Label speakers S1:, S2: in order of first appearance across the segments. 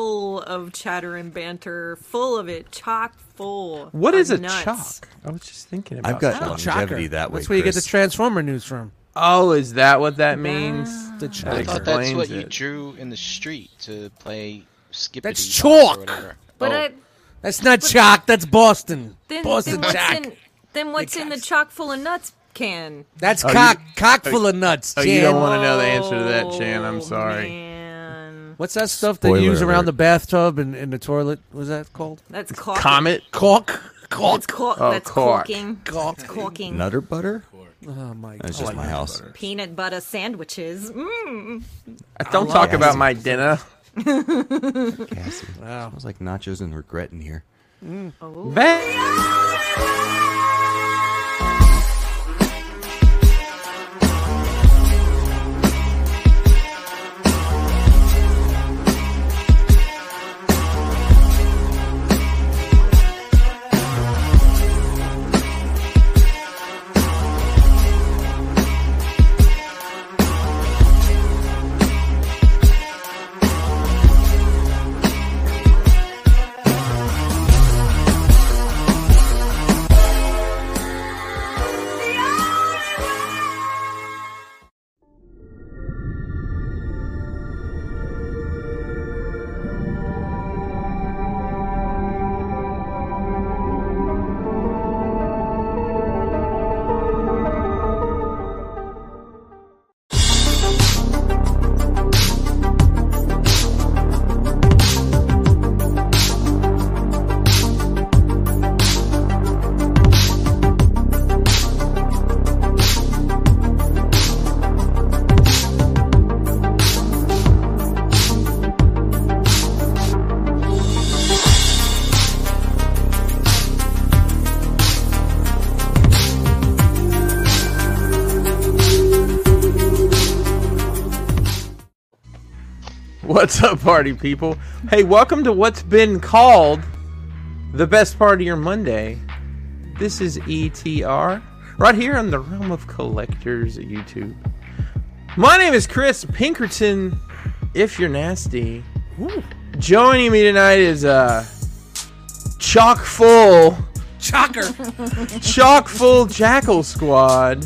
S1: full of chatter and banter, full of it, chock full.
S2: What is
S1: of
S2: a
S1: nuts.
S2: chalk? I was just thinking about.
S3: I've got
S2: that.
S3: longevity
S4: Shocker.
S3: that way.
S4: That's where you get the
S3: Chris.
S4: Transformer news from.
S2: Oh, is that what that means?
S4: The
S5: I
S4: Chocker.
S5: thought that's
S2: explains
S5: what you
S2: it.
S5: drew in the street to play Skippity.
S4: That's
S5: Dance
S4: chalk.
S5: Or whatever.
S1: But
S2: Oh.
S1: I,
S4: That's not chalk. That's Boston.
S1: then,
S4: Boston
S1: then what's
S4: Jack.
S1: in then what's in the
S4: Because-
S1: chock full of nuts can?
S4: That's
S2: you-
S4: cock. cock full of nuts.
S2: Oh, you don't
S4: Jan.
S2: want to know the answer to that, Chan.
S1: Oh,
S2: I'm sorry.
S1: Man.
S4: What's that stuff they
S3: Spoiler
S4: use
S3: alert.
S4: around the bathtub and in the toilet? Was that called?
S1: That's caulking.
S2: Comet.
S4: Caulk. Caulk.
S1: That's, caul-
S2: Oh,
S1: that's
S2: caulk.
S1: caulking.
S4: Caulk.
S1: Caulking.
S3: Nutter butter?
S4: Oh my god.
S3: That's just my house.
S1: Peanut butter sandwiches. Mm.
S2: Uh, Don't talk
S3: that.
S2: about my dinner.
S3: Cassie.
S4: Wow.
S3: Smells like nachos and regret in here.
S1: Oh.
S2: Van- What's up, party people? Hey, welcome to what's been called the best part of your Monday. This is ETR, right here on the Realm of Collectors YouTube. My name is Chris Pinkerton, if you're nasty. Joining me tonight is uh, chock full,
S4: Chocker.
S2: chock full Jackal Squad.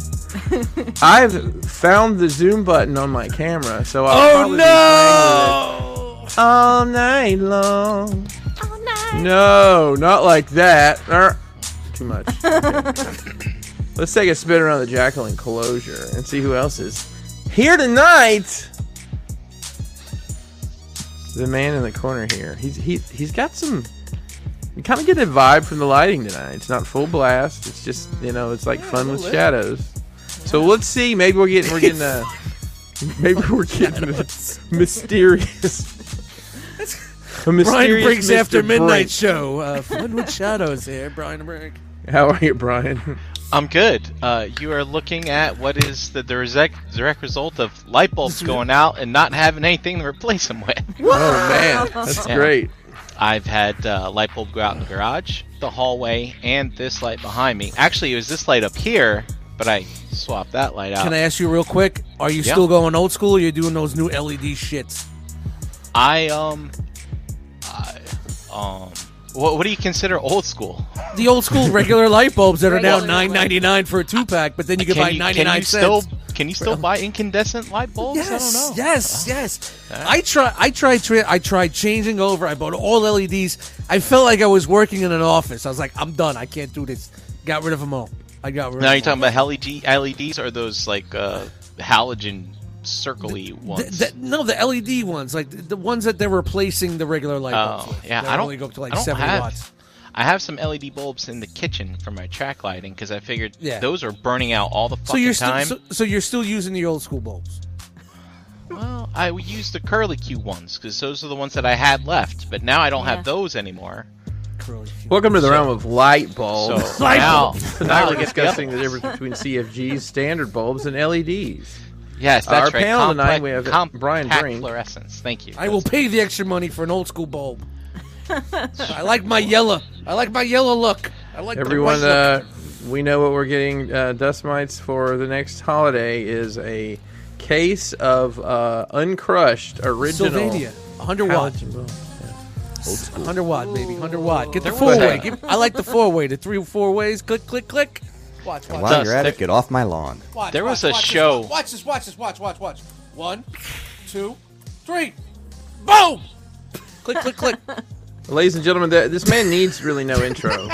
S2: I've found the zoom button on my camera, so I'll
S4: Oh
S2: probably be playing with it
S4: no.
S2: all night long.
S1: All night.
S2: No, not like that. Er, Too much. Okay. Let's take a spin around the jackal in closure and see who else is here tonight. The man in the corner here. He's he he's got some. You kind of get a vibe from the lighting tonight. It's not full blast. It's just you know it's like fun with shadows. So let's see. Maybe we're getting we're getting a. Maybe we're getting a mysterious. a
S4: Brian
S2: mysterious
S4: Briggs
S2: Mr.
S4: after midnight
S2: Brink.
S4: show. Uh, Fun with shadows here. Brian Briggs.
S2: How are you, Brian?
S5: I'm good. Uh, you are looking at what is the direct, direct result of light bulbs going out and not having anything to replace them with.
S2: Oh man, that's
S5: Yeah.
S2: great.
S5: I've had uh, light bulb go out in the garage, the hallway, and this light behind me. Actually, it was this light up here, but I swapped that light out.
S4: Can I ask you real quick? Are you
S5: Uh, Yeah.
S4: still going old school or you doing those new LED shits?
S5: I um, I, um, what, what do you consider old school?
S4: The old school regular light bulbs that are now
S1: Regular light.
S4: nine ninety nine for a two pack, but then you can, buy ninety
S5: can
S4: nine
S5: you
S4: cents.
S5: still can you still buy incandescent light bulbs? I don't know.
S4: Yes, yes. I try. I tried. Tri- I tried changing over. I bought all LEDs. I felt like I was working in an office. I was like, I'm done. I can't do this. Got rid of them all. I got rid.
S5: Now
S4: of
S5: you're
S4: them
S5: talking about LED LEDs or those like uh, halogen circly
S4: all.
S5: ones?
S4: The, the, no, the LED ones, like the, the ones that they're replacing the regular light bulbs.
S5: oh
S4: with.
S5: yeah,
S4: They
S5: I don't
S4: only go up to like
S5: I don't
S4: seventy
S5: have,
S4: watts.
S5: I have some LED bulbs in the kitchen for my track lighting because I figured
S4: Yeah.
S5: those are burning out all the fucking
S4: So you're still.
S5: time.
S4: So, so you're still using the old school bulbs.
S5: Well, I would use the curly Q ones because those are the ones that I had left, but now I don't
S1: Yeah.
S5: have those anymore.
S4: Curly Q.
S2: Welcome to the realm of light bulbs.
S5: So now,
S2: Tonight we're
S5: now I get the
S2: discussing the
S5: other-
S2: difference between CFGs, standard bulbs, and E LEDs.
S5: Yes, that's
S2: Our
S5: right.
S2: panel tonight,
S5: Complex-
S2: we have
S5: compact
S2: Brian Brink.
S5: fluorescence. Thank you.
S4: I will pay the extra money for an old school bulb. I like my yellow. I like my yellow look. I like the
S2: Everyone,
S4: white look.
S2: uh, we know what we're getting uh, dust mites for the next holiday is a case of uh, uncrushed original
S4: Sylvania, 100 watts.
S2: halogen bulbs.
S4: Yes, 100 watt, baby. 100 watt. Get the
S5: There
S4: four
S5: was
S4: way.
S5: a-
S4: Give- I like the four way. The three, four ways. Click, click, click. Watch,
S3: And
S4: watch,
S3: while
S5: Dust.
S3: you're at it, get off my lawn.
S4: watch.
S5: There
S4: watch,
S5: was a
S4: watch this,
S5: show-
S4: Watch this. Watch this. Watch. Watch. Watch. One, two, three. Boom. Click, click, click.
S2: Ladies and gentlemen, th- this man needs really no intro.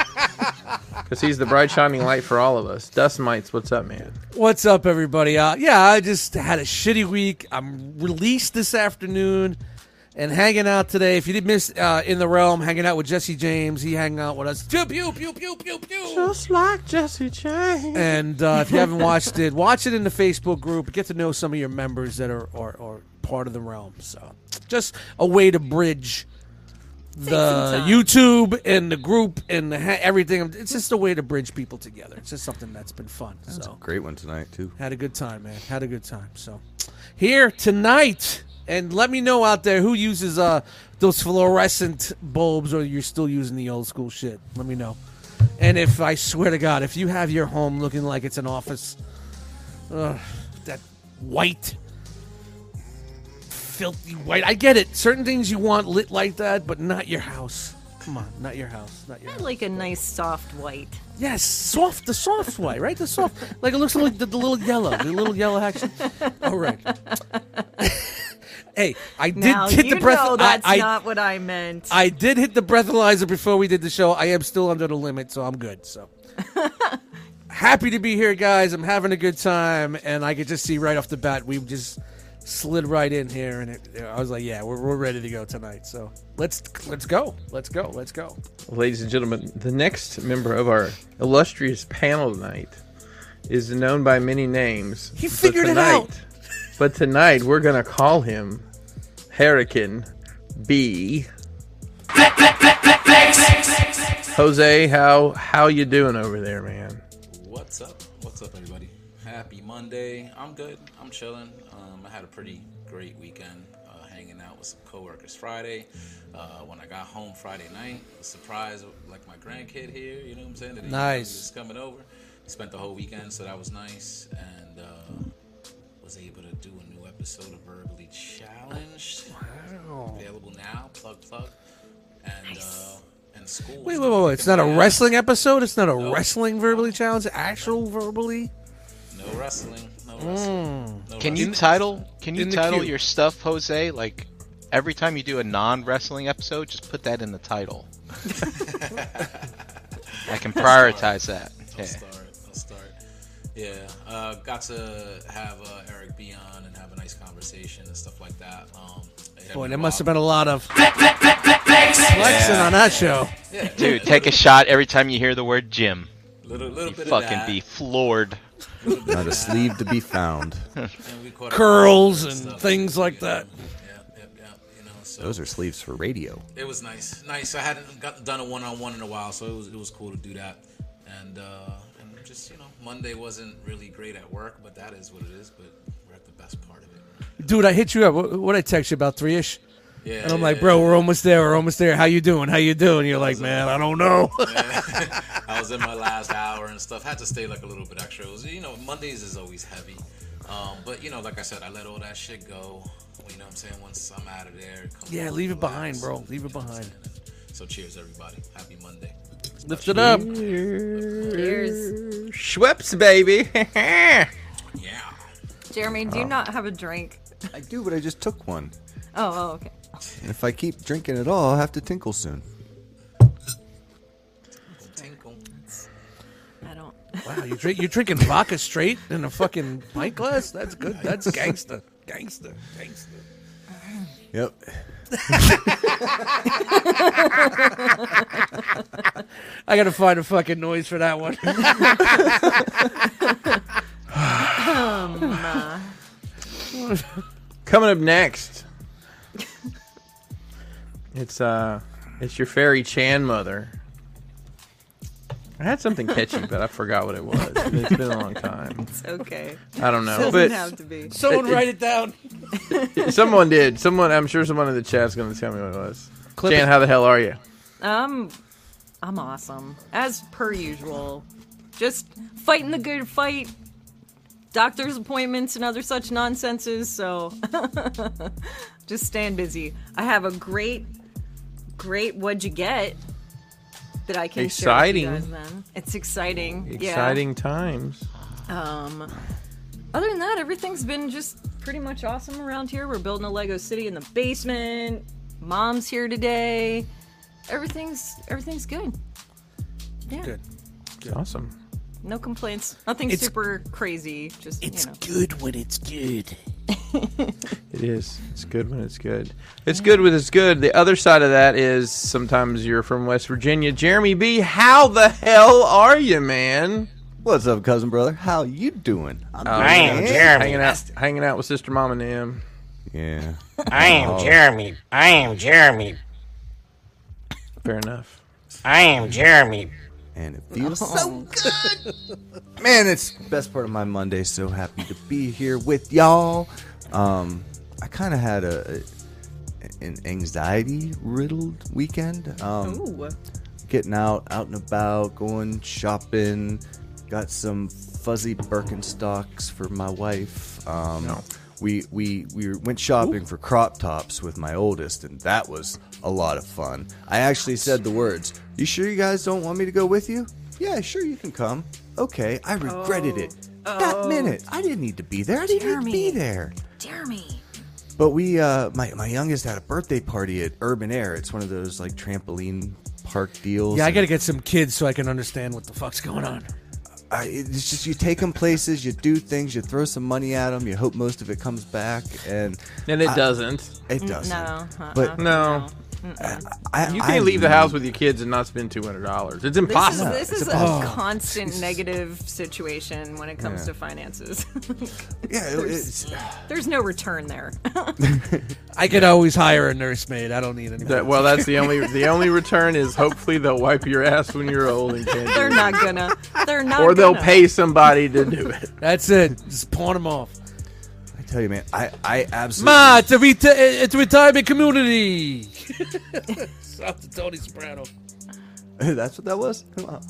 S2: Because he's the bright shining light for all of us. Dust Mites, what's up, man?
S4: What's up, everybody? Uh, yeah, I just had a shitty week. I'm released this afternoon and hanging out today. If you did miss uh, In the Realm, hanging out with Jesse James, he hanging out with us. Pew, pew, pew, pew, pew, pew.
S2: Just like Jesse James.
S4: And uh, if you haven't watched it, watch it in the Facebook group. Get to know some of your members that are, are, are part of the realm. So, just a way to bridge
S1: some
S4: the
S1: time.
S4: YouTube and the group and the ha- everything. It's just a way to bridge people together. It's just something that's been fun. so,
S3: Great one tonight too.
S4: had a good time, man. Had a good time. So, here tonight, and let me know out there who uses uh those fluorescent bulbs, or you're still using the old school shit. Let me know. And if I swear to God, if you have your home looking like it's an office, ugh, that white, filthy white. I get it. Certain things you want lit like that, but not your house. Come on, not your house. Not your.
S1: I
S4: house.
S1: like a nice soft white.
S4: Yes, soft, the soft way, right? The soft, like it looks like the, the little yellow, the little yellow action. All right. hey, I did
S1: Now
S4: hit
S1: you
S4: the breath.
S1: know that's
S4: I, I,
S1: not what I meant.
S4: I did hit the breathalyzer before we did the show. I am still under the limit, so I'm good. So happy to be here, guys. I'm having a good time, and I could just see right off the bat we just slid right in here, and it, I was like, yeah, we're, we're ready to go tonight. So let's let's go, let's go, let's go.
S2: Ladies and gentlemen, the next member of our illustrious panel tonight is known by many names.
S4: He
S2: but
S4: figured it
S2: tonight-
S4: out.
S2: But tonight we're gonna call him Hurricane B. Jose, how how you doing over there, man?
S6: What's up? What's up, everybody? Happy Monday. I'm good. I'm chilling. Um, I had a pretty great weekend uh, hanging out with some coworkers Friday. Uh, when I got home Friday night, was surprised like my grandkid here. You know what I'm saying? That he-
S4: Nice.
S6: He was coming over. Spent the whole weekend, so that was nice, and uh, was able to do a new episode of Verbally Challenged. Available now. Plug plug. And uh, and school.
S4: Wait, wait, wait, wait. It's not a wrestling episode. It's not a
S6: Nope.
S4: wrestling verbally challenge. Actual verbally.
S6: No wrestling. No
S4: Mm.
S6: wrestling. No
S5: Can you
S6: wrestling.
S5: title? Can you
S4: In the
S5: title
S4: queue.
S5: your stuff, Jose? Like every time you do a non-wrestling episode, just put that in the title. I can prioritize that.
S6: I'll
S5: Yeah.
S6: start. I'll start. Yeah, uh, got to have uh, Eric be on and have a nice conversation and stuff like that. Um, it had
S4: Boy,
S6: been
S4: there
S6: a
S4: must have
S6: while.
S4: been a lot of flexing on that show.
S6: Yeah,
S5: Dude, take a shot every time you hear the word gym.
S6: little, little
S5: You
S6: bit of
S5: fucking
S6: that,
S5: be floored.
S3: Not a sleeve to be found.
S6: and we caught up
S4: Curls
S6: on
S4: and
S6: stuff,
S4: things like
S6: you know,
S4: that.
S6: Yeah, yeah, yeah. You know, so
S3: Those are sleeves for radio.
S6: it was nice, nice. I hadn't got, done a one-on-one in a while, so it was it was cool to do that. And uh, and just you know, Monday wasn't really great at work, but that is what it is. But we're at the best part of it.
S4: Dude, I hit you up. What would I text you about three ish?
S6: Yeah,
S4: And I'm
S6: yeah,
S4: like,
S6: yeah.
S4: bro, we're almost there. We're almost there. How you doing? How you doing? You're like, man, I don't know.
S6: I was in my last hour and stuff. Had to stay like a little bit extra. It was, you know, Mondays is always heavy. Um, but you know, like I said, I let all that shit go. You know what I'm saying? Once I'm out of there, come
S4: Yeah,
S6: home,
S4: leave it
S6: relax,
S4: behind, bro. Leave it
S6: you know what I'm
S4: behind.
S6: saying? So cheers, everybody. Happy Monday.
S4: Lift it up.
S1: Cheers.
S2: Schweppes, baby.
S6: Yeah.
S1: Jeremy,
S4: Oh.
S1: do you not have a drink?
S3: I do, but I just took one.
S1: Oh, oh okay.
S3: And if I keep drinking at all, I'll have to tinkle soon.
S6: Tinkle.
S1: I don't.
S4: Wow, you drink, you're drinking vodka straight in a fucking pint glass? That's good. That's gangster. Gangster. Gangster.
S3: Yep.
S4: I got to find a fucking noise for that one.
S2: Coming up next, it's uh, it's your fairy Chan mother. I had something catchy, but I forgot what it was. It's been a long time.
S1: It's okay.
S2: I don't know,
S1: Doesn't
S2: Oh, but
S1: have to be.
S4: Someone write it down.
S2: someone did. Someone, I'm sure someone in the chat's going to tell me what it was.
S4: Clip
S2: Chan,
S4: it.
S2: how the hell are you?
S1: Um, I'm awesome as per usual. Just fighting the good fight. Doctor's appointments and other such nonsenses. So, just staying busy. I have a great great. What'd you get? That I can
S2: Exciting.
S1: share with you guys then. It's exciting.
S2: Exciting times.
S1: Yeah. Um, other than that, everything's been just pretty much awesome around here. We're building a Lego city in the basement. Mom's here today. Everything's everything's good. Yeah.
S4: Good.
S2: It's awesome.
S1: No complaints. Nothing
S4: It's-
S1: super crazy. Just you know.
S4: good when it's good.
S2: It is. It's good when it's good. It's good when it's good. The other side of that is sometimes you're from West Virginia. Jeremy B, how the hell are you, man?
S3: What's up, cousin brother? How you doing? I'm
S2: I
S7: am Jeremy.
S2: Hanging out, hanging out with Sister Mom and him.
S3: Yeah.
S7: I
S2: Oh.
S7: am Jeremy. I am Jeremy.
S2: Fair enough.
S7: I am Jeremy.
S3: And it feels so good. Man, it's the best part of my Monday. So happy to be here with y'all. Um, I kind of had a an anxiety riddled weekend. Um,
S1: Ooh.
S3: getting out, out and about, going shopping. Got some fuzzy Birkenstocks for my wife. Um, We, we we went shopping for crop tops with my oldest, and that was a lot of fun. I actually said the words, "You sure you guys don't want me to go with you?" Yeah, sure you can come. Okay, I regretted it
S4: Oh.
S3: that minute. I didn't need to be there. I didn't need to
S1: Jeremy.
S3: be there.
S1: Jeremy.
S3: But we, uh, my my youngest had a birthday party at Urban Air. It's one of those like trampoline park deals.
S4: Yeah, I
S3: and-
S4: gotta get some kids so I can understand what the fuck's going on.
S3: I, it's just you take them places, you do things, you throw some money at them, you hope most of it comes back, and
S2: And it
S3: I-
S2: doesn't.
S3: it doesn't.
S1: No. Uh-uh.
S3: But-
S2: No.
S3: I,
S2: You
S3: I
S2: can't leave the house with your kids and not spend two hundred dollars. It's
S1: This is,
S2: impossible.
S1: this is a constant
S3: Jesus.
S1: negative situation when it comes
S3: Yeah.
S1: to finances.
S3: Yeah, it- it's,
S1: There's no return there.
S4: I could always hire a nursemaid. I don't need anybody.
S2: That- well, that's the only the only return is hopefully they'll wipe your ass when you're old and can't.
S1: They're
S2: do it.
S1: not gonna. They're not.
S2: Or they'll
S1: gonna.
S2: pay somebody to do it.
S4: That's it. Just pawn them off.
S3: I tell you, man, I, I absolutely.
S4: Ma, it's a, reti- eh, it's a retirement community. Shout out to Tony Soprano.
S3: that's what that was. Wow.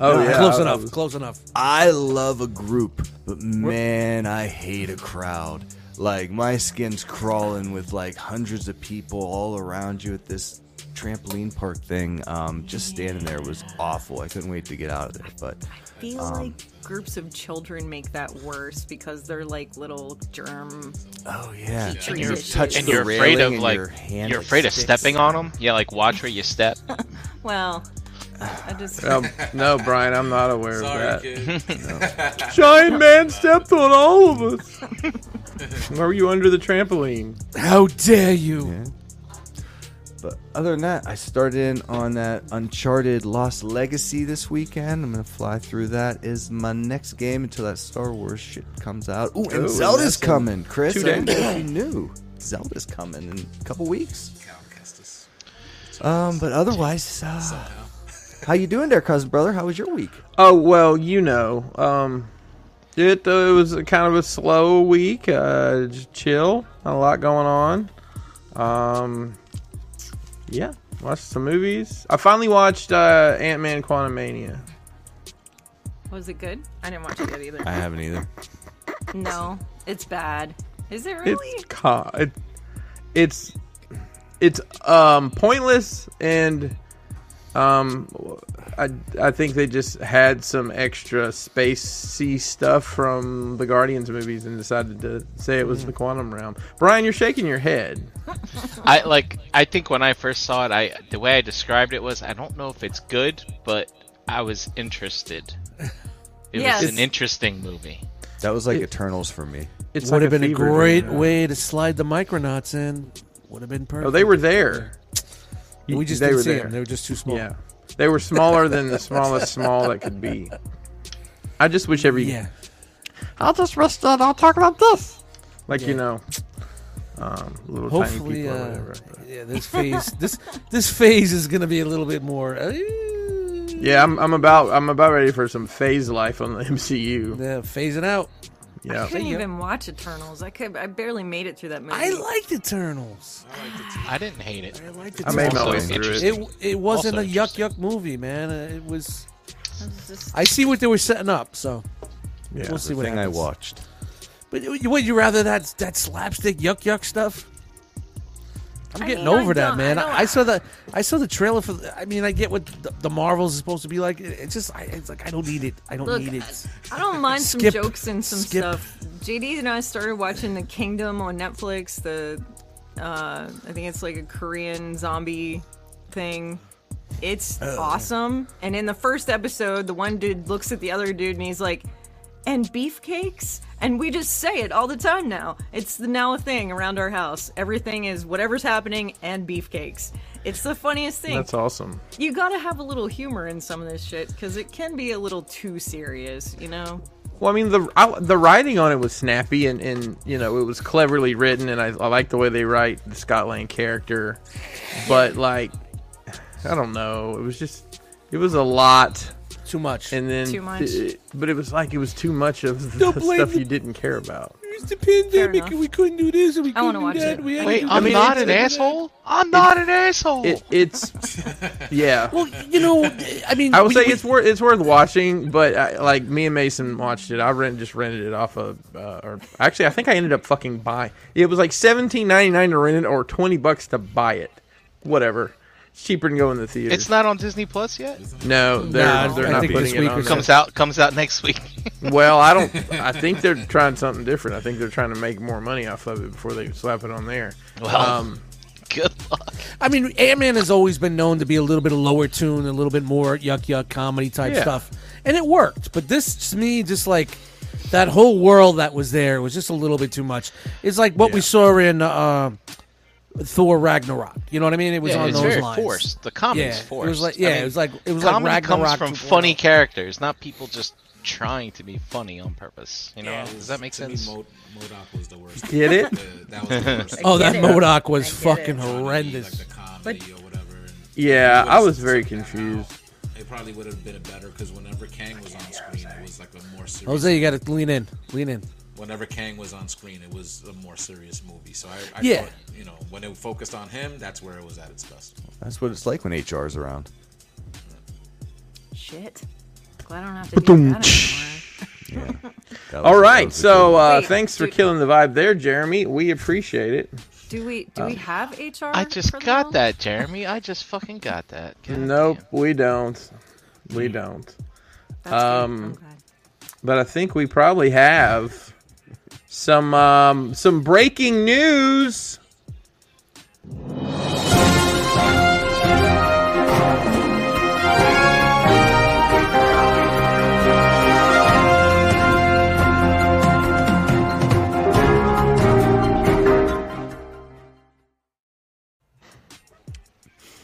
S2: Oh yeah,
S4: close
S2: I-
S4: enough. Close enough.
S3: I love a group, but man, I hate a crowd. Like my skin's crawling with like hundreds of people all around you at this trampoline park thing. Um, just standing there was awful. I couldn't wait to get out of there, but.
S1: I feel like groups of children make that worse because they're like little germ.
S3: Oh yeah,
S1: And you're-
S3: touch
S5: And
S1: The
S5: you're afraid
S3: railing
S5: of
S3: and
S5: like
S3: your hand,
S5: you're
S3: like,
S5: afraid of
S3: sticks.
S5: stepping on them. Yeah, like watch where you step.
S1: Well, I just.
S2: Um, no, Brian, I'm not aware
S6: Sorry,
S2: of that.
S6: kid.
S2: Giant man stepped on all of us. Where were you under the trampoline?
S4: How dare you?
S3: Yeah. But other than that, I started in on that Uncharted Lost Legacy this weekend. I'm gonna fly through that. Is my next game until that Star Wars shit comes out. Ooh, and
S2: Ooh,
S3: Zelda's
S2: that's in
S3: coming, Chris.
S2: two
S3: I didn't
S2: days.
S3: know you knew Zelda's coming in a couple weeks.
S6: Cal Kestis.
S3: Um, but otherwise, uh, how you doing there, cousin brother? How was your week?
S2: Oh well, you know, um, it, uh, it was a kind of a slow week. Uh, just chill, not a lot going on. Um, yeah, watched some movies. I finally watched uh, Ant Man Quantumania.
S1: Was it good? I didn't watch it good either.
S3: haven't either.
S1: No, it's bad. Is it really?
S2: It's ca- it, it's it's um pointless and um I, I think they just had some extra spacey stuff from the Guardians movies and decided to say it
S4: Hmm.
S2: was the quantum realm. Brian, you're shaking your head.
S5: I like. I think when I first saw it, I the way I described it was I don't know if it's good, but I was interested. It
S1: Yes.
S5: was an interesting movie.
S3: That was like Eternals for me.
S2: It's like
S4: Would have been a
S2: fever
S4: great
S2: dream.
S4: way to slide the Micronauts in. Would have been perfect.
S2: Oh, they were there.
S4: We just
S2: they
S4: didn't
S2: were
S4: see
S2: there.
S4: them. They were just too small.
S2: Yeah, they were smaller than the smallest small that could be. I just wish every
S4: Yeah.
S2: I'll just rest that. I'll talk about this. Like you know, um, little tiny
S4: Hopefully,
S2: people or
S4: uh,
S2: whatever. but-
S4: yeah. This phase, this this phase is gonna be a little bit more. uh,
S2: Yeah, I'm, I'm about I'm about ready for some phase life on the MCU.
S4: Yeah, phasing out.
S1: I
S2: Oh, Yeah,
S1: couldn't
S4: Yeah.
S1: even watch Eternals. I could. I barely made it through that movie.
S4: I liked Eternals.
S5: I didn't hate it.
S4: I liked
S2: I made
S4: Eternals.
S2: my
S5: Also
S2: way through it.
S5: interesting.
S4: It it wasn't
S5: Also
S4: a yuck
S5: interesting.
S4: yuck movie, man. Uh, It was.
S1: I was just-
S4: I see what they were setting up, so
S2: Yeah.
S4: we'll see what
S3: thing I
S4: happens. uh,
S3: watched.
S4: But you- would you rather that that slapstick yuck yuck stuff? I'm
S1: I
S4: getting
S1: mean, I
S4: over that,
S1: don't-
S4: man.
S1: I don't-
S4: I, saw the I saw the trailer for. The, I mean, I get what the, the Marvels is supposed to be like. It- It's just, I, it's like I don't need it. I don't
S1: Look,
S4: need it.
S1: I don't mind some
S4: Skip.
S1: jokes and some
S4: Skip.
S1: stuff. JD and I started watching The Kingdom on Netflix. The uh, I think it's like a Korean zombie thing. It's
S4: Oh.
S1: awesome. And in the first episode, the one dude looks at the other dude and he's like, "And beefcakes." And we just say it all the time now. It's the now a thing around our house. Everything is whatever's happening and beefcakes. It's the funniest thing
S2: That's awesome.
S1: you gotta have a little humor in some of this shit because it can be a little too serious, you know.
S2: Well, I mean, the I, the writing on it was snappy and, and you know it was cleverly written, and I, I like the way they write the Scott Lang character, but like, I don't know, it was just it was a lot,
S4: Too much.
S2: and then
S1: Too much.
S2: it- but it was like it was too much of the
S4: Don't blame
S2: stuff
S4: the-
S2: you didn't care about.
S4: It's the
S1: Fair enough.
S4: pandemic, and we couldn't do this, and we
S1: I
S4: couldn't
S1: wanna
S4: do
S1: watch
S4: that.
S1: it.
S4: We had to
S5: Wait,
S4: do
S5: I'm
S4: this,
S5: not
S4: and
S5: an
S4: we had to do
S5: asshole. I'm not an asshole.
S2: It, it's yeah.
S4: that. Well, you know, I mean,
S2: I would
S4: we-
S2: say
S4: we-
S2: it's worth it's worth watching, but I, like me and Mason watched it. I rent just rented it off of, uh, or actually, I think I ended up fucking buy. It was like seventeen ninety nine to rent it, or twenty bucks to buy it. Whatever, it's cheaper than going to the theater.
S5: It's not on Disney Plus yet.
S2: No, they're
S4: Nah,
S2: they're
S4: I
S2: not
S4: think this
S2: putting it
S4: week or
S2: on. there.
S5: Comes out comes out next week.
S2: Well, I don't. I think they're trying something different. I think they're trying to make more money off of it before they slap it on there.
S5: Well, Um, good luck.
S4: I mean, Ant Man has always been known to be a little bit lower tune, a little bit more yuck yuck comedy type
S2: Yeah.
S4: stuff, and it worked. But this to me, just like that whole world that was there was just a little bit too much. It's like what we
S2: Yeah.
S4: saw in uh, Thor Ragnarok. You know what I mean? It was
S5: Yeah,
S4: on
S5: it's
S4: those
S5: very
S4: lines.
S5: forced. The comedy's
S4: Yeah,
S5: forced.
S4: it was like yeah,
S5: I mean,
S4: it was like it was like
S5: comedy
S4: Ragnarok
S5: comes from
S4: 2.0.
S5: funny characters, not people just trying to be funny on purpose. You know, does that make
S6: To me,
S5: sense?
S6: Mo- Modok was the worst.
S2: Get it?
S6: Uh, that was the worst.
S4: Oh, that
S1: get it.
S4: Modoc was
S1: I get
S4: fucking
S1: it.
S4: horrendous.
S6: Like the comedy or whatever. and
S2: Yeah,
S6: if they
S2: I
S6: would've
S2: was very
S6: took that
S2: confused.
S6: out, It probably would have been better because whenever Kang was on screen, it was like a more serious.
S4: Jose, you got to lean in, lean in.
S6: whenever Kang was on screen, it was a more serious movie. So I, I
S4: Yeah.
S6: thought, you know, when it focused on him, that's where it was at its best.
S3: That's what it's like when HR's around.
S1: Shit. Glad I don't have to do that anymore.
S2: All
S3: That was- that
S2: right,
S3: was a good
S2: so
S3: one.
S2: uh,
S1: Wait,
S2: thanks for
S1: do-
S2: killing the vibe there, Jeremy. We appreciate it.
S1: Do we do we have HR?
S5: I just
S1: for the
S5: got
S1: role?
S5: that, Jeremy. I just fucking got that. God
S2: Nope,
S5: damn.
S2: we don't. We don't.
S1: That's good.
S2: Um,
S1: Okay.
S2: But I think we probably have some um, some breaking news.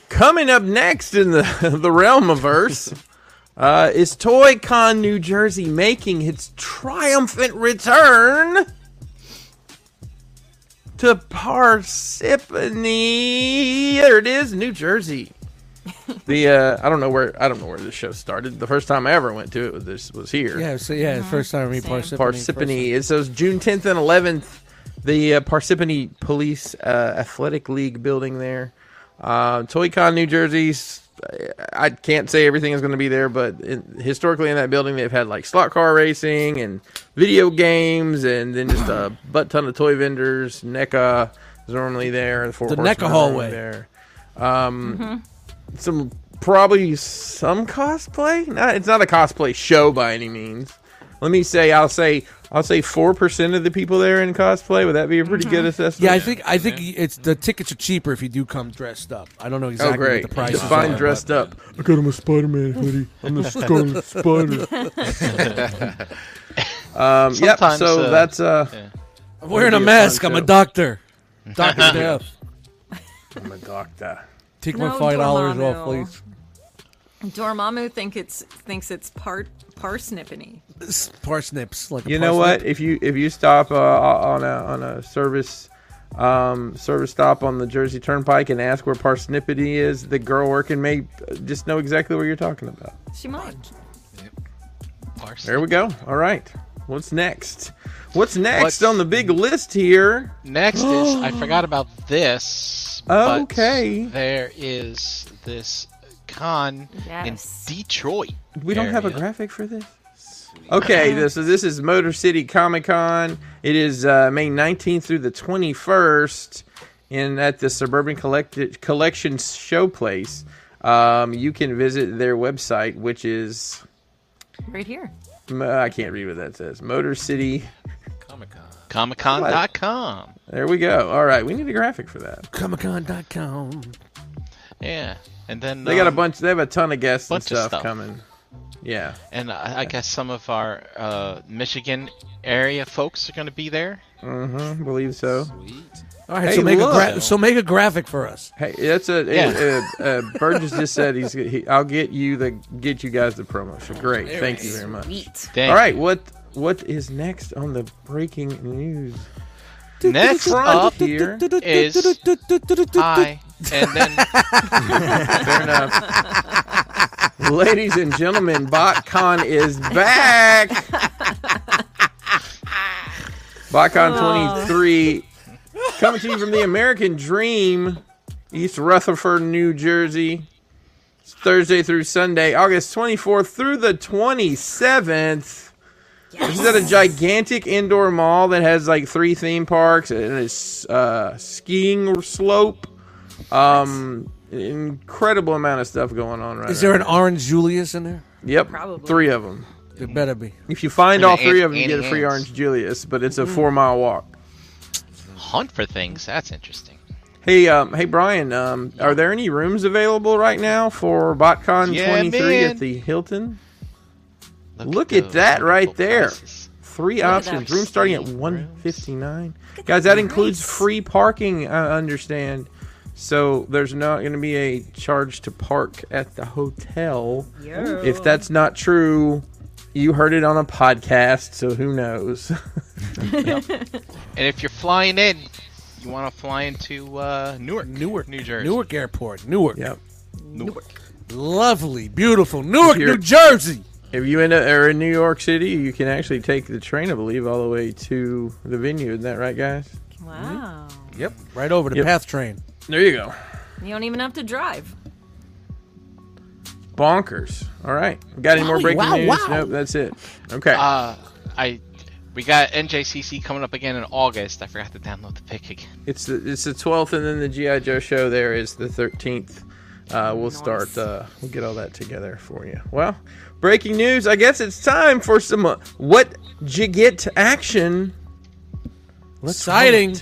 S2: Coming up next in the the realm of verse. Uh, is ToyCon New Jersey making its triumphant return to Parsippany? There it is, New Jersey. the uh, I don't know where I don't know where this show started. The first time I ever went to it was this was here.
S4: Yeah, so yeah,
S1: Mm-hmm.
S4: first time we Parsippany.
S2: Parsippany. It says June 10th and 11th. The uh, Parsippany Police uh, Athletic League building there. Uh, ToyCon New Jersey's. I can't say everything is going to be there, but in, historically in that building they've had like slot car racing and video games, and then just a butt ton of toy vendors. NECA is normally there, and Fort
S4: The
S2: Horsemen
S4: NECA
S2: are
S4: hallway.
S2: normally there. Um, some probably some cosplay. Not, it's not a cosplay show by any means let me say I'll say I'll say four percent of the people there in cosplay. Would that be a pretty good assessment?
S4: Mm-hmm. Yeah, I think I think it's the tickets are cheaper if you do come dressed up. I don't know exactly
S2: oh great!
S4: what the price is.
S2: Define dressed up.
S8: I got him a Spider-Man hoodie. I'm the Scarlet Spider.
S2: Um, yep.
S5: Sometimes,
S2: So
S5: uh,
S2: that's uh.
S5: yeah.
S4: I'm wearing a
S2: It'll be a
S4: mask.
S2: fun
S4: I'm a
S2: show.
S4: doctor. Doctor Death.
S2: I'm a doctor.
S4: Take my
S1: No,
S4: five dollars
S1: Dormammu.
S4: off, please.
S1: Dormammu think it's thinks it's part parsnippany.
S4: It's Parsnips, like a
S2: You know
S4: parsnip.
S2: what? If you if you stop uh, on a on a service um service stop on the Jersey Turnpike and ask where Parsnippity is, the girl working may uh, just know exactly what you're talking about.
S1: She might.
S5: Parsley.
S2: There we go. All right. What's next? What's next
S5: What's-
S2: on the big list here?
S5: Next is I forgot about this. but
S2: Okay.
S5: there is this con
S1: Yes.
S5: in Detroit.
S2: We don't have a
S5: area.
S2: graphic for this. Okay, this, so this is Motor City Comic Con. It is uh, May 19th through the 21st. in at the Suburban Collect- Collection Showplace, um, you can visit their website, which is
S1: Right here.
S2: m- I can't read what that says. Motor City.
S6: Comic Con.
S5: ComicCon.com.
S2: There we go. All right, we need a graphic for that.
S4: Comicon.com.
S5: Yeah, and then
S2: They got a
S5: um,
S2: bunch. They have a ton of guests and
S5: bunch of
S2: stuff,
S5: stuff.
S2: coming. Yeah,
S5: and I, I guess some of our uh, Michigan area folks are going to be there.
S2: I Mm-hmm, believe so.
S6: Sweet.
S4: All right,
S2: Hey,
S4: so make
S2: look.
S4: a gra- so make a graphic for us.
S2: Hey, that's a
S5: Yeah.
S2: uh, uh, Burgess just said he's. He, I'll get you the get you guys the promo. So great, thank you very much.
S1: Eat.
S5: Dang.
S2: All right, what what is next on the breaking news?
S5: Next up
S2: here
S5: is I, and then
S2: Fair enough. Ladies and gentlemen, BotCon is back. BotCon 23 coming to you from the American Dream, East Rutherford, New Jersey. It's Thursday through Sunday, August 24th through the 27th. This is at a gigantic indoor mall that has like three theme parks and a uh, skiing slope. Um, incredible amount of stuff going on right
S4: Is
S2: now.
S4: there an orange Julius in there?
S2: Yep,
S1: Probably.
S2: three of them.
S5: Mm.
S4: There better be.
S2: If you find
S5: And
S2: all
S5: the
S2: three
S5: an-
S2: of them, you get a
S5: Annie
S2: free
S5: Ants.
S2: orange Julius, but it's
S1: Mm.
S2: a four mile walk.
S5: hunt for things. That's interesting.
S2: Hey, um, hey Brian, um, are there any rooms available right now for BotCon
S5: Yeah,
S2: 23
S5: man.
S2: at the Hilton? Look at
S5: those
S2: that right
S5: wonderful
S2: there.
S5: places.
S2: Three
S1: at
S2: options.
S1: that.
S2: Room starting at
S5: Three
S2: one fifty nine. Guys, that includes
S1: price.
S2: free parking. I understand. So there's not going to be a charge to park at the hotel.
S1: Yeah.
S2: If that's not true, you heard it on a podcast. So who knows?
S5: And if you're flying in, you want to fly into uh, Newark,
S4: Newark,
S5: New Jersey.
S4: Newark Airport, Newark.
S2: yep.
S4: Lovely, beautiful Newark,
S2: Here.
S4: New Jersey.
S2: If you end up are in New York City, you can actually take the train, I believe, all the way to the venue. Isn't that right, guys?
S1: Wow.
S4: Yep, right over the
S2: Yep.
S4: PATH train.
S2: There you go.
S1: You don't even have to drive.
S2: Bonkers. All right. Got any more
S4: Wow,
S2: breaking
S4: wow,
S2: news?
S4: wow.
S2: Nope. That's it. Okay.
S5: Uh, I we got NJCC coming up again in August. I forgot to download the pic again.
S2: It's the, it's the twelfth, and then the GI Joe show there is the thirteenth. Uh, we'll start. Uh, we'll get all that together for you. Well, breaking news. I guess it's time for some uh, what you get to action.
S4: Exciting.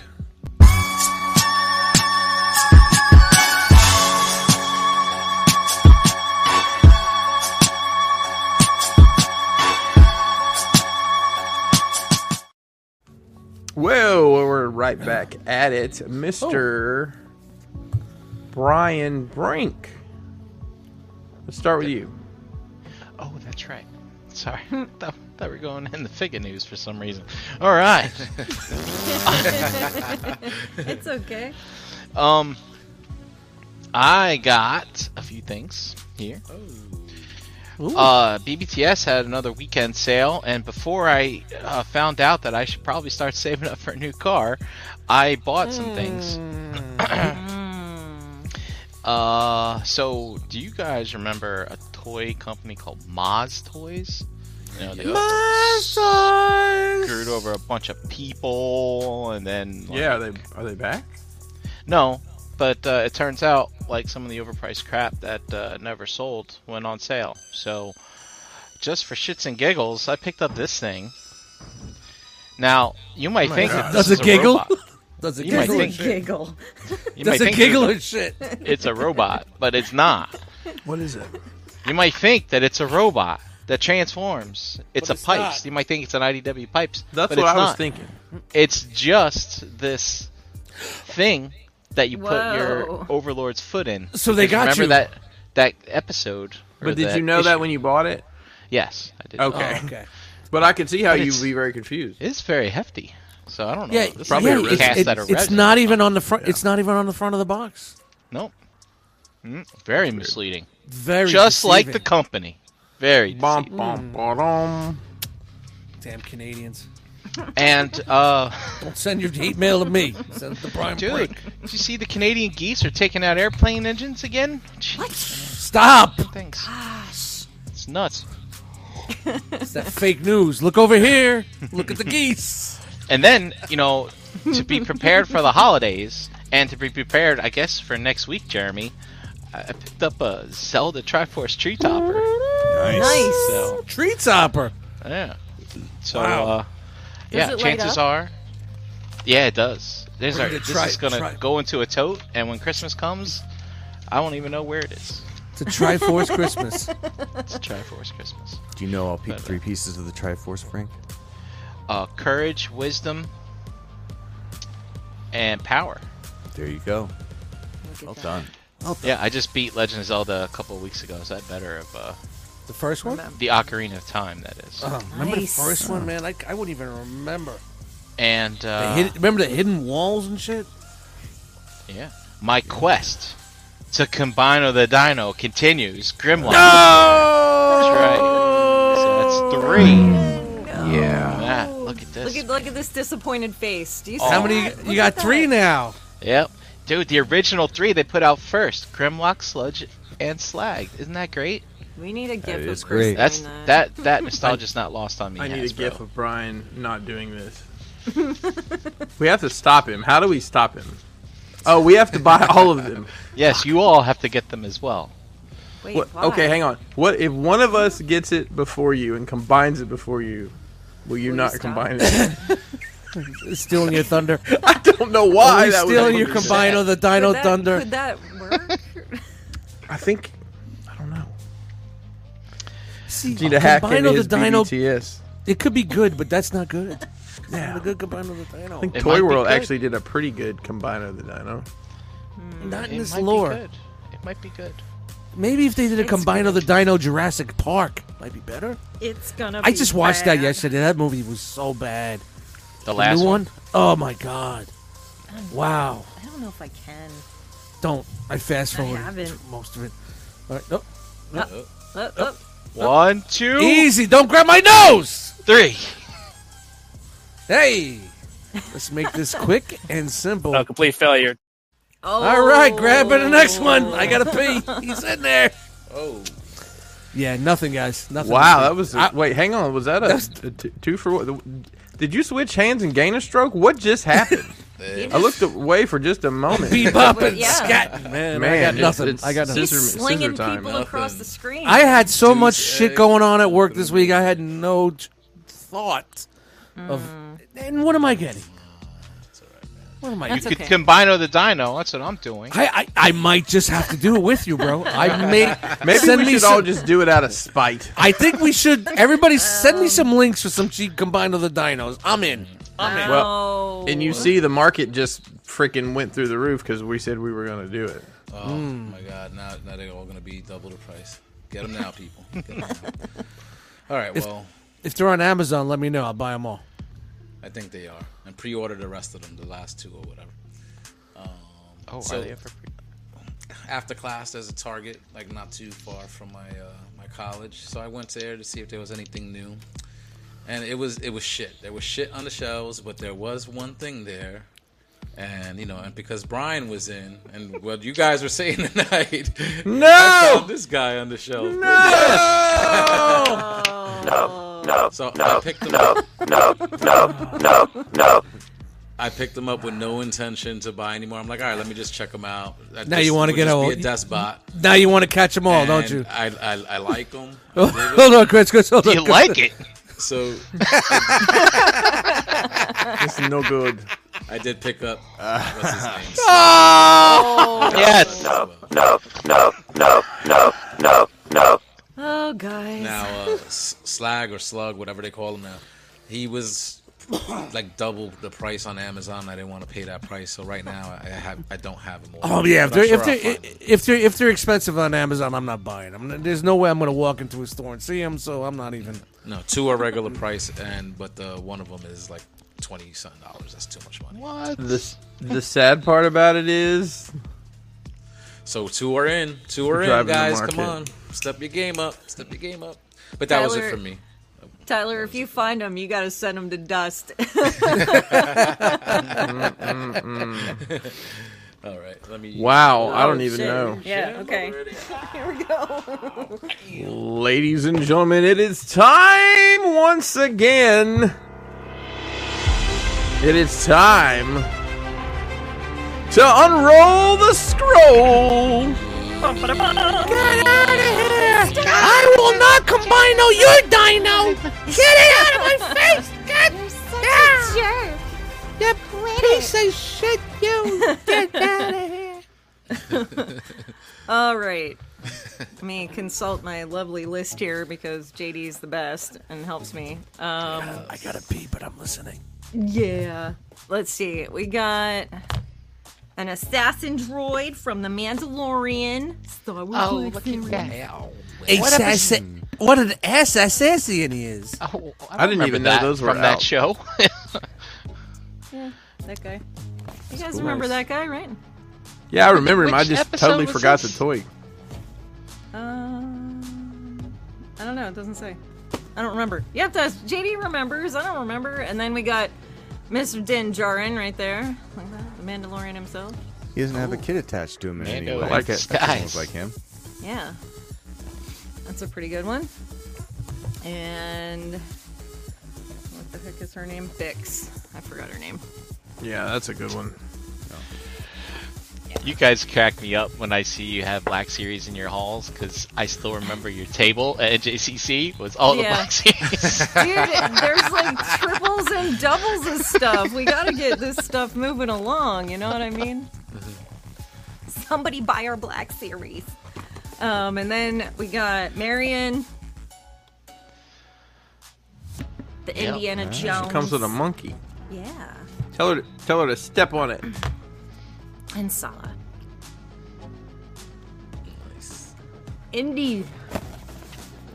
S2: Whoa, we're right back at it, Mister Oh. Brian Brink. Let's start with you.
S5: Oh, that's right. Sorry, thought, thought we were going in the figure news for some reason. All right.
S1: It's okay.
S5: Um, I got a few things here. Uh, BBTS had another weekend sale, and before I uh, found out that I should probably start saving up for a new car, I bought some things. uh, so do you guys remember a toy company called Moz Toys? You know, they screwed over a bunch of people, and then like,
S2: are they are they back?
S5: no, but uh, it turns out like some of the overpriced crap that uh, never sold went on sale. So just for shits and giggles, I picked up this thing. Now you might think
S2: Oh God.
S5: that
S4: Does
S5: this
S4: it
S5: is a
S4: giggle?
S5: robot.
S4: Does it
S5: You might
S4: giggle?
S5: think-
S1: Giggle.
S5: You might
S4: Does it
S5: think
S4: giggle and shit?
S5: it's a robot, but it's not.
S2: What is it?
S5: You might think that it's a robot that transforms. It's
S4: But
S5: a
S4: it's
S5: pipes.
S4: not.
S5: You might think it's an IDW pipes.
S2: That's
S5: but
S2: what
S5: it's
S2: I was
S5: not.
S2: thinking.
S5: It's just this thing that you put
S1: Whoa.
S5: your overlord's foot in.
S4: So they
S5: Because
S4: got
S5: remember
S4: you.
S5: that that episode. or
S2: But did you know that
S5: issue-
S2: when you bought it?
S5: Yes, I did.
S2: Okay.
S4: Oh, okay.
S2: But I could see how
S5: But
S2: you'd
S5: it's-
S2: be very confused.
S5: it's very hefty. So I don't know.
S4: Yeah,
S5: This is
S2: probably
S5: like
S2: a
S4: yeah,
S2: resin.
S5: cast
S4: it's,
S5: out of
S4: it's- it's
S5: resin.
S4: not even on the front. It's not even on the front of the box.
S5: Nope. Mm, very misleading.
S4: Very
S5: Just like the
S4: deceiving.
S5: company. Very.
S2: Bom, bom,
S5: deceiving.
S2: ba-dum.
S4: damn Canadians.
S5: And uh,
S4: Don't send your hate mail to me. Send it to Brian
S5: dude,
S4: Brink.
S5: did you see the Canadian geese are taking out airplane engines again? What?
S4: Stop.
S5: Thanks. It's nuts.
S4: It's that fake news. Look over here. Look at the geese.
S5: And then, you know, to be prepared for the holidays, And to be prepared, I guess, for next week, Jeremy, I I picked up a Zelda Triforce Tree Topper.
S3: Nice.
S1: Nice.
S5: So,
S4: Tree topper.
S5: yeah. So,
S4: Wow.
S5: uh, yeah,
S1: it light
S5: chances
S1: up?
S5: are. Yeah, it does. There's
S4: We're
S5: our,
S4: gonna
S5: this
S4: try-
S5: is going
S4: try-
S5: to go into a tote, and when Christmas comes, I won't even know where it is.
S4: It's a Triforce Christmas.
S5: It's a Triforce Christmas.
S3: Do you know all pe- three pieces of the Triforce, Frank?
S5: Uh, courage, wisdom, and power.
S3: There you go. Well done.
S5: Yeah, I just beat Legend of Zelda a couple of weeks ago, so I better have uh,
S4: The first one?
S5: the Ocarina of Time, that is.
S4: Oh, remember
S1: Nice.
S4: the first one, man? I, I wouldn't even remember.
S5: And
S4: The
S5: uh,
S4: hid- remember the hidden walls and shit?
S5: yeah, my quest to combine the Dino continues. Grimlock. That's right. So that's three.
S2: Yeah.
S5: Yeah, look at this.
S1: Look at look at this disappointed face. Do you see
S4: How many?
S1: that?
S4: You
S1: Oh. Look
S4: got
S1: at
S4: three
S1: that.
S4: now.
S5: Yep. Dude, the original three they put out first Grimlock, Sludge, and Slag. Isn't that great?
S1: We need a gift.
S3: is
S1: of
S3: great.
S1: great.
S5: That's that that nostalgia's not lost on me.
S2: I need a
S5: Hasbro.
S2: gif of Brian not doing this. we have to stop him. How do we stop him? Oh, we have to buy all of them.
S5: Yes, you all have to get them as well.
S1: Wait,
S2: What,
S1: why?
S2: okay, hang on. What if one of us gets it before you and combines it before you?
S1: Will
S2: Will you
S1: you
S2: not
S1: stop?
S2: combine it?
S4: Stealing your thunder.
S2: I don't know why.
S4: Are you
S2: that would
S4: stealing
S2: make
S4: your
S2: me
S4: combine
S2: sad.
S4: of the
S1: Could
S4: Dino
S1: that,
S4: Thunder?
S1: Could that work?
S2: I think. I don't know.
S4: See,
S2: Need a hack
S4: combine
S2: into
S4: of
S2: his
S4: the Dino.
S2: BBTS.
S4: It could be good, but that's not good.
S2: Yeah.
S4: The good combine of the
S2: I
S4: Dino.
S2: think
S5: It might
S2: Toy
S5: be
S2: World
S5: good.
S2: actually did a pretty good combine of the Dino.
S4: Not in
S5: It
S4: this
S5: might be
S4: lore.
S5: good. It might be good.
S4: Maybe if they did a
S1: It's
S4: combine of the
S1: good.
S4: Dino Jurassic Park, might be better.
S1: it's gonna.
S4: I
S1: be
S4: just watched that
S1: bad.
S4: yesterday. That movie was so bad.
S5: The last
S4: new
S5: one.
S4: one? Oh my god! Wow.
S1: I don't know if I can.
S4: Don't. I fast forward
S1: haven't.
S4: most of it. All right. Nope.
S1: Oh, oh.
S5: One, two,
S2: E-
S4: Easy. Don't grab my nose.
S5: three.
S4: Hey. Let's make this quick and simple.
S9: Oh, complete failure.
S1: Oh,
S4: All right, grab
S2: Oh.
S4: it. The next one. I gotta pee. He's in there.
S6: Oh,
S4: Yeah, nothing, guys. Nothing.
S2: Wow, that was. a-
S4: I-
S2: wait, hang on. Was that a, a t- two for what? Did you switch hands and gain a stroke? What just happened? I looked away for just a moment.
S4: Bebop and
S1: Yeah.
S4: scatting, man. I
S2: Man,
S4: got
S2: it's-
S4: nothing.
S2: it's
S4: I got nothing.
S1: He's
S2: Scissor- scissor
S1: slinging
S2: time,
S1: people
S6: nothing.
S1: across the screen.
S4: I had so
S6: Deuce
S4: much shit
S6: egg.
S4: going on at work this week. I had no t- thought of.
S2: Mm.
S4: And what am I getting? What am I?
S1: That's
S4: Getting?
S5: You
S1: okay.
S5: could combine all the dino. That's what I'm doing.
S4: I, I I might just have to do it with you, bro. I may
S2: Maybe
S4: send
S2: we
S4: me
S2: should
S4: some,
S2: all just do it out of spite.
S4: I think we should. Everybody, send me some links for some cheap combined other dinos. I'm in. I'm in.
S2: Well, And you see, the market just freaking went through the roof because we said we were going to do it.
S6: oh my God! Now, now they're all gonna be double the price. Get them now, people. Get 'em now. all right. Well,
S4: If they're on Amazon, let me know. I'll buy them all.
S6: I think they are, and pre-order the rest of them, the last two or whatever. Um,
S5: oh,
S6: so-
S5: are they ever free?
S6: after class there's a target like not too far from my uh, my college so i went there to see if there was anything new and it was it was shit there was shit on the shelves but there was one thing there and you know and because brian was in and what you guys were saying tonight no I found this guy on the shelf so i picked him up I picked them up with no intention to buy anymore. I'm like, all right, let me just check them out.
S4: Now you wanna
S6: to
S4: get
S6: just
S4: a-
S6: be a despot.
S4: Now you want to catch them all, don't
S6: And
S4: you?
S6: I, I, I like them.
S4: hold on, Chris. Chris, hold
S5: Do
S4: on.
S5: you
S4: Chris.
S5: like it?
S6: So
S2: It's no good.
S6: I did pick up. What's his name?
S4: Ah.
S5: Yes.
S1: Oh, guys.
S6: Now, uh, S- Slag or Slug, whatever they call him now, he was like double the price on Amazon. I didn't want to pay that price, so right now I have I don't have them.
S4: Oh yeah, if
S6: But
S4: they're,
S6: I'm sure
S4: if,
S6: I'll
S4: they're,
S6: find them.
S4: if they're if they're expensive on Amazon, I'm not buying them. There's no way I'm going to walk into a store and see them, so I'm not even.
S6: no, two are regular price, and but the one of them is like twenty something dollars. That's too much money.
S5: What?
S2: The, s- the sad part about it is
S6: So two are in, two are in,
S2: Driving the
S6: guys. Come on,
S2: market.
S6: step your game up, step your game up. But that was it
S1: Tyler-
S6: for me.
S1: Tyler, if you find them, you got to send them to dust.
S6: All right, let me.
S2: wow. I don't even know.
S1: Yeah, okay. Here we go.
S2: Ladies and gentlemen, it is time once again. It is time to unroll the scroll.
S4: Get out of here! I will not combine all your dino! Get it out of my face! Get
S9: You're such
S4: Yeah.
S9: a jerk.
S4: that
S9: Quit
S4: piece
S9: it.
S4: of shit, you! Get out of here!
S1: All right. Let me consult my lovely list here because JD is the best and helps me. Um,
S4: I gotta pee, but I'm listening.
S1: yeah. Let's see. We got an assassin droid from The Mandalorian. Star Wars
S5: Oh, look
S1: Mandalorian.
S5: at that. Oh,
S4: What, what an ass assassin he is!
S5: oh,
S2: I didn't
S5: remember
S2: even know
S5: that
S2: those were
S5: from that
S2: out.
S5: show.
S1: Yeah, that guy. You guys remember that guy, right?
S2: Yeah, I remember him. I
S5: Which
S2: just
S5: episode
S2: totally
S5: was
S2: forgot the
S5: this?
S2: toy.
S1: Um, Uh, I don't know. It doesn't say. I don't remember. Yep, that's JD remembers. I don't remember. And then we got Mr. Din Djarin right there, like that, the Mandalorian himself.
S3: He doesn't have a kid attached to him in any
S5: Mando
S3: way.
S5: in
S2: like it.
S5: disguise.
S3: Sounds like him.
S1: Yeah, that's a pretty good one. And what the heck is her name? Bix. I forgot her name.
S2: Yeah, that's a good one.
S5: You guys crack me up when I see you have Black Series in your halls because I still remember your table at JCC was all
S1: Yeah.
S5: the Black Series.
S1: Dude, there's like triples and doubles of stuff. We gotta get this stuff moving along. You know what I mean? Somebody buy our black series. Um, and then we got Marion, the
S5: Yep.
S1: Indiana
S5: She
S1: Jones.
S2: She comes with a monkey.
S1: yeah,
S2: Tell her, to, tell her to step on it.
S1: and Sala. Indy.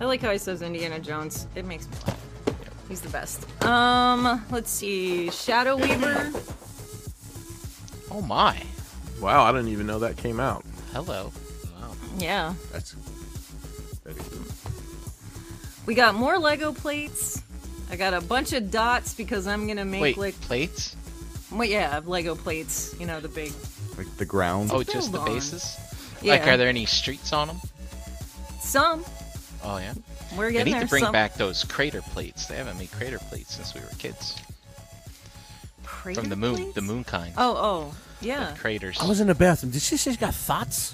S1: I like how he says Indiana Jones. It makes me laugh. He's the best. Um, let's see. Shadow Weaver.
S5: oh my.
S2: Wow, I didn't even know that came out.
S5: Hello.
S1: Yeah.
S3: That's
S1: We got more Lego plates. I got a bunch of dots because I'm gonna make
S5: Wait,
S1: like
S5: plates?
S1: well, yeah, Lego plates. You know the big.
S3: like the ground.
S5: Oh, just the
S1: on.
S5: bases?
S1: Yeah.
S5: Like, are there any streets on them?
S1: Some.
S5: Oh, yeah.
S1: We're
S5: They
S1: getting
S5: need
S1: there.
S5: to bring
S1: some
S5: back those crater plates. They haven't made crater plates since we were kids.
S1: crater
S5: From the moon,
S1: plates?
S5: the moon kind.
S1: Oh, oh, yeah.
S5: Of craters.
S2: Oh,
S4: I was in the bathroom. Did she say she got thoughts?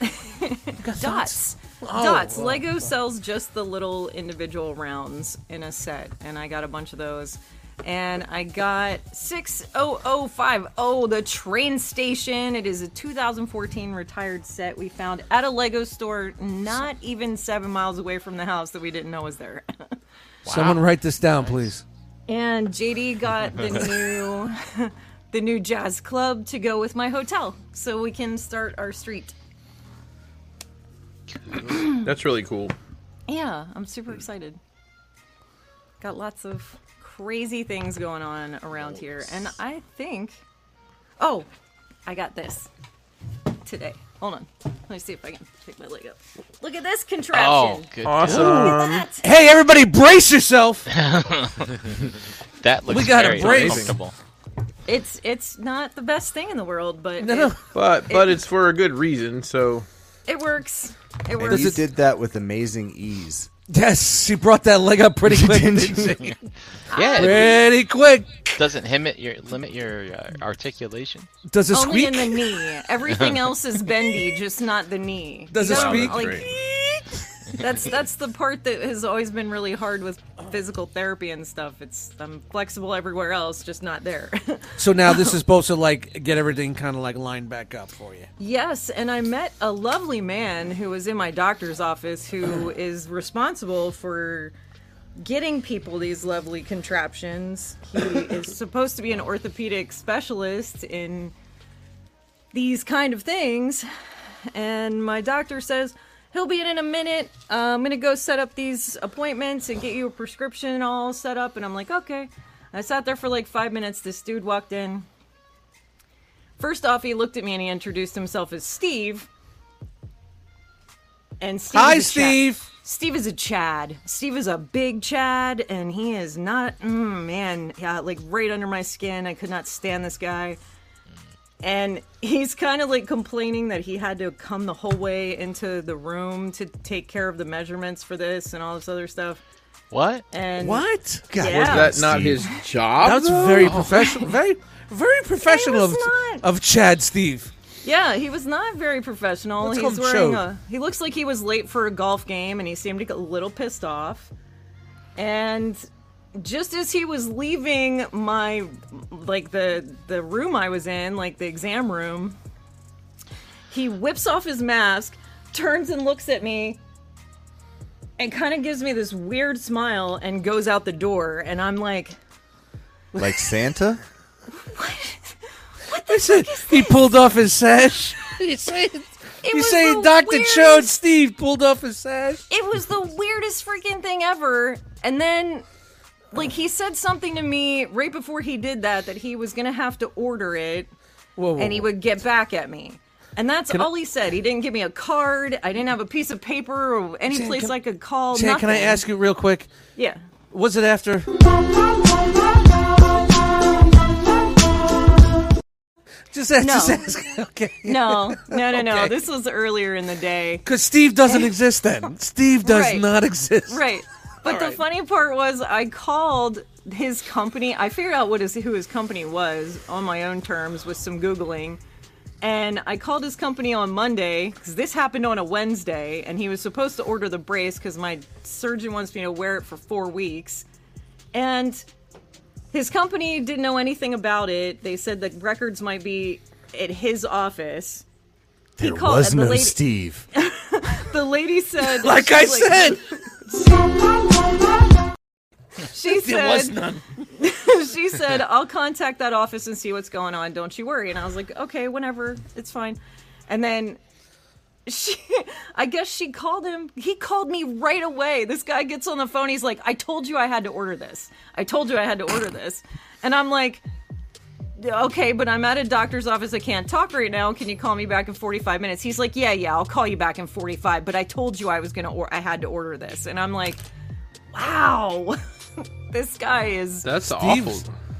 S4: got thoughts?
S1: Dots. Oh, Dots. Lego sells just the little individual rounds in a set, and I got a bunch of those. And I got 60050, Oh, the train station. It is a 2014 retired set we found at a Lego store not even seven miles away from the house that we didn't know was there.
S4: Someone write this down, please.
S1: and JD got the new the new jazz club to go with my hotel so we can start our street.
S2: That's really cool.
S1: Yeah, I'm super excited. Got lots of crazy things going on around here, and I think. Oh, I got this today. Hold on. Let me see if I can pick my leg up. Look at this
S5: oh,
S1: contraption.
S5: good.
S2: Awesome.
S1: That-
S4: Hey, everybody, brace yourself!
S5: That looks
S4: got a
S5: very
S4: brace.
S5: uncomfortable.
S1: It's it's not the best thing in the world, but
S4: No,
S1: it,
S2: But but it's for a good reason. So
S1: it works. It
S3: And
S1: works.
S3: you did that with amazing ease.
S4: Yes, she brought that leg up pretty quick.
S3: Didn't
S4: didn't she?
S5: Yeah, it
S4: pretty quick.
S5: doesn't limit your, limit your uh, articulation.
S4: Does it
S1: Only
S4: squeak?
S1: in the knee. Everything else is bendy, just not the knee.
S4: Does
S1: You
S4: it
S1: know,
S4: squeak?
S1: like, That's that's the part that has always been really hard with physical therapy and stuff. It's I'm flexible everywhere else, just not there.
S4: So now this is supposed to like get everything kind of like lined back up for you.
S1: yes, and I met a lovely man who was in my doctor's office who is responsible for getting people these lovely contraptions. He is supposed to be an orthopedic specialist in these kind of things. And my doctor says he'll be in in a minute. Uh, I'm going to go set up these appointments and get you a prescription all set up. And I'm like, okay. I sat there for like five minutes. This dude walked in. First off, he looked at me and he introduced himself as Steve. And Steve
S4: Hi,
S1: is a chap.
S4: Steve.
S1: Steve is a Chad. Steve is a big Chad, and he is not, mm, man, yeah, like right under my skin. I could not stand this guy. And he's kind of like complaining that he had to come the whole way into the room to take care of the measurements for this and all this other stuff.
S5: What?
S1: And
S4: What?
S1: Yeah.
S2: was that not his job?
S4: That was
S2: though?
S4: very professional. Very, very
S1: It
S4: professional.
S1: was
S4: of-
S1: not. not.
S4: of Chad Steve.
S1: Yeah, he was not very professional.
S4: Let's call
S1: He's
S4: him
S1: wearing
S4: Chode.
S1: a. He looks like he was late for a golf game, and he seemed to get a little pissed off. And just as he was leaving my, like the the room I was in, like the exam room, he whips off his mask, turns and looks at me, and kind of gives me this weird smile, and goes out the door. And I'm like,
S3: Like Santa?
S4: he pulled off his sash. you say you
S1: was
S4: say
S1: the
S4: Doctor Chode
S1: weirdest-
S4: Steve pulled off his sash.
S1: it was the weirdest freaking thing ever. And then, like, he said something to me right before he did that that he was gonna have to order it
S4: Whoa, whoa,
S1: and he
S4: whoa.
S1: would get back at me. And that's all he said. He didn't give me a card. I didn't have a piece of paper or any
S4: Jan,
S1: place
S4: can-
S1: I could call.
S4: Chad, can I
S1: nothing.
S4: ask you real quick?
S1: Yeah.
S4: Was it after? Just, a- just ask. Okay.
S1: No, no, no, no.
S4: Okay.
S1: This was earlier in the day.
S4: Because Steve doesn't exist then. Steve does
S1: Right.
S4: not exist.
S1: Right. But the funny part was, I called his company. I figured out what his who his company was on my own terms with some googling, and I called his company on Monday because this happened on a Wednesday, and he was supposed to order the brace because my surgeon wants me to wear it for four weeks, and his company didn't know anything about it. They said the records might be at his office.
S3: There
S1: called-
S3: was
S1: the
S3: no
S1: lady-
S3: Steve.
S1: The lady said,
S4: Like
S1: she
S4: I
S1: was
S4: said,
S1: she said,
S4: there was none.
S1: she said, I'll contact that office and see what's going on. Don't you worry. And I was like, okay, whenever. It's fine. And then she, I guess she called him. He called me right away. This guy gets on the phone. He's like, I told you I had to order this. I told you I had to order this. And I'm like, okay, but I'm at a doctor's office. I can't talk right now. Can you call me back in 45 minutes? He's like, yeah, yeah, I'll call you back in 45. But I told you I was going to, or I had to order this. And I'm like, wow. this guy is
S2: That's
S4: Steve's-
S2: awful.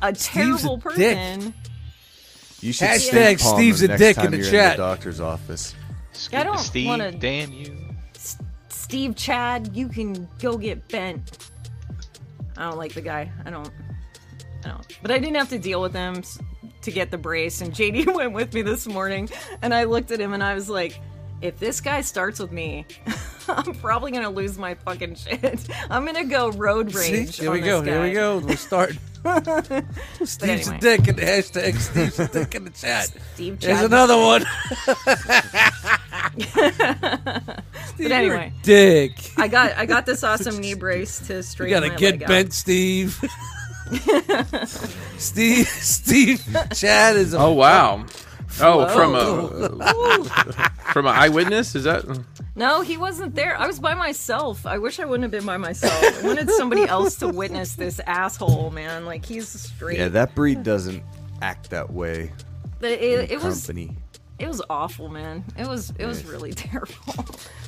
S1: a
S4: Steve's
S1: terrible
S4: a dick.
S1: person.
S3: You should Steve
S4: Hashtag
S3: palm him
S4: Steve's a
S3: next
S4: dick in
S3: time
S4: the
S3: you're
S4: chat.
S3: In the doctor's office.
S5: Scoop
S1: I
S5: the
S1: don't
S5: Steve,
S1: wanna-
S5: damn you.
S1: Steve Chad, you can go get bent. I don't like the guy. I don't. I don't. But I didn't have to deal with him s- to get the brace. And JD went with me this morning, and I looked at him and I was like, if this guy starts with me, I'm probably gonna lose my fucking shit. I'm gonna go road
S4: See?
S1: rage.
S4: Here we
S1: on
S4: go.
S1: this
S4: Here we
S1: guy.
S4: go. We'll start. Steve's
S1: anyway.
S4: a dick in the hashtag Steve's a dick in the chat.
S1: Steve Chad.
S4: There's another one. Steve,
S1: But anyway,
S4: you're a dick.
S1: I got I got this awesome knee brace to
S4: You
S1: straighten
S4: gotta
S1: my
S4: get
S1: leg out.
S4: bent, Steve. Steve, Steve, Chad is a
S2: Oh wow. Oh, from a from an eyewitness? Is that
S1: No, he wasn't there. I was by myself. I wish I wouldn't have been by myself. I wanted somebody else to witness this asshole, man. Like he's straight.
S3: Yeah, that breed doesn't act that way.
S1: But it, it was
S3: company.
S1: it was awful, man. It was it was really terrible.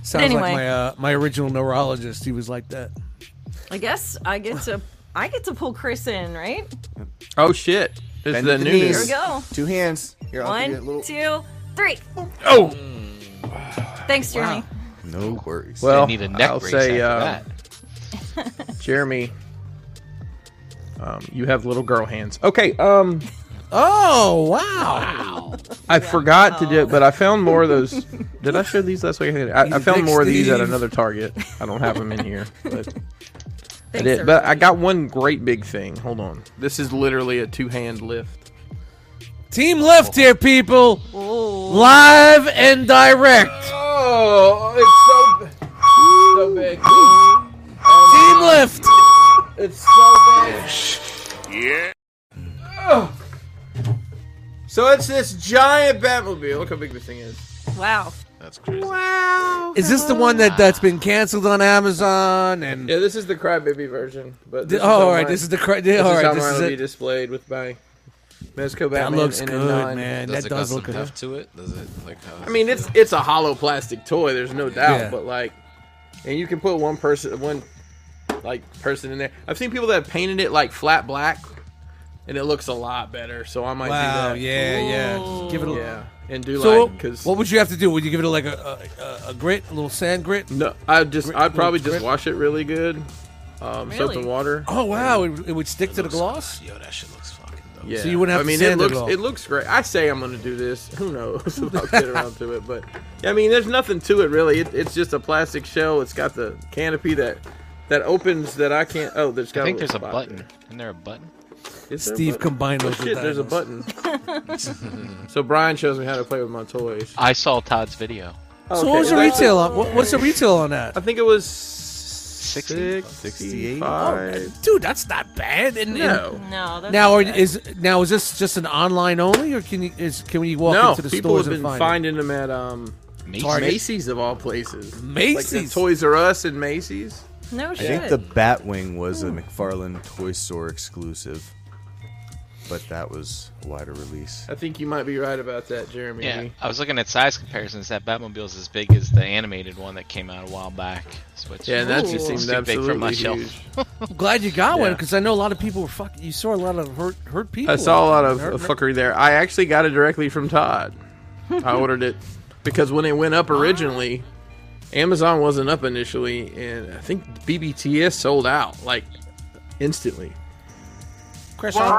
S4: sounds
S1: anyway.
S4: like my uh, my original neurologist. He was like that.
S1: I guess I get to I get to pull Chris in, right?
S2: Oh shit. It's
S3: Bend
S2: the
S3: the
S2: new
S3: knees.
S1: Here we go.
S3: Two hands. Here, I'll give
S1: One,
S3: you a little...
S1: two, three.
S2: Oh
S1: Thanks, Jeremy.
S3: No worries.
S2: well,
S5: They need a neck
S2: I'll
S5: brace
S2: say
S5: after
S2: uh,
S5: that.
S2: Jeremy. Um, you have little girl hands. Okay, um
S4: Oh wow!
S2: I forgot to do it, but I found more of those. Did I show these last week? I, I
S4: You
S2: found
S4: dick,
S2: more of these at
S4: Steve.
S2: another Target. I don't have them in here, but I
S1: Thanks,
S2: did. But I got one great big thing. Hold on. This is literally a two hand lift.
S4: Team left here, people,
S1: Oh,
S4: live and direct.
S2: Oh, it's so big. So big.
S4: Team left.
S2: It's so big. Yeah. So it's this giant Batmobile. Look how big this thing is.
S1: wow.
S5: That's crazy.
S4: Is this the one that that's been canceled on Amazon? And
S2: Yeah, this is the crybaby version. But
S4: oh, all right, this is the cra- yeah, all right, this is
S2: will
S4: it.
S2: be displayed with my Mezco Batman.
S4: That looks
S2: and
S4: good,
S2: a nine.
S4: man.
S6: Does
S4: that
S6: it got
S4: does
S6: some
S4: look good.
S6: heft to it? Does it like? uh, How
S2: I mean, it's it's a hollow plastic toy. There's no doubt,
S4: Yeah.
S2: but like, and you can put one person, one like person in there. I've seen people that have painted it like flat black, and it looks a lot better. So I might
S4: Wow!
S2: do that.
S4: Yeah, yeah.
S1: Ooh.
S4: Give it a
S2: yeah, and do
S4: So,
S2: like because
S4: what would you have to do? Would you give it like a a, a, a grit, a little sand grit?
S2: no, I just I'd
S4: Grit-
S2: probably just
S4: grit-
S2: wash it really good, um, soap
S1: Really?
S2: and water.
S4: Oh wow! It, it would stick to the gloss.
S6: Yo, that shit looks fucking
S4: though, so you wouldn't
S2: I
S4: have
S2: mean,
S4: to
S2: it
S4: sand
S2: looks
S4: it all.
S2: it looks great. I say I'm gonna do this. Who knows if I'll get around to it? But I mean, there's nothing to it really. It, it's just a plastic shell. It's got the canopy that that opens that I can't. Oh, there's got.
S5: I think there's a
S2: little spot
S5: button. Isn't there a button?
S2: there. Is there a
S4: Steve
S2: button?
S4: combined
S2: Oh
S4: those.
S2: shit! There's a button. so Brian shows me how to play with my toys.
S5: I saw Todd's video.
S2: Oh,
S4: So
S2: okay.
S4: what was the
S2: It's actually-
S4: retail on? What, what's the retail on that?
S2: I think it was
S5: 60?
S2: 65.
S4: Dude, that's not bad. And, and-
S2: No.
S1: No, that's
S4: now,
S1: not
S4: are,
S1: bad.
S4: is now is this just an online only, or can you is can we walk
S2: No,
S4: into the
S2: people
S4: stores
S2: have been
S4: and find it?
S2: finding them at um,
S5: Macy's?
S2: Macy's of all places. Like the
S4: Macy's?
S2: Toys R Us and Macy's.
S1: no
S3: I
S1: shit.
S3: think the Batwing was a McFarlane Toy Store exclusive, but that was a wider release.
S2: I think you might be right about that, Jeremy.
S5: Yeah, I was looking at size comparisons. That Batmobile's as big as the animated one that came out a while back. So it's-
S2: Yeah, and that
S1: Ooh.
S2: just seems
S5: It's too big
S2: absolutely
S5: for my shelf.
S2: huge.
S4: I'm glad you got one
S2: Yeah.
S4: because I know a lot of people were fucking. You saw a lot of hurt hurt people.
S2: I saw a lot of uh,
S4: Hurt-
S2: of fuckery there. I actually got it directly from Todd. I ordered it because when it went up originally, Amazon wasn't up initially, and I think BBTS sold out like instantly.
S4: Chris, I'll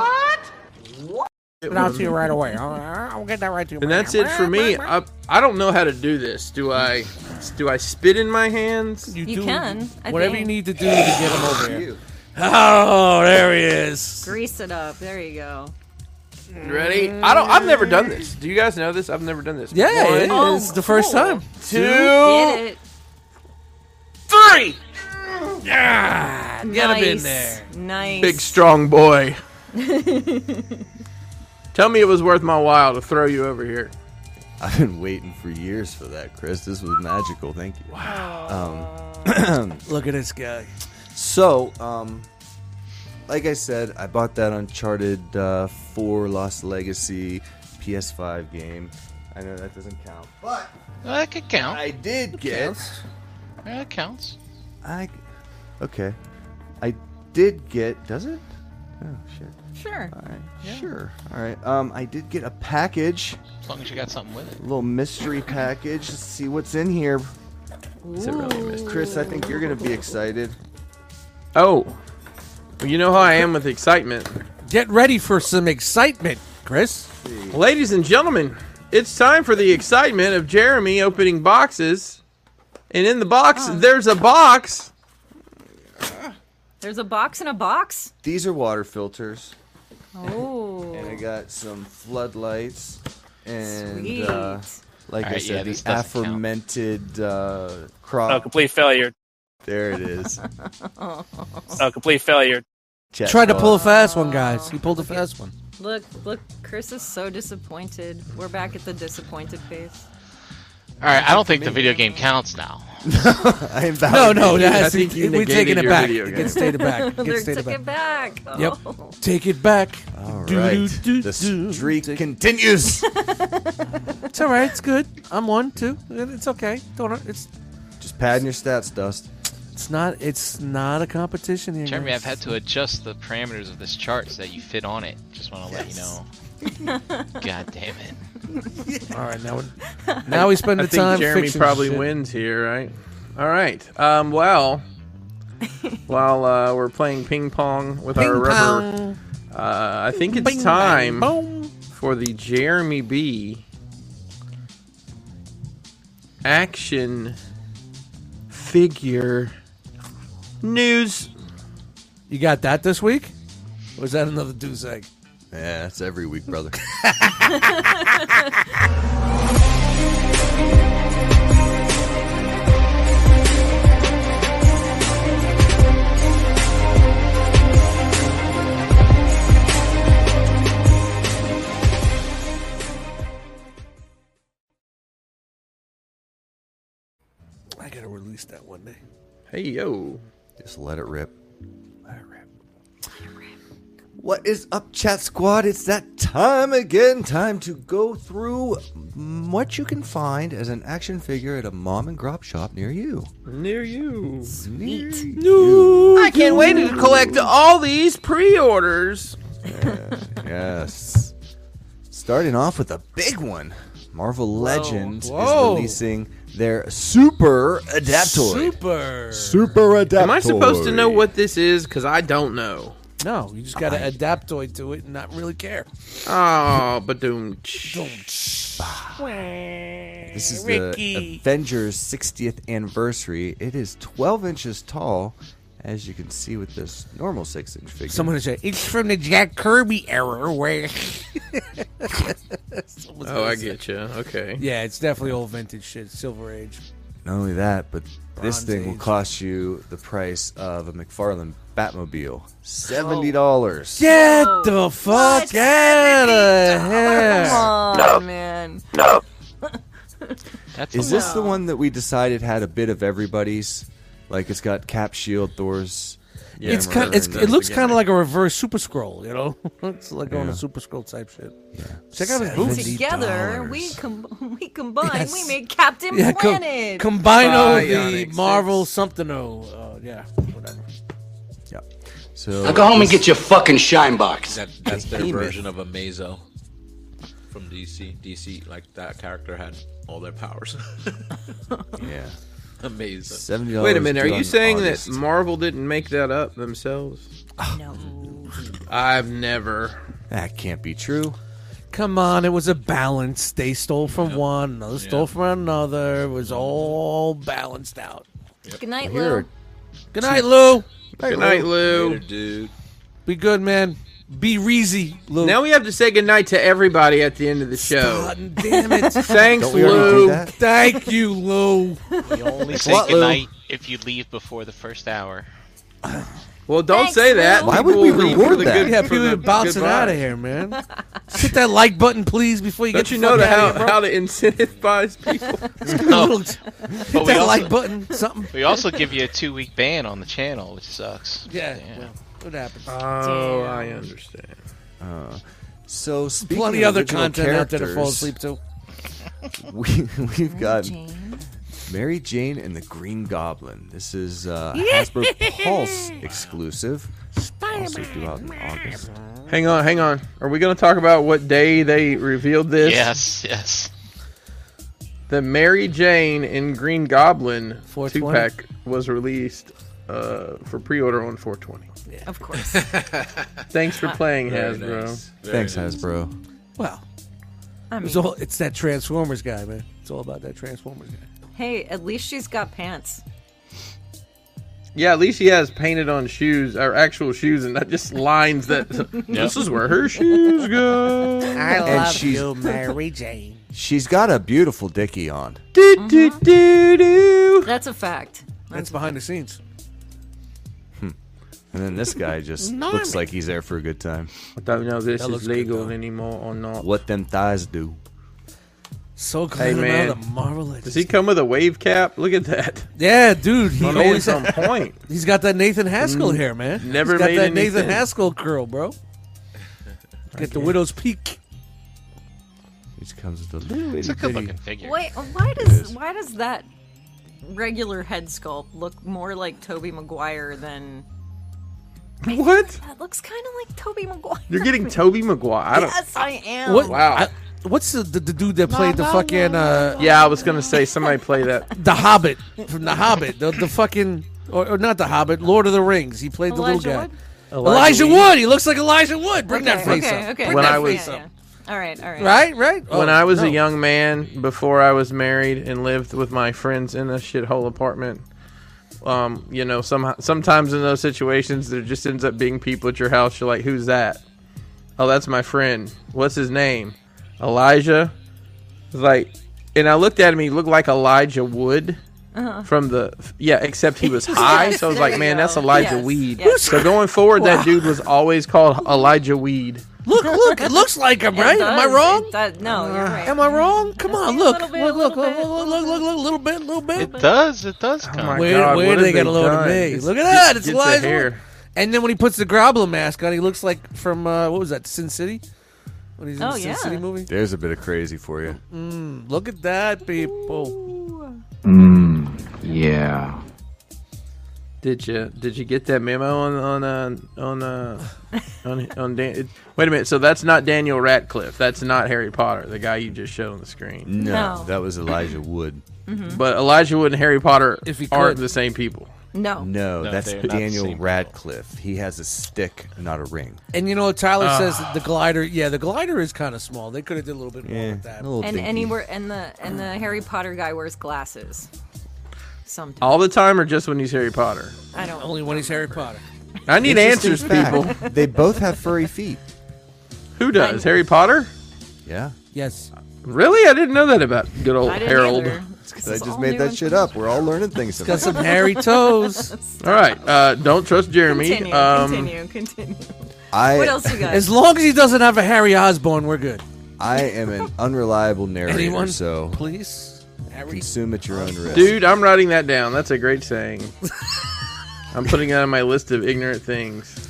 S2: It
S4: get it out
S2: was-
S4: to you right away. I'll, I'll get that right to you.
S2: and that's it for me. I, I don't know how to do this. Do I do I spit in my hands?
S1: You
S4: do
S1: can, I
S4: whatever
S1: think.
S4: you need to do to get him over here. Oh, there he is.
S1: Grease it up. There you go.
S2: You ready? I don't. I've never done this. Do you guys know this? I've never done this.
S4: Yeah,
S2: One,
S4: it
S1: Oh,
S4: is the first
S1: cool.
S4: time.
S1: Get
S2: two,
S1: it.
S4: Three. Yeah, get
S1: nice.
S4: him in there.
S1: Nice.
S2: big strong boy. Tell me it was worth my while to throw you over here.
S3: I've been waiting for years for that, Chris. This was magical. Thank you. Um,
S4: Look at this guy.
S3: So, um, like I said, I bought that Uncharted uh, 4 Lost Legacy PS5 game. I know that doesn't count, but
S5: Well, that could count.
S3: I did get.
S5: Yeah, that counts.
S3: I okay. I did get. Does it? Oh shit!
S1: Sure.
S3: All right, sure. All right. Um, I did get a package,
S5: As long as you got something with it.
S3: a little mystery package. Let's see what's in here.
S2: Is it really a mystery?
S3: Chris, I think you're gonna be excited.
S2: Oh, Well, you know how I am with excitement,
S4: Get ready for some excitement, Chris.
S2: ladies and gentlemen. It's time for the excitement of Jeremy opening boxes, and in the box there's a box.
S1: There's a box in a box.
S3: These are water filters,
S1: Oh,
S3: and I got some floodlights, and
S1: sweet.
S3: uh, like I
S5: Alright, yeah,
S3: said,
S5: this
S3: the
S5: doesn't count.
S3: aforementioned uh,
S9: Oh,
S3: crop.
S9: complete failure.
S3: There it is.
S9: Oh, complete failure.
S3: Check
S4: Tried to pull a
S3: mark.
S4: fast one, guys. He pulled a fast one.
S1: look, look. Chris is so disappointed. We're back at the disappointed phase.
S5: All right, I don't think the video game counts now.
S3: I am valid.
S4: No, no,
S2: I
S4: that's,
S2: think you
S4: we're
S2: negated
S4: taking it
S2: your
S4: back.
S2: video
S4: It
S2: game.
S4: gets stated back. It
S1: They're
S4: gets stated
S1: took it
S4: back.
S1: back.
S4: Yep.
S1: Oh.
S4: Take it back.
S3: All
S4: Do,
S3: right.
S4: do, do,
S3: The
S4: do.
S3: streak continues.
S4: It's all right. It's good. I'm one, two. It's okay. Don't. It's.
S3: Just padding your stats, Dust.
S4: It's not. It's not a competition here.
S5: Jeremy,
S4: guys.
S5: I've had to adjust the parameters of this chart so that you fit on it. Just want to let you know. God damn it.
S4: All right, now. Now we spend
S2: I
S4: the
S2: think
S4: time.
S2: Jeremy
S4: fixing
S2: probably
S4: shit.
S2: wins here, right? All right. Um, well, while uh, we're playing ping pong with our
S4: Ping
S2: rubber,
S4: pong,
S2: uh, I think
S4: bing,
S2: it's
S4: bang,
S2: time
S4: boom.
S2: for the Jeremy B action figure news.
S4: You got that this week? Or is that another doo's egg?
S3: Yeah, that's every week, brother.
S4: I gotta release that one day.
S2: Hey yo.
S3: Just let it rip. Let it rip. What is up, chat squad? It's that time again. Time to go through mm, what you can find as an action figure at a mom and grop shop near you.
S2: Near you.
S3: Near you.
S2: I can't wait to collect all these pre-orders.
S3: Yes. Starting off with a big one. Marvel Legends
S4: Whoa.
S3: is releasing their Super Adaptoid.
S4: Super.
S3: Super Adaptoid.
S2: Am I supposed to know what this is? Because I don't know.
S4: No, you just got to adaptoid to it and not really care.
S2: Oh, badoom.
S3: This is the Avengers 60th anniversary. It is 12 inches tall, as you can see with this normal 6 inch figure.
S4: Someone would say it's from the Jack Kirby era where. Someone's
S2: Oh,
S4: gonna
S2: I
S4: say-
S2: get you. Okay.
S4: Yeah, it's definitely old vintage shit, Silver Age.
S3: Not only that, but this
S4: Bronze
S3: thing will
S4: Age.
S3: cost you the price of a McFarlane Batmobile
S2: Oh.
S3: $70.
S4: Get
S1: Whoa.
S4: the fuck
S1: What?
S4: out of
S5: Oh,
S1: Come
S4: here!
S1: on, man.
S5: That's
S3: Is
S5: a lot.
S3: this the one that we decided had a bit of everybody's? Like it's got cap shield, Thor's.
S2: Yeah,
S4: it's kind,
S2: we're
S4: it's,
S2: in
S4: it
S2: the
S4: looks kind
S2: beginning.
S4: of like a reverse Super Scroll, you know? it's like on
S3: Yeah.
S4: a Super Scroll type shit. Check out his boots.
S3: Seventy
S1: Together,
S3: dollars.
S1: we com- we combine.
S4: Yes.
S1: We make Captain
S4: Yeah, com-
S1: Planet.
S4: combino the
S2: Bionic
S4: Marvel
S2: Six.
S4: something oh, uh, yeah, whatever.
S3: Yeah. So
S10: Now go home and get your fucking shine box.
S6: That, that's their
S3: Behemoth.
S6: version of Amazo from DC. DC, like that character had all their powers.
S3: yeah,
S6: Amazo.
S3: seventy dollars.
S2: Wait a minute. Are you saying that Marvel didn't make that up themselves?
S1: No.
S2: I've never.
S3: that can't be true?
S4: Come on, it was a balance. They stole from one, another stole from another. It was all balanced out.
S1: Good night,
S3: Here
S1: Lou.
S3: are-
S4: Good night, Lou.
S2: Good night, Lou.
S6: Later, dude.
S4: Be good, man. Be reezy, Lou.
S2: Now we have to say goodnight to everybody at the end of the show.
S4: God damn it.
S2: Thanks,
S3: Don't we already do
S2: Lou.
S3: that?
S4: Thank you, Lou.
S5: You only say
S3: What, Lou?
S5: goodnight if you leave before the first hour.
S2: Well, don't
S1: Thanks,
S2: say that.
S1: Lou.
S3: Why
S2: People
S3: would we
S2: will leave
S3: reward
S2: for the
S3: that?
S2: good-
S4: Yeah,
S2: for
S4: people
S2: the
S4: are bouncing
S2: good
S4: out of
S2: vibes.
S4: here, man. Hit that like button, please, before you
S2: Don't
S4: get
S2: you
S4: the
S2: know
S4: fuck outta
S2: how,
S4: here, bro.
S2: how to incentivize people?
S5: No,
S4: Hit
S5: but
S4: that
S5: we also,
S4: like button, something.
S5: we also give you a two week ban on the channel, which sucks.
S4: Yeah.
S5: Damn.
S4: Well, what happens?
S2: oh,
S1: Damn.
S2: I understand.
S3: So speaking
S4: Plenty
S3: of
S4: other
S3: original
S4: content out there to fall
S3: characters,
S4: asleep to.
S3: We we've got
S1: Jane.
S3: Mary Jane and the Green Goblin. This is uh, a
S1: Yeah.
S3: Hasbro Pulse exclusive. Also due out in August.
S2: Hang on, hang on. Are we going to talk about what day they revealed this?
S5: Yes, yes.
S2: The Mary Jane and Green Goblin
S4: 420?
S2: two pack was released uh, for pre order on 420.
S1: Of course.
S2: Thanks
S4: Ah.
S2: for playing,
S6: Very
S2: Hasbro.
S6: nice. Very
S3: Thanks,
S6: nice.
S3: Hasbro.
S4: Well,
S1: I mean,
S4: it's, all, it's that Transformers guy, man. It's all about that Transformers guy.
S1: hey, at least she's got pants.
S2: Yeah, at least he has painted on shoes, or actual shoes, and not just lines that this is where her shoes go.
S4: I
S3: And love she's- you,
S4: Mary Jane.
S3: She's got a beautiful dickie on.
S2: do, do,
S4: Mm-hmm.
S2: do, do.
S1: That's a fact.
S4: That's behind the scenes.
S3: And then this guy just looks like he's there for a good time.
S2: I don't know if this
S4: That looks
S2: is
S4: good,
S2: legal
S4: though.
S2: anymore or not.
S3: What them thighs do.
S4: So
S2: Hey,
S4: glad
S2: man.
S4: I'm out of Marvel.
S2: Does he come with a wave cap? Look at that.
S4: Yeah, dude. He
S2: My
S4: always
S2: man's on point.
S4: He's got that Nathan Haskell hair, man.
S2: never
S4: He's got
S2: made
S4: that
S2: any
S4: Nathan
S2: sense.
S4: Haskell curl, bro. Get the widow's peak.
S3: He just comes with a little
S5: It's a good looking figure.
S1: Wait, why does why does that regular head sculpt look more like Toby Maguire than
S2: What?
S1: that looks kind of like Toby Maguire?
S2: You're getting Toby Maguire. I don't.
S1: yes, I am.
S4: What?
S2: Wow.
S4: I- what's the, the the dude that played the fucking uh
S2: Yeah, I was gonna say somebody play that.
S4: the Hobbit from the Hobbit the the fucking or, or not the Hobbit Lord of the Rings he played the
S1: Elijah
S4: little guy
S1: Wood?
S4: Elijah, Wood he looks like Elijah Wood bring that
S1: Okay,
S4: face
S1: okay,
S4: up
S1: okay.
S4: bring
S2: When
S4: that
S2: I was-
S4: face
S1: yeah,
S4: up
S1: yeah. All right, all right.
S4: right right
S2: When
S4: Oh,
S2: I was
S4: no.
S2: a young man, before I was married and lived with my friends in a shithole apartment, um, you know, somehow, sometimes in those situations, there just ends up being people at your house. You're like, "Who's that? Oh, that's my friend. What's his name? Elijah." It's Like, and I looked at him. He looked like Elijah Wood from the yeah, except he was high. so I was
S1: Uh-huh. there
S2: like,
S1: you
S2: "Man,
S1: go.
S2: that's Elijah
S1: Yes,
S2: Weed."
S1: yes.
S2: So going forward, that dude was always called Elijah Weed.
S4: look look it looks like him
S1: It
S4: right am I
S1: does,
S4: wrong
S1: it does- no, you're right.
S4: am I wrong come on
S1: see, a
S4: look
S1: little
S4: look
S1: bit,
S4: look look
S1: little bit,
S4: look look look look little bit little bit
S5: It does, it does
S4: Oh
S5: come.
S2: my
S4: Where-
S2: God,
S4: where
S2: what
S4: they
S2: have
S4: get a load of
S2: done?
S4: me?
S2: It's-
S4: Look at that, it's
S2: get the
S4: Elijah
S2: hair.
S4: Wood. And then when he puts the Goblin mask on, he looks like from uh, what was that Sin City? When he's in
S1: Oh,
S4: the Sin
S1: yeah.
S4: City movie.
S3: There's a bit of crazy for you.
S4: Look at that, people.
S10: Yeah.
S2: Did you did you get that memo on on uh, on uh, on on Dan? it- Wait a minute. So that's not Daniel Radcliffe. That's not Harry Potter, the guy you just showed on the screen.
S3: No,
S1: No.
S3: that was Elijah Wood.
S2: But Elijah Wood and Harry Potter
S4: If he
S2: aren't
S4: could.
S2: the same people.
S1: No.
S3: No,
S5: No,
S3: that's
S5: they're not the
S3: Daniel
S5: same people.
S3: Radcliffe. He has a stick, not a ring.
S4: And you know what Tyler says? The glider. Yeah, the glider is kind of small. They could have did a little bit more
S3: Yeah,
S4: with that.
S3: a little
S1: And
S3: dinky.
S1: anywhere and the and the Harry Potter guy wears glasses. Sometimes
S2: All the time or just when he's Harry Potter?
S1: I don't.
S4: Only when he's Harry Potter.
S2: I need
S3: Interesting
S2: answers,
S3: fact,
S2: people.
S3: they both have furry feet.
S2: Who does? Harry Potter?
S3: Yeah,
S4: Yes.
S2: Really? I didn't know that about good old
S1: I didn't
S2: Harold.
S1: either. It's 'cause
S3: I
S1: it's
S3: just
S1: all
S3: made
S1: new
S3: that
S1: and
S3: shit
S1: fresh.
S3: up. We're all learning things. Tonight.
S4: Got some hairy toes.
S2: All right. Uh, don't trust Jeremy.
S1: Continue,
S2: um,
S1: continue, continue.
S3: I
S1: What else you got?
S4: As long as he doesn't have a Harry Osborn, we're good.
S3: I am an unreliable narrator,
S4: Anyone?
S3: so
S4: Please. Harry.
S3: consume at your own risk.
S2: Dude, I'm writing that down. That's a great saying. I'm putting that on my list of ignorant things.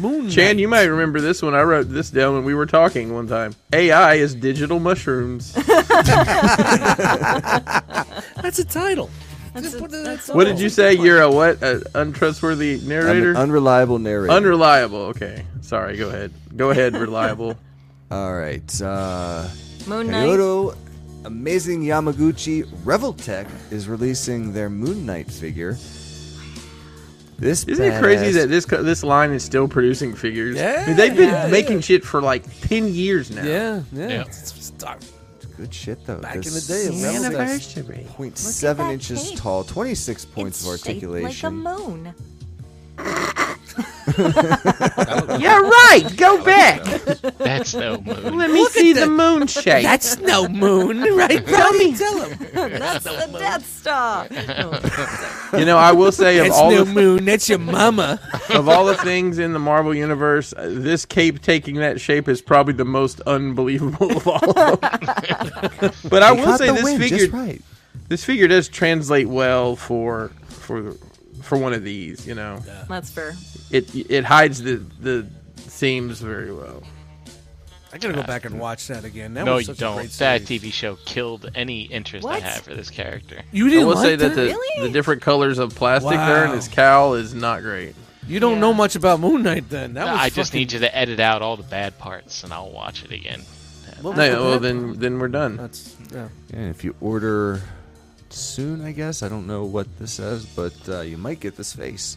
S4: Moon.
S2: Chan, you might remember this one. I wrote this down when we were talking one time. AI is digital mushrooms.
S4: That's a title.
S1: That's
S4: Just
S1: a-
S4: put it-
S1: that's
S2: What
S1: all.
S2: did you say? You're a what? An untrustworthy
S3: I'm
S2: narrator?
S3: an unreliable narrator.
S2: Unreliable. Okay. Sorry. Go ahead. Go ahead, reliable.
S3: all right. Uh,
S1: Moon Knight.
S3: Kyoto Amazing Yamaguchi Reveltech is releasing their Moon Knight figure. This
S2: Isn't it crazy
S3: badass-
S2: that this co- this line is still producing figures? I
S4: Yeah.
S2: mean, they've been making shit for like ten years now.
S4: Yeah, yeah.
S5: Yeah.
S4: Start
S3: good shit though?
S4: Back in
S3: This
S4: the day,
S3: is
S4: Revel Tech-
S2: Anniversary.
S3: 0.7
S1: that
S3: inches
S1: cape.
S3: tall, 26 points
S1: It's
S3: of
S1: shaped like a
S3: articulation.
S1: moon.
S2: Yeah, right. Go back.
S5: That's no moon.
S2: Let me see the moon shape.
S4: That's no moon, right? Tell me. Tell him.
S1: That's the Death Star.
S2: You know, I will say of
S4: That's
S2: all
S4: no
S2: the,
S4: moon. That's your mama.
S2: of all the things in the Marvel universe, uh, this cape taking that shape is probably the most unbelievable of all. Of them. but I
S3: They
S2: will
S3: caught
S2: say
S3: the
S2: this
S3: wind
S2: figure
S3: just right.
S2: this figure does translate well for for for one of these. You know,
S1: That's fair.
S2: it it hides the the seams very well.
S4: I gotta go back and watch that again. That
S5: No,
S4: was
S5: you
S4: such A
S5: don't.
S4: great
S5: That
S4: series.
S5: TV show killed any interest I
S1: What?
S5: had for this character.
S4: You
S2: I
S4: didn't
S2: will
S4: like
S2: say that,
S4: that?
S2: the,
S1: Really?
S2: the different colors of plastic there in
S4: Wow.
S2: his cowl is not great.
S4: You don't
S1: Yeah.
S4: know much about Moon Knight then. That
S5: No,
S4: was
S5: I just
S4: fucking-
S5: need you to edit out all the bad parts, and I'll watch it again.
S4: What
S2: No,
S4: was the
S2: well
S4: bad-
S2: then then we're done.
S4: That's yeah.
S3: And if you order soon, I guess I don't know what this says, but uh, you might get this face.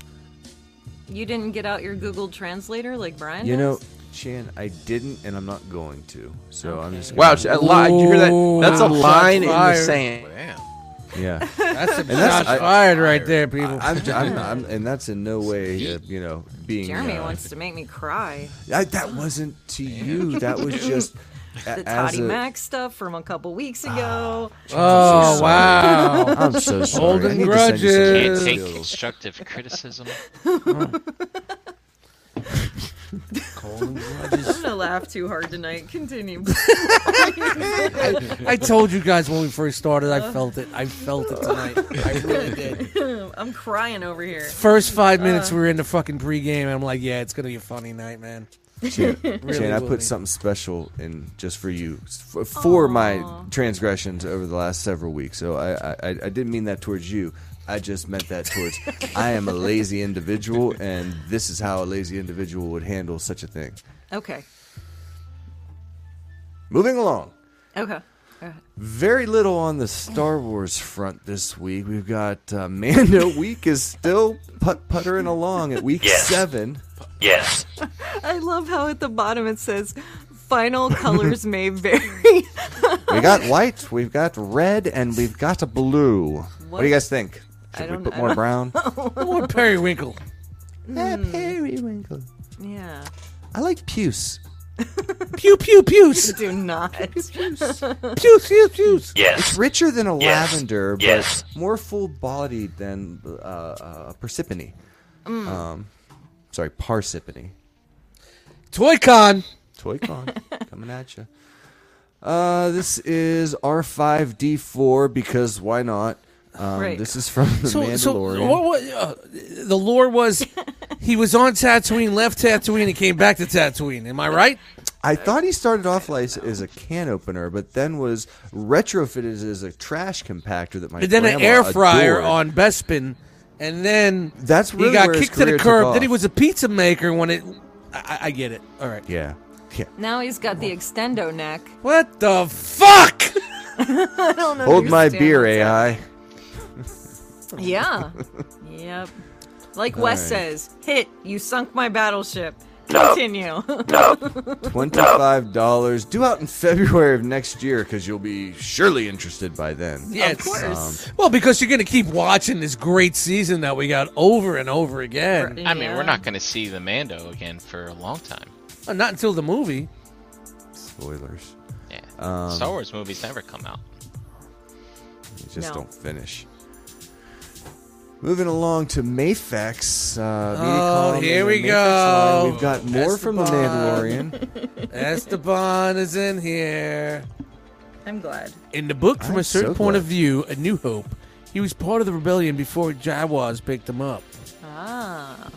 S1: You didn't get out your Google translator like Brian.
S3: You know,
S1: does?
S3: Chan, I didn't, and I'm not going to. So I'm just
S2: Wow, sh- a li- did you hear that? That's a
S4: Wow.
S2: line in the
S4: Shots fired.
S2: sand.
S3: yeah.
S4: That's a
S3: that's-
S4: shot
S3: I-
S4: fired right there, people.
S3: I'm, I'm, I'm, and that's in no way, uh, you know, being.
S1: Jeremy
S3: uh,
S1: wants to make me cry.
S3: I, that wasn't to you. That was just a-
S1: The
S3: as
S1: Toddy
S3: a. Ah.
S1: Mac stuff from a couple weeks ago.
S4: oh wow!
S3: I'm so sorry.
S4: Holding
S3: I need to send you some
S4: grudges.
S5: Can't take
S3: deals.
S5: constructive criticism.
S1: I'm gonna laugh too hard tonight. Continue.
S4: I told you guys when we first started. I felt it. I felt it tonight. I really did.
S1: I'm crying over here.
S4: First five minutes we were in the fucking pregame, and I'm like, yeah, it's gonna be a funny night, man.
S3: Chan,
S4: Really
S3: Chan, I
S4: will
S3: put
S4: be.
S3: something special in just for you for, for my transgressions over the last several weeks. So I, I, I didn't mean that towards you. I just meant that towards I am a lazy individual, and this is how a lazy individual would handle such a thing.
S1: Okay.
S3: Moving along.
S1: Okay.
S3: Very little on the Star Wars front this week. We've got uh, Mando Week is still putt puttering along at week
S7: Yes.
S3: seven.
S7: Yes.
S1: I love how at the bottom it says, "Final colors may vary."
S3: We got white, we've got red, and we've got a blue. What, do you guys think?
S1: I
S3: Should we
S1: don't-
S3: put
S1: I
S3: more
S1: don't-
S3: brown?
S4: More periwinkle.
S3: Oh, Yeah, periwinkle.
S1: yeah.
S3: I like puce.
S4: Pew pew pews.
S1: Do not.
S4: Pew pew pews.
S7: Yes.
S3: Richer than a
S7: Yes.
S3: lavender, but
S7: Yes.
S3: more full-bodied than uh, uh, Persephone. Um, sorry, Parsippany.
S4: Toycon.
S3: ToyCon coming at you. Uh, this is R5D4 because why not? Um,
S1: Right.
S3: This is from The
S4: So,
S3: Mandalorian.
S4: so what, what, uh, the lore was he was on Tatooine, left Tatooine, and came back to Tatooine. Am I right?
S3: I thought he started off like as a can opener, but then was retrofitted as a trash compactor that my
S4: And then an
S3: grandma
S4: air fryer
S3: adored.
S4: on Bespin, and then
S3: That's really
S4: he got
S3: where his
S4: kicked to
S3: career
S4: the
S3: took
S4: curb. Then
S3: off.
S4: he was a pizza maker when it. I, I get it. All right.
S3: Yeah, yeah.
S1: Now he's got the extendo neck.
S4: What the fuck?
S1: I don't
S3: Hold my
S1: understand
S3: beer,
S1: what's up.
S3: AI.
S1: Yeah. yep. Like Wes
S3: right.
S1: says, hit, you sunk my battleship. Continue.
S3: Twenty-five dollars due out in February of next year because you'll be surely interested by then.
S4: Yes.
S1: course.
S4: well, because you're going to keep watching this great season that we got over and over again.
S5: I mean,
S1: Yeah.
S5: we're not going to see the Mando again for a long time.
S4: Uh, Not until the movie.
S3: Spoilers.
S5: Yeah.
S3: Um,
S5: Star Wars movies never come out.
S3: They just
S1: No.
S3: don't finish. Moving along to Mayfax. Uh,
S4: Oh,
S3: Viacom
S4: here
S3: and
S4: we
S3: the Mayfax
S4: go.
S3: We've got more
S4: That's
S3: from
S4: the
S3: The
S4: bond.
S3: Mandalorian.
S4: Esteban is in here.
S1: I'm glad.
S4: In the book, from
S3: I'm
S4: a certain
S3: so
S4: point
S3: glad.
S4: of view, A New Hope, he was part of the rebellion before Jawas picked him up.
S1: Ah.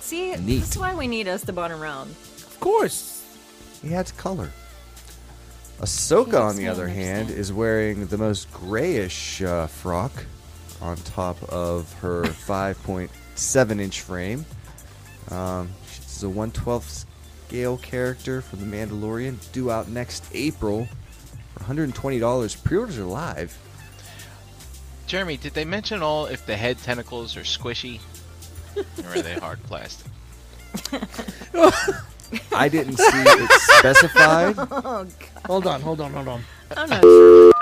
S1: See,
S3: Neat.
S1: that's why we need Esteban around.
S4: Of course.
S3: he adds color. Ahsoka, on the
S1: me
S3: other
S1: understand.
S3: hand, is wearing the most grayish uh, frock on top of her 5.7 inch frame. Um, she's a 112th scale character from The Mandalorian, due out next April for $120. Pre orders are live.
S5: Jeremy, did they mention all if the head tentacles are squishy or are they hard plastic?
S3: I didn't see it specified.
S4: Hold on, hold on, hold on.
S1: I'm not sure.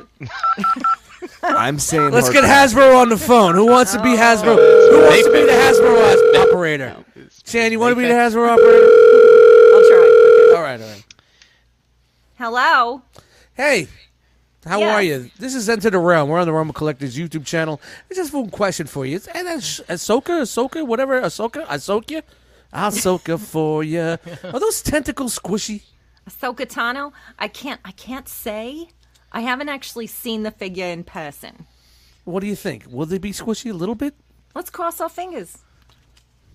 S3: I'm saying
S4: Let's
S3: hard
S4: get
S3: pass.
S4: Hasbro on the phone. Who wants to be Hasbro? Who wants to be the Hasbro op- operator? Chan, you want to be the Hasbro operator?
S1: I'll try.
S4: All right, all right.
S1: Hello.
S4: Hey, how
S1: Yeah.
S4: are you? This is Enter the Realm. We're on the Realm of Collectors YouTube channel. I just have one question for you. It's and that's Ahsoka, Ahsoka, whatever, Ahsoka, Ahsoka, Ahsoka for you. Are those tentacles squishy?
S1: Ahsoka Tano. I can't I can't say. I haven't actually seen the figure in person.
S4: What do you think? Will they be squishy a little bit?
S1: Let's cross our fingers.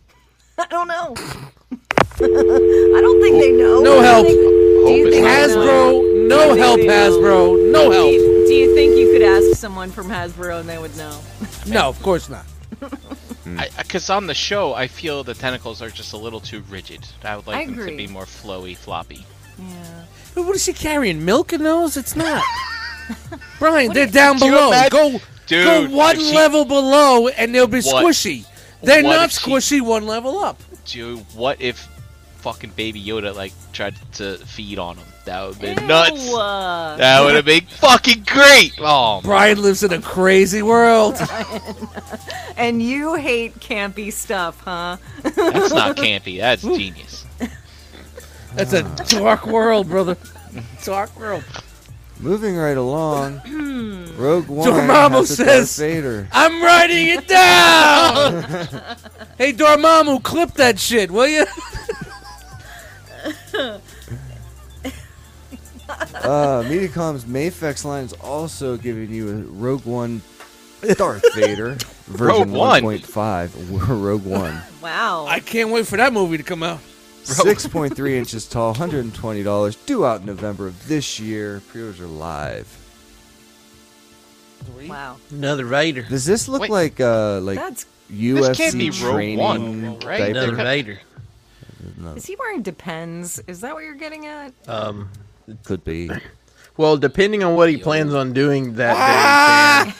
S1: I don't know. I don't think they know.
S4: No
S1: Do you
S4: help.
S1: think- Do you think they know?
S4: Hasbro, no
S1: Do
S4: help,
S1: they know?
S4: Hasbro, no
S1: Do
S4: help.
S1: you, do you think you could ask someone from Hasbro and they would know?
S4: No, of course not. Hmm.
S5: Because on the show, I feel the tentacles are just a little too rigid. I would like
S1: I
S5: them
S1: agree.
S5: to be more flowy, floppy.
S1: Yeah.
S4: But what is she carrying? Milk in those? It's not. Brian, they're down
S5: Could you
S4: below.
S5: imagine-
S4: Go,
S5: Dude,
S4: go one
S5: if she-
S4: level below, and they'll be
S5: What?
S4: squishy. They're
S5: What
S4: not
S5: if she-
S4: squishy one level up.
S5: Dude, what if fucking Baby Yoda like tried to feed on them? That would have been
S1: Ew,
S5: nuts.
S1: uh,
S5: That would have been fucking great. Oh,
S4: Brian lives in a crazy world.
S1: And you hate campy stuff, huh?
S5: that's not campy. That's genius.
S4: That's a dark world, brother. Dark world.
S3: Moving right along, Rogue One.
S4: Dormammu
S3: has a Darth
S4: says-
S3: Vader.
S4: I'm writing it down. hey, Dormammu, clip that shit, will you?
S3: Uh, Mediacom's Mayfex line is also giving you a Rogue One Darth Vader version
S5: Rogue One.
S3: 1.5. Rogue One.
S1: Wow.
S4: I can't wait for that movie to come out.
S3: 6.3 inches tall, $120, due out in November of this year. Pre orders are live.
S1: wow.
S2: Another Raider.
S3: Does this look
S5: Wait.
S3: like uh like
S1: That's
S3: UFC
S5: can't be Rogue
S3: training
S5: One, right?
S3: diaper?
S2: Another Raider.
S1: is he wearing depends? Is that what you're getting at?
S2: Um,
S3: Could be.
S2: well, depending on what he plans on doing that day,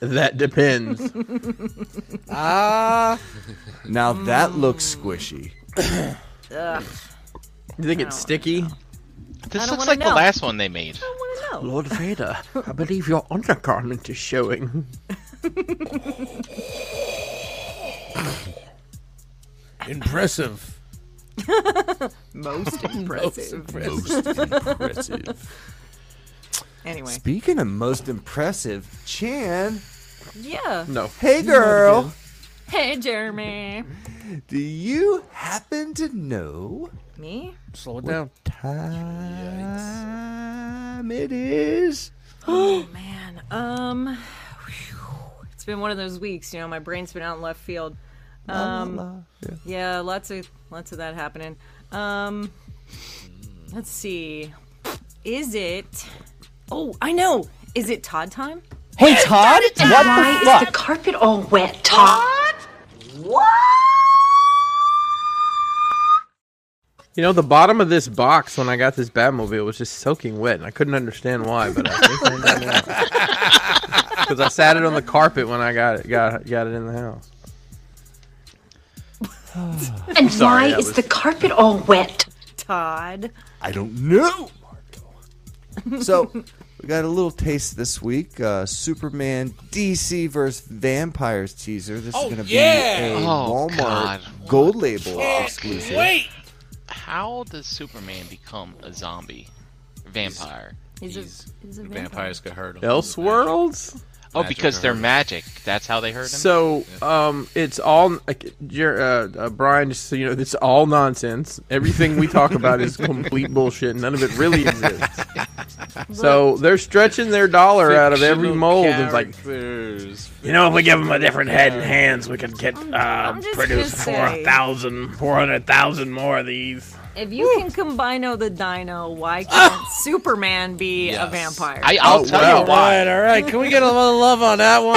S2: Sam, that depends.
S4: Ah,
S3: Now that looks squishy.
S1: Ugh.
S2: You think it's
S1: don't
S2: sticky?
S5: This
S1: don't
S5: looks
S1: wanna
S5: like
S1: know.
S5: the last one they made.
S1: I want to know.
S2: Lord Vader, I believe your undergarment is showing.
S4: impressive.
S1: Most impressive. anyway.
S3: Speaking of most impressive, Chan.
S1: Yeah.
S2: No.
S3: Hey girl,
S1: Hey, Jeremy.
S3: do you happen to know
S1: Me?
S4: Slow it down.
S3: time it is?
S1: Oh, man. Um, whew. it's been one of those weeks. You know, my brain's been out in left field. Um, yeah. lots of lots of that happening. Um, let's see. Is it? Oh, I know. Is it Todd time?
S11: Hey, Todd, what the fuck?
S12: carpet all wet, Todd.
S2: You know, the bottom of this box when I got this Batmobile was just soaking wet, and I couldn't understand why, but I think I got it out. because I sat it on the carpet when I got it got got it in the house.
S12: And
S2: Sorry,
S12: why
S2: that
S12: is
S2: was-
S12: the carpet all wet?
S1: Todd.
S3: I don't know. So we got a little taste this week: uh, Superman DC versus vampires teaser. This
S5: Oh,
S3: is going to
S5: yeah!
S3: be a
S5: Oh,
S3: Walmart
S5: God.
S3: Gold Label
S5: Fuck.
S3: exclusive.
S5: Wait! How does Superman become a zombie? Vampire.
S1: He's, a, he's a vampire.
S6: Vampires could hurt him.
S2: Elseworlds.
S5: Oh,
S6: Magic
S5: because they're
S6: hurt him.
S5: magic. That's how they hurt him?
S2: So, um, it's all like, you're, uh, uh, Brian. Just so you know, it's all nonsense. Everything we talk about is complete bullshit. None of it really exists. So they're stretching their dollar out of every
S6: Fictional
S2: mold. It's like
S6: characters.
S2: you know, if we give them a different head and hands, we could get uh,
S1: I'm just
S2: produce
S1: gonna say-
S2: 4,000, 400,000 more of these.
S1: If you can combine the dino, why can't Superman be a vampire?
S5: I, I'll
S4: Oh,
S5: tell
S4: well.
S5: you why.
S4: All right, all right. Can we get a little love on that one?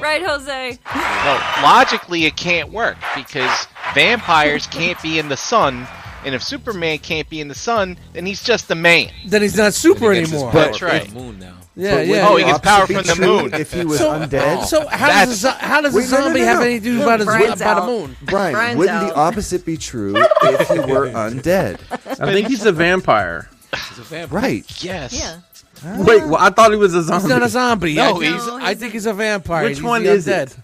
S1: right, Jose?
S5: Well, logically, it can't work because vampires can't be in the sun, and if Superman can't be in the sun, then he's just a man.
S4: then he's not super
S6: Gets his
S4: anymore.
S6: power
S5: That's
S6: from
S5: right.
S6: the Moon now.
S4: yeah,
S3: But
S4: yeah.
S3: would
S5: Oh,
S4: yeah.
S5: he gets
S3: opposite
S5: power
S3: be
S5: from the
S3: true
S5: moon. oh.
S3: If he was
S4: so,
S3: undead,
S4: So how does a, zo- how does a
S3: Wait, no, no, no,
S4: zombie
S3: no,
S4: have
S3: no.
S4: anything to do about, his,
S1: Brian's
S4: about a
S1: out.
S4: moon?
S3: Brian,
S1: Brian's
S3: wouldn't the
S1: out.
S3: opposite be true if he were undead?
S2: I think he's a vampire.
S6: He's a vampire.
S3: Right.
S5: Yes.
S1: Yeah.
S2: Wait, well, I thought he was a zombie.
S4: He's not a zombie.
S5: No,
S4: I,
S5: he's-
S1: No,
S4: I think he's a vampire.
S2: Which
S4: He's
S2: one
S4: the
S2: is
S4: undead.
S2: it?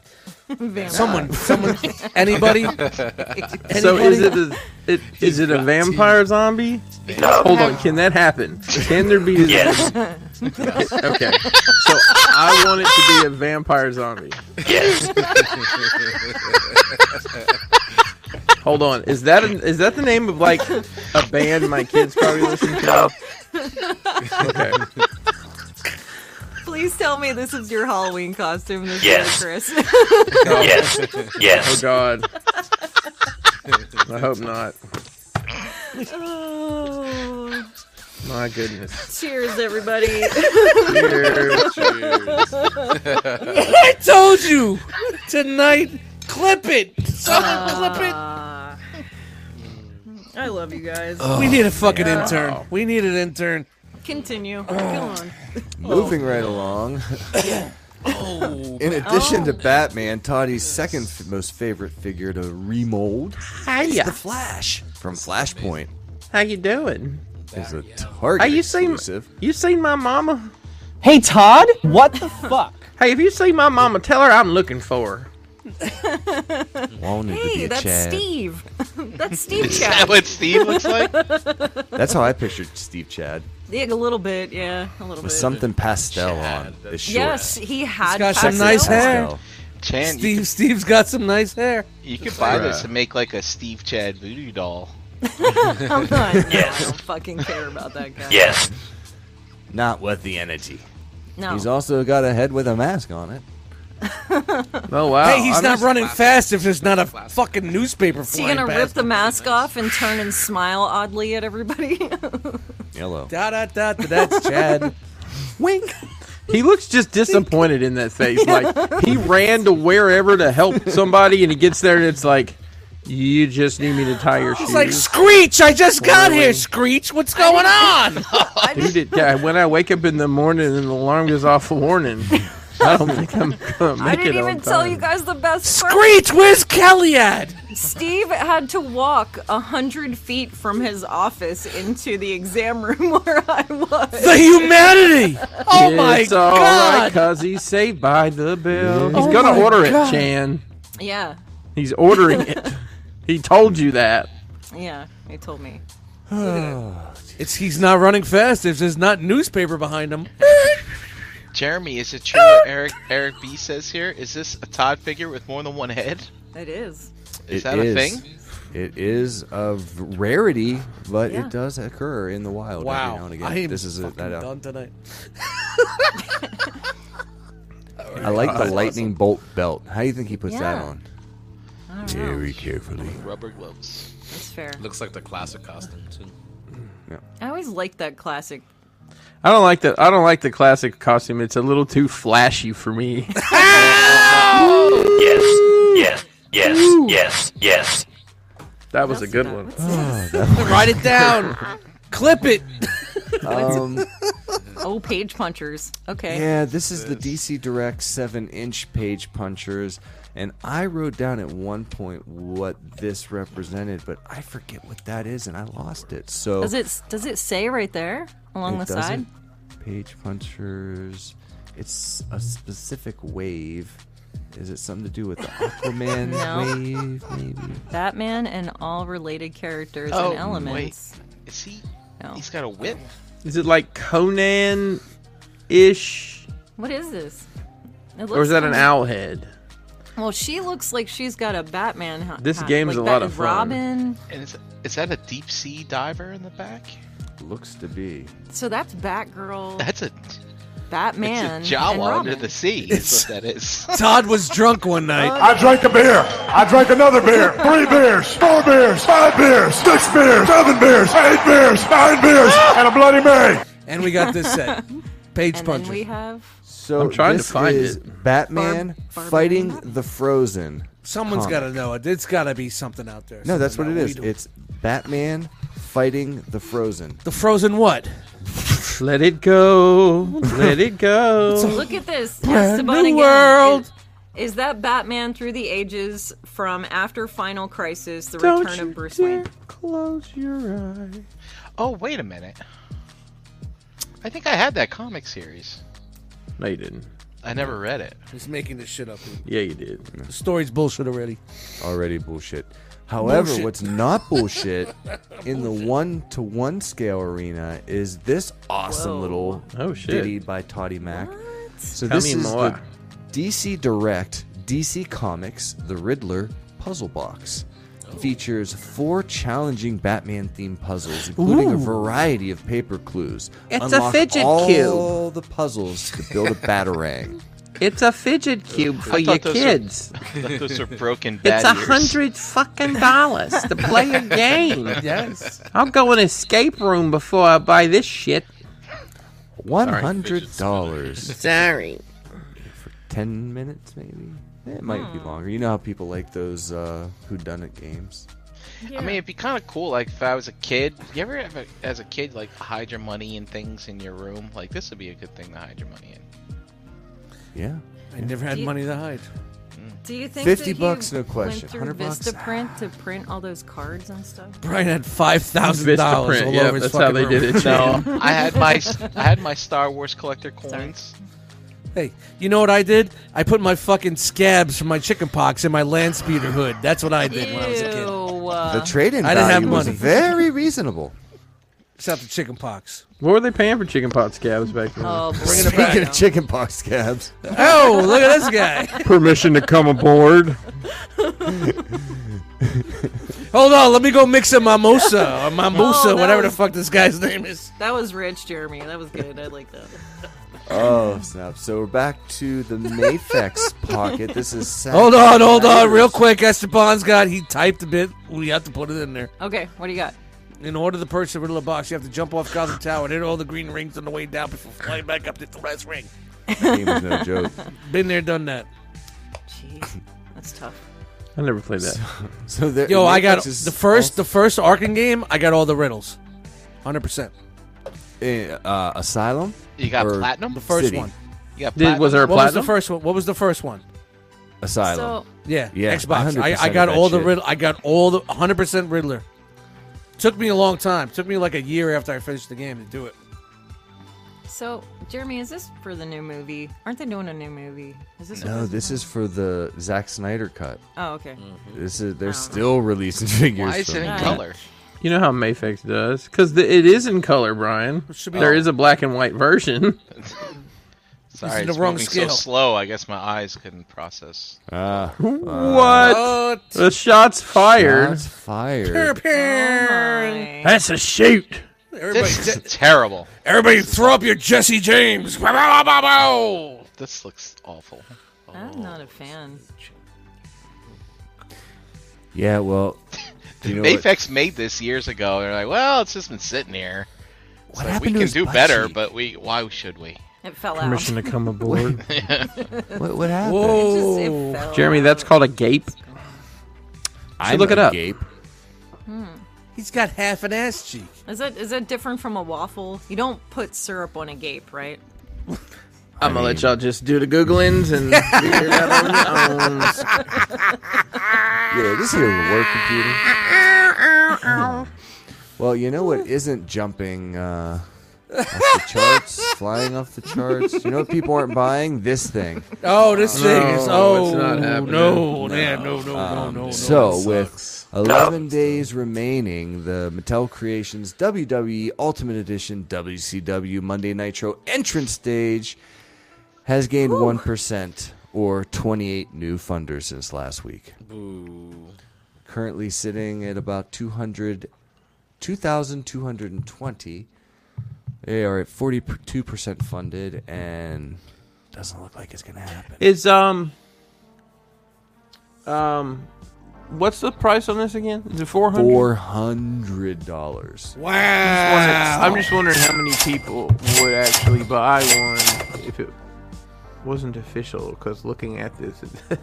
S1: Vampire.
S4: Someone, someone, anybody?
S2: So is it
S4: Anybody?
S2: a, it is it a vampire zombie? Hold on, can that happen? Can there be? A yes. okay. So I want it to be a vampire zombie. Yes. Hold on. Is that an, is that the name of like a band my kids probably listen to? Okay.
S1: Please tell me this is your Halloween costume this yes. year, Chris.
S7: Yes.
S2: Oh
S7: Yes.
S2: God. I hope not.
S1: oh,
S2: My goodness.
S1: cheers, everybody.
S2: Cheers.
S4: I told you tonight. Clip it. Someone clip it.
S1: Uh, I love you guys.
S6: Uh,
S4: We need a fucking intern. We need an intern.
S1: Continue. Go on.
S3: Moving right along. In addition to Batman, Toddy's second f- most favorite figure to remold is the Flash from Flashpoint.
S2: How you doing?
S3: Is a Target
S2: Hey, you seen-
S3: exclusive.
S2: You seen my mama?
S13: Hey, Todd, what the fuck?
S2: Hey, if you see my mama, tell her I'm looking for her.
S3: Wanted to be
S1: Hey,
S3: a
S1: that's
S3: Chad.
S1: Steve. that's Steve
S5: Is that
S1: Chad.
S5: what Steve looks like?
S3: That's how I pictured Steve Chad
S1: Yeah, a little bit. Yeah, a little
S3: with
S1: bit.
S3: something pastel
S6: Chad,
S3: on his shorts.
S1: yes, he had
S4: got some
S1: pastel.
S4: nice hair.
S3: Pastel.
S5: Chan, you,
S4: Steve, Steve's got some nice hair.
S5: you could buy
S2: Bruh.
S5: this and make like a Steve Chad voodoo doll.
S1: I'm not. no, I don't fucking care about that guy.
S7: Yes.
S3: Not with the energy.
S1: No.
S3: He's also got a head with a mask on it.
S2: Oh wow.
S4: hey, he's
S2: I'm
S4: not
S2: just-
S4: running fast if there's not a fucking newspaper
S1: Is he
S4: flying
S1: gonna rip
S4: past.
S1: the mask off and turn and smile oddly at everybody?
S3: Yellow.
S4: Da da da. da that's Chad.
S3: Wink.
S2: He looks just disappointed in that face. Like he ran to wherever to help somebody, and he gets there, and it's like, you just need me to tie your shoes.
S4: It's like Screech. I just got here, Screech. What's going on?
S2: Dude, it- yeah, when I wake up in the morning and the alarm goes off, warning. I don't think I'm gonna
S1: I
S2: make
S1: didn't
S2: it on
S1: even tell
S2: time.
S1: you guys the best part.
S4: Screech, where's Kelly at?
S1: Steve had to walk a hundred feet from his office into the exam room where I was.
S4: The humanity. Oh my
S2: it's all right,
S4: god.
S2: cause he's saved by the bell. He's
S4: Oh
S2: gonna
S4: my
S2: order
S4: God.
S2: it, Chan.
S1: Yeah,
S2: He's ordering it. he told you that.
S1: yeah. He told me.
S4: It's he's not running fast if there's not newspaper behind him.
S5: Jeremy, is it true what Eric Eric B says here? Is this a Todd figure with more than one head?
S1: It is.
S3: It
S5: Is that a
S3: is-
S5: thing?
S3: It is of rarity, but
S1: Yeah.
S3: it does occur in the wild every now and again.
S4: I am
S3: this is a,
S4: fucking
S3: that, uh,
S4: done tonight.
S3: I like the lightning bolt belt. How do you think he puts that
S1: Yeah.
S3: on?
S1: I don't know.
S3: carefully.
S5: Rubber gloves.
S1: That's fair.
S6: Looks like the classic costume too.
S1: I always liked that classic.
S2: I don't like the I don't like the classic costume. It's a little too flashy for me.
S7: Yes. Yes. Yes. Yes. Yes.
S2: That was a
S1: That's
S2: good
S1: not-
S2: one.
S1: what's this?
S4: Write it down. Clip it.
S3: Um,
S1: Oh, page punchers. Okay.
S3: Yeah, this is the DC Direct 7 inch page punchers. And I wrote down at one point what this represented, but I forget what that is and I lost it. So
S1: Does it does it say right there along
S3: it
S1: the side?
S3: doesn't- Page punchers. It's a specific wave. Is it something to do with the Aquaman
S1: No.
S3: wave? Maybe.
S1: Batman and all related characters
S5: Oh,
S1: and elements.
S5: Wait. Is he? He's got a whip.
S2: Is it like Conan ish?
S1: What is this? It
S2: Or is
S1: looks
S2: that an
S1: kinda-
S2: owl head?
S1: Well, she looks like she's got a Batman. ho-
S2: This
S1: hat. Like
S2: game's a lot
S1: Bat-
S2: of fun.
S1: Robin.
S5: And is, is that a deep sea diver in the back?
S3: Looks to be.
S1: So that's Batgirl.
S5: That's a
S1: Batman.
S5: it's a Jawa
S1: and
S5: under
S1: Robin.
S5: the sea. Is what that is.
S4: Todd was drunk one night.
S14: I drank a beer. I drank another beer. Three beers. Four beers. Five beers. Six beers. Seven beers. Eight beers. Nine beers. And a Bloody Mary.
S4: And we got this set. Page
S1: and
S4: punchers.
S1: Then we have
S3: So
S2: I'm trying to
S3: this
S2: find
S3: is Batman
S1: Barb-
S3: fighting the Frozen.
S4: Someone's
S3: comic.
S4: got to know it. It's got to be something out there.
S3: No, that's what
S4: something
S3: it
S4: that
S3: is.
S4: we don't-
S3: It's Batman fighting the Frozen.
S4: The Frozen what?
S2: Let it go. Let it go.
S1: Look at this.
S4: Brand
S1: Yes, Saban again.
S4: new world.
S1: Is, is that Batman through the ages from after Final Crisis, the
S2: Don't
S1: return
S2: you
S1: of Bruce
S2: dare
S1: Wayne?
S2: Close your eyes.
S5: Oh wait a minute. I think I had that comic series.
S2: No, you didn't.
S5: I never read it.
S4: He's making this shit up.
S2: Yeah, you did.
S4: The story's bullshit already.
S3: Already bullshit. However,
S4: Bullshit.
S3: what's not bullshit in the one to one scale arena is this awesome
S2: Whoa.
S3: little
S2: Oh, shit.
S3: ditty by Toddy Mac. So
S2: Tell
S3: this
S2: me
S3: is
S2: more.
S3: the DC Direct DC Comics The Riddler Puzzle Box.
S2: Oh.
S3: Features four challenging Batman themed puzzles, including a
S2: Ooh.
S3: variety of paper clues.
S2: It's a
S3: Unlock
S2: fidget
S3: all
S2: cube.
S3: All the puzzles to build a batarang.
S2: It's a fidget cube for
S5: I
S2: your
S5: thought those were-
S2: kids.
S5: I thought those are broken bad
S2: It's a
S5: ears.
S2: hundred fucking dollars to play a game.
S4: Yes.
S2: I'll go in escape room before I buy this shit.
S3: One hundred dollars.
S2: Sorry.
S3: Ten minutes, maybe. It might
S1: Hmm.
S3: be longer. You know how people like those uh, whodunit games.
S5: I mean, it'd be kind of cool. Like if I was a kid, you ever have a, as a kid like hide your money and things in your room? Like this would be a good thing to hide your money in.
S3: Yeah.
S4: I never had
S1: Do you-
S4: money to hide.
S1: Do you think
S3: 50
S1: that he
S3: bucks, no
S1: went
S3: question.
S1: through
S3: 100 bucks?
S1: Vistaprint to print all those cards and stuff?
S4: Brian had five thousand dollars all
S2: Vistaprint, yeah,
S4: over his
S2: that's how
S4: fucking
S2: they did
S4: room.
S2: it.
S5: No, I had my I had my Star Wars collector coins.
S4: Hey, you know what I did? I put my fucking scabs from my chicken pox in my land speeder hood. That's what I did when I was a kid.
S1: Ew. uh,
S3: The trade-in
S4: I didn't have
S3: value was
S4: money.
S3: very reasonable.
S4: Except the chicken pox.
S2: What were they paying for chicken pot scabs back then?
S1: Oh, boy.
S4: Bringing it
S3: Speaking
S4: back.
S3: of chicken pox scabs,
S4: Oh, look at this guy.
S8: Permission to come aboard.
S4: Hold on, let me go mix a mimosa or
S1: Oh,
S4: mimosa,
S1: that
S4: whatever the
S1: was-
S4: fuck this guy's name is.
S1: that was rich, Jeremy. That was good. I like that.
S3: oh snap! So we're back to the Mafex pocket. This is Zack
S4: Hold on, hold on,
S3: Snyder's-
S4: real quick. Esteban's got he typed a bit. We have to put it in there.
S1: Okay, what do you got?
S4: In order to purchase the Riddler box, you have to jump off Gotham Tower and hit all the green rings on the way down before flying back up to the last ring.
S3: That game was no joke.
S4: Been there, done that.
S1: Jeez, that's tough.
S2: I never played that.
S3: So there,
S4: Yo, I got
S3: Mafex is
S4: the first the first Arkham game. I got all the riddles, hundred percent.
S3: also- uh, Asylum.
S5: You got
S3: or
S5: platinum. The
S4: First
S3: City.
S4: one.
S5: You got
S2: Did,
S5: platinum.
S2: was there a
S4: What was the
S2: platinum?
S4: first one? What was the first one?
S3: Asylum.
S1: So,
S4: Yeah,
S3: Yeah,
S4: Xbox. I,
S3: 100%
S4: I got
S3: of
S4: all
S3: that
S4: the
S3: shit.
S4: riddle. I got all the hundred percent Riddler. Took me a long time. Took me like a year after I finished the game to do it.
S1: so Jeremy, is this for the new movie? Aren't they doing a new movie? Is this? what
S3: no, this is for the Zack Snyder cut.
S1: Oh, okay.
S4: Mm.
S3: This is they're
S1: Oh.
S3: still releasing figures.
S5: Why is
S3: from
S5: it in
S1: Alright.
S5: color?
S2: You know how Mayfix does, because it is in color, Brian.
S4: should be-
S2: There is a black and white version.
S5: Sorry,
S4: in the
S5: it's
S4: wrong
S5: moving
S4: scale.
S5: so slow. I guess my eyes couldn't process.
S3: Ah,
S4: Uh,
S2: what?
S4: What?
S2: The shots fired.
S3: Shots fired.
S4: Everybody,
S1: Fine.
S2: That's a shoot.
S5: This is terrible.
S4: everybody, throw up your Jesse James. Bow, bow, bow, bow.
S5: This looks awful.
S1: I'm not
S4: Oh,
S1: a fan.
S3: Yeah, well,
S5: The
S3: you know what,
S5: Mafex made this years ago. They're like, well, it's just been sitting here. It's
S3: What
S5: like,
S3: happened
S5: we
S3: to
S5: can
S3: his
S5: do
S3: butt
S5: better,
S3: cheek?
S5: but we why should we?
S1: It fell out.
S2: Permission to come aboard.
S3: what, what happened?
S1: It just, it
S3: Oh.
S4: Whoa.
S1: fell
S2: Jeremy,
S1: out.
S2: that's called a gape.
S3: I
S2: look it up.
S3: Gape.
S4: He's got half an ass cheek.
S1: Is that is that different from a waffle? You don't put syrup on a gape, right?
S2: I'm gonna let y'all just do the googlings and figure it out on your own.
S3: Yeah, this here will work, computer. well, you know what isn't jumping uh, off the charts, flying off the charts? You know what people aren't buying? This thing.
S4: Oh, this thing is.
S2: No,
S4: Oh,
S2: it's not happening.
S4: no, man, no, no,
S3: Um,
S4: no, no, no.
S3: so,
S4: That
S3: with 11 days remaining, the Mattel Creations WWE Ultimate Edition WCW Monday Nitro entrance stage has gained 1% or 28 new funders since last week. Currently sitting at about 200, 2,220. They are at 42% funded and doesn't look like it's going to happen.
S2: Is um um what's the price on this again? Is it four hundred?
S3: $400.
S2: I'm just wondering how many people would actually buy one if it wasn't official. Because looking at this, it,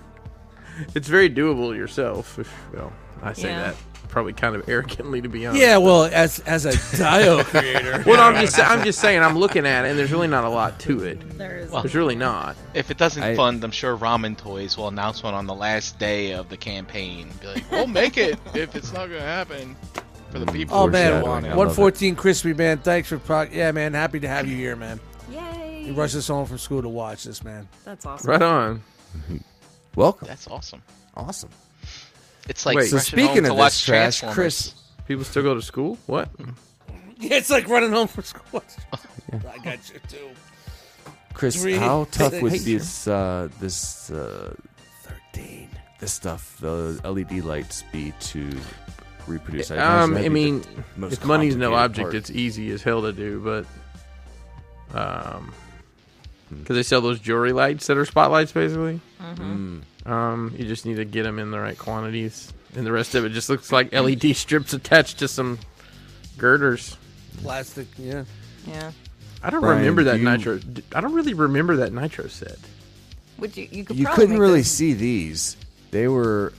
S2: it's very doable yourself. If well, I say
S1: Yeah.
S2: that probably kind of arrogantly to be honest.
S4: Yeah, well, as as a Dio creator.
S2: well, no, I'm just I'm just saying I'm looking at it, and there's really not a lot to it.
S1: There is.
S2: There's really not.
S5: If it doesn't
S2: I-
S5: fund, I'm sure Ramen Toys will announce one on the last day of the campaign. Be like, we'll make it if it's not gonna happen for the people.
S4: Oh
S5: who
S4: man,
S5: want it.
S4: one fourteen crispy man. Thanks for pro- yeah man. Happy to have you here, man. Yay! You rushed us home from school to watch this, man.
S1: That's
S2: Right on.
S3: Welcome.
S5: That's awesome.
S3: Awesome.
S5: It's like
S2: Wait,
S5: rushing home to watch Transformers.
S2: people still go to school? What?
S4: Yeah, it's like running home from school. I got you too.
S3: Chris,
S4: Three,
S3: how tough
S4: six.
S3: was this? Uh, this uh, thirteen. This stuff, the LED lights, be to reproduce.
S2: um,
S3: imagine that'd
S2: I
S3: be the
S2: mean,
S3: most
S2: if money's no
S3: complicated
S2: object,
S3: part.
S2: it's easy as hell to do. But, um,
S3: Hmm.
S2: because they sell those jewelry lights that are spotlights, basically.
S3: Hmm.
S2: Um, you just need to get them in the right quantities, and the rest of it just looks like LED strips attached to some girders.
S4: Plastic, yeah.
S1: Yeah.
S2: I don't
S3: Brian,
S2: remember that
S3: you-
S2: nitro. I don't really remember that nitro set.
S1: Would you? You could.
S3: you
S1: probably
S3: couldn't
S1: make
S3: really
S1: those-
S3: see these. They were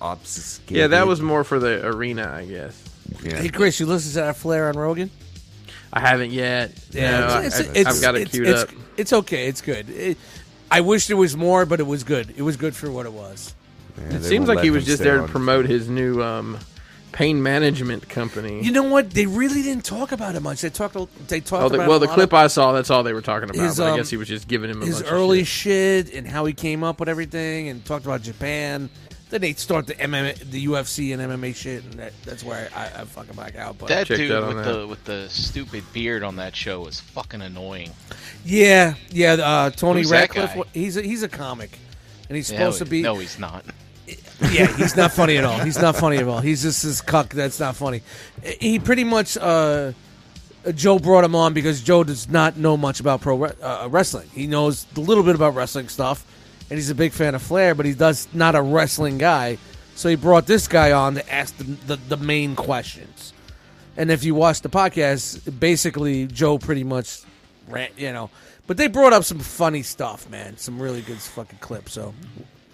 S3: obfuscated.
S2: Yeah, that was more for the arena, I guess.
S3: Yeah.
S4: Hey Chris, you listen to that flare on Rogan?
S2: I haven't yet. No, I-
S4: it's-
S2: I-
S4: it's-
S2: I've got it
S4: it's-
S2: queued
S4: it's,
S2: up.
S4: It's okay. It's good. It, I wish there was more, but it was good. It was good for what it was.
S2: it seems like he was just there to promote his new um, pain management company.
S4: You know what? They really didn't talk about it much. They talked. a- They talked
S2: Oh, the,
S4: about
S2: well,
S4: a
S2: the
S4: lot
S2: clip
S4: of
S2: I saw, that's all they were talking about.
S4: his,
S2: but I
S4: um,
S2: guess he was just giving him a
S4: his
S2: bunch
S4: early shit. and how he came up with everything, and talked about Japan. Then they start the MMA, the UFC and MMA shit, and that, that's where I, I, I fucking black out. But
S5: That dude with the with the stupid beard on that show was fucking annoying.
S4: yeah, yeah, uh, Tony
S5: Who's that
S4: Radcliffe.
S5: guy?
S4: He's a, he's a comic, and he's
S5: No,
S4: supposed to be
S5: No, he's not.
S4: yeah, he's not funny at all. He's not funny at all. He's just this cuck that's not funny. He pretty much uh, Joe brought him on because Joe does not know much about pro wre- uh, wrestling. He knows a little bit about wrestling stuff, and he's a big fan of Flair, but he does not a wrestling guy. So he brought this guy on to ask the, the, the main questions. And if you watch the podcast, basically Joe pretty much rant, you know. But they brought up some funny stuff, man. Some really good fucking clips. So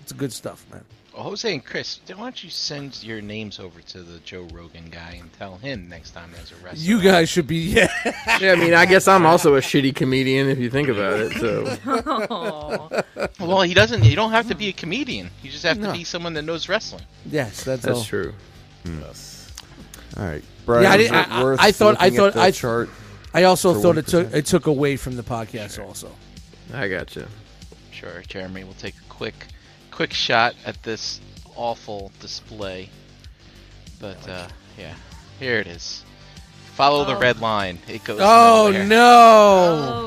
S4: it's good stuff, man.
S5: Well, Jose and Chris, why don't you send your names over to the Joe Rogan guy and tell him next time there's a wrestler.
S4: You guys should be yeah.
S2: of shit. Yeah, I mean, I guess I'm also a shitty comedian if you think about it. So
S4: Oh.
S5: well, he doesn't. You don't have to be a comedian. You just have to
S4: No.
S5: be someone that knows wrestling.
S4: Yes, that's,
S2: that's
S4: all.
S2: true.
S3: All right, Brian.
S4: yeah, I,
S3: is
S4: didn't,
S3: it
S4: I,
S3: worth
S4: I thought. I
S3: looking at
S4: thought.
S3: the
S4: I
S3: chart.
S4: I also
S3: for
S4: thought it took
S3: 1%?
S4: it took away from the podcast. Also,
S2: I gotcha.
S5: Sure, Jeremy. We'll take a quick, quick shot at this awful display. But uh, yeah, here it is. Follow the red line. It goes.
S4: Oh
S5: nowhere.
S4: no!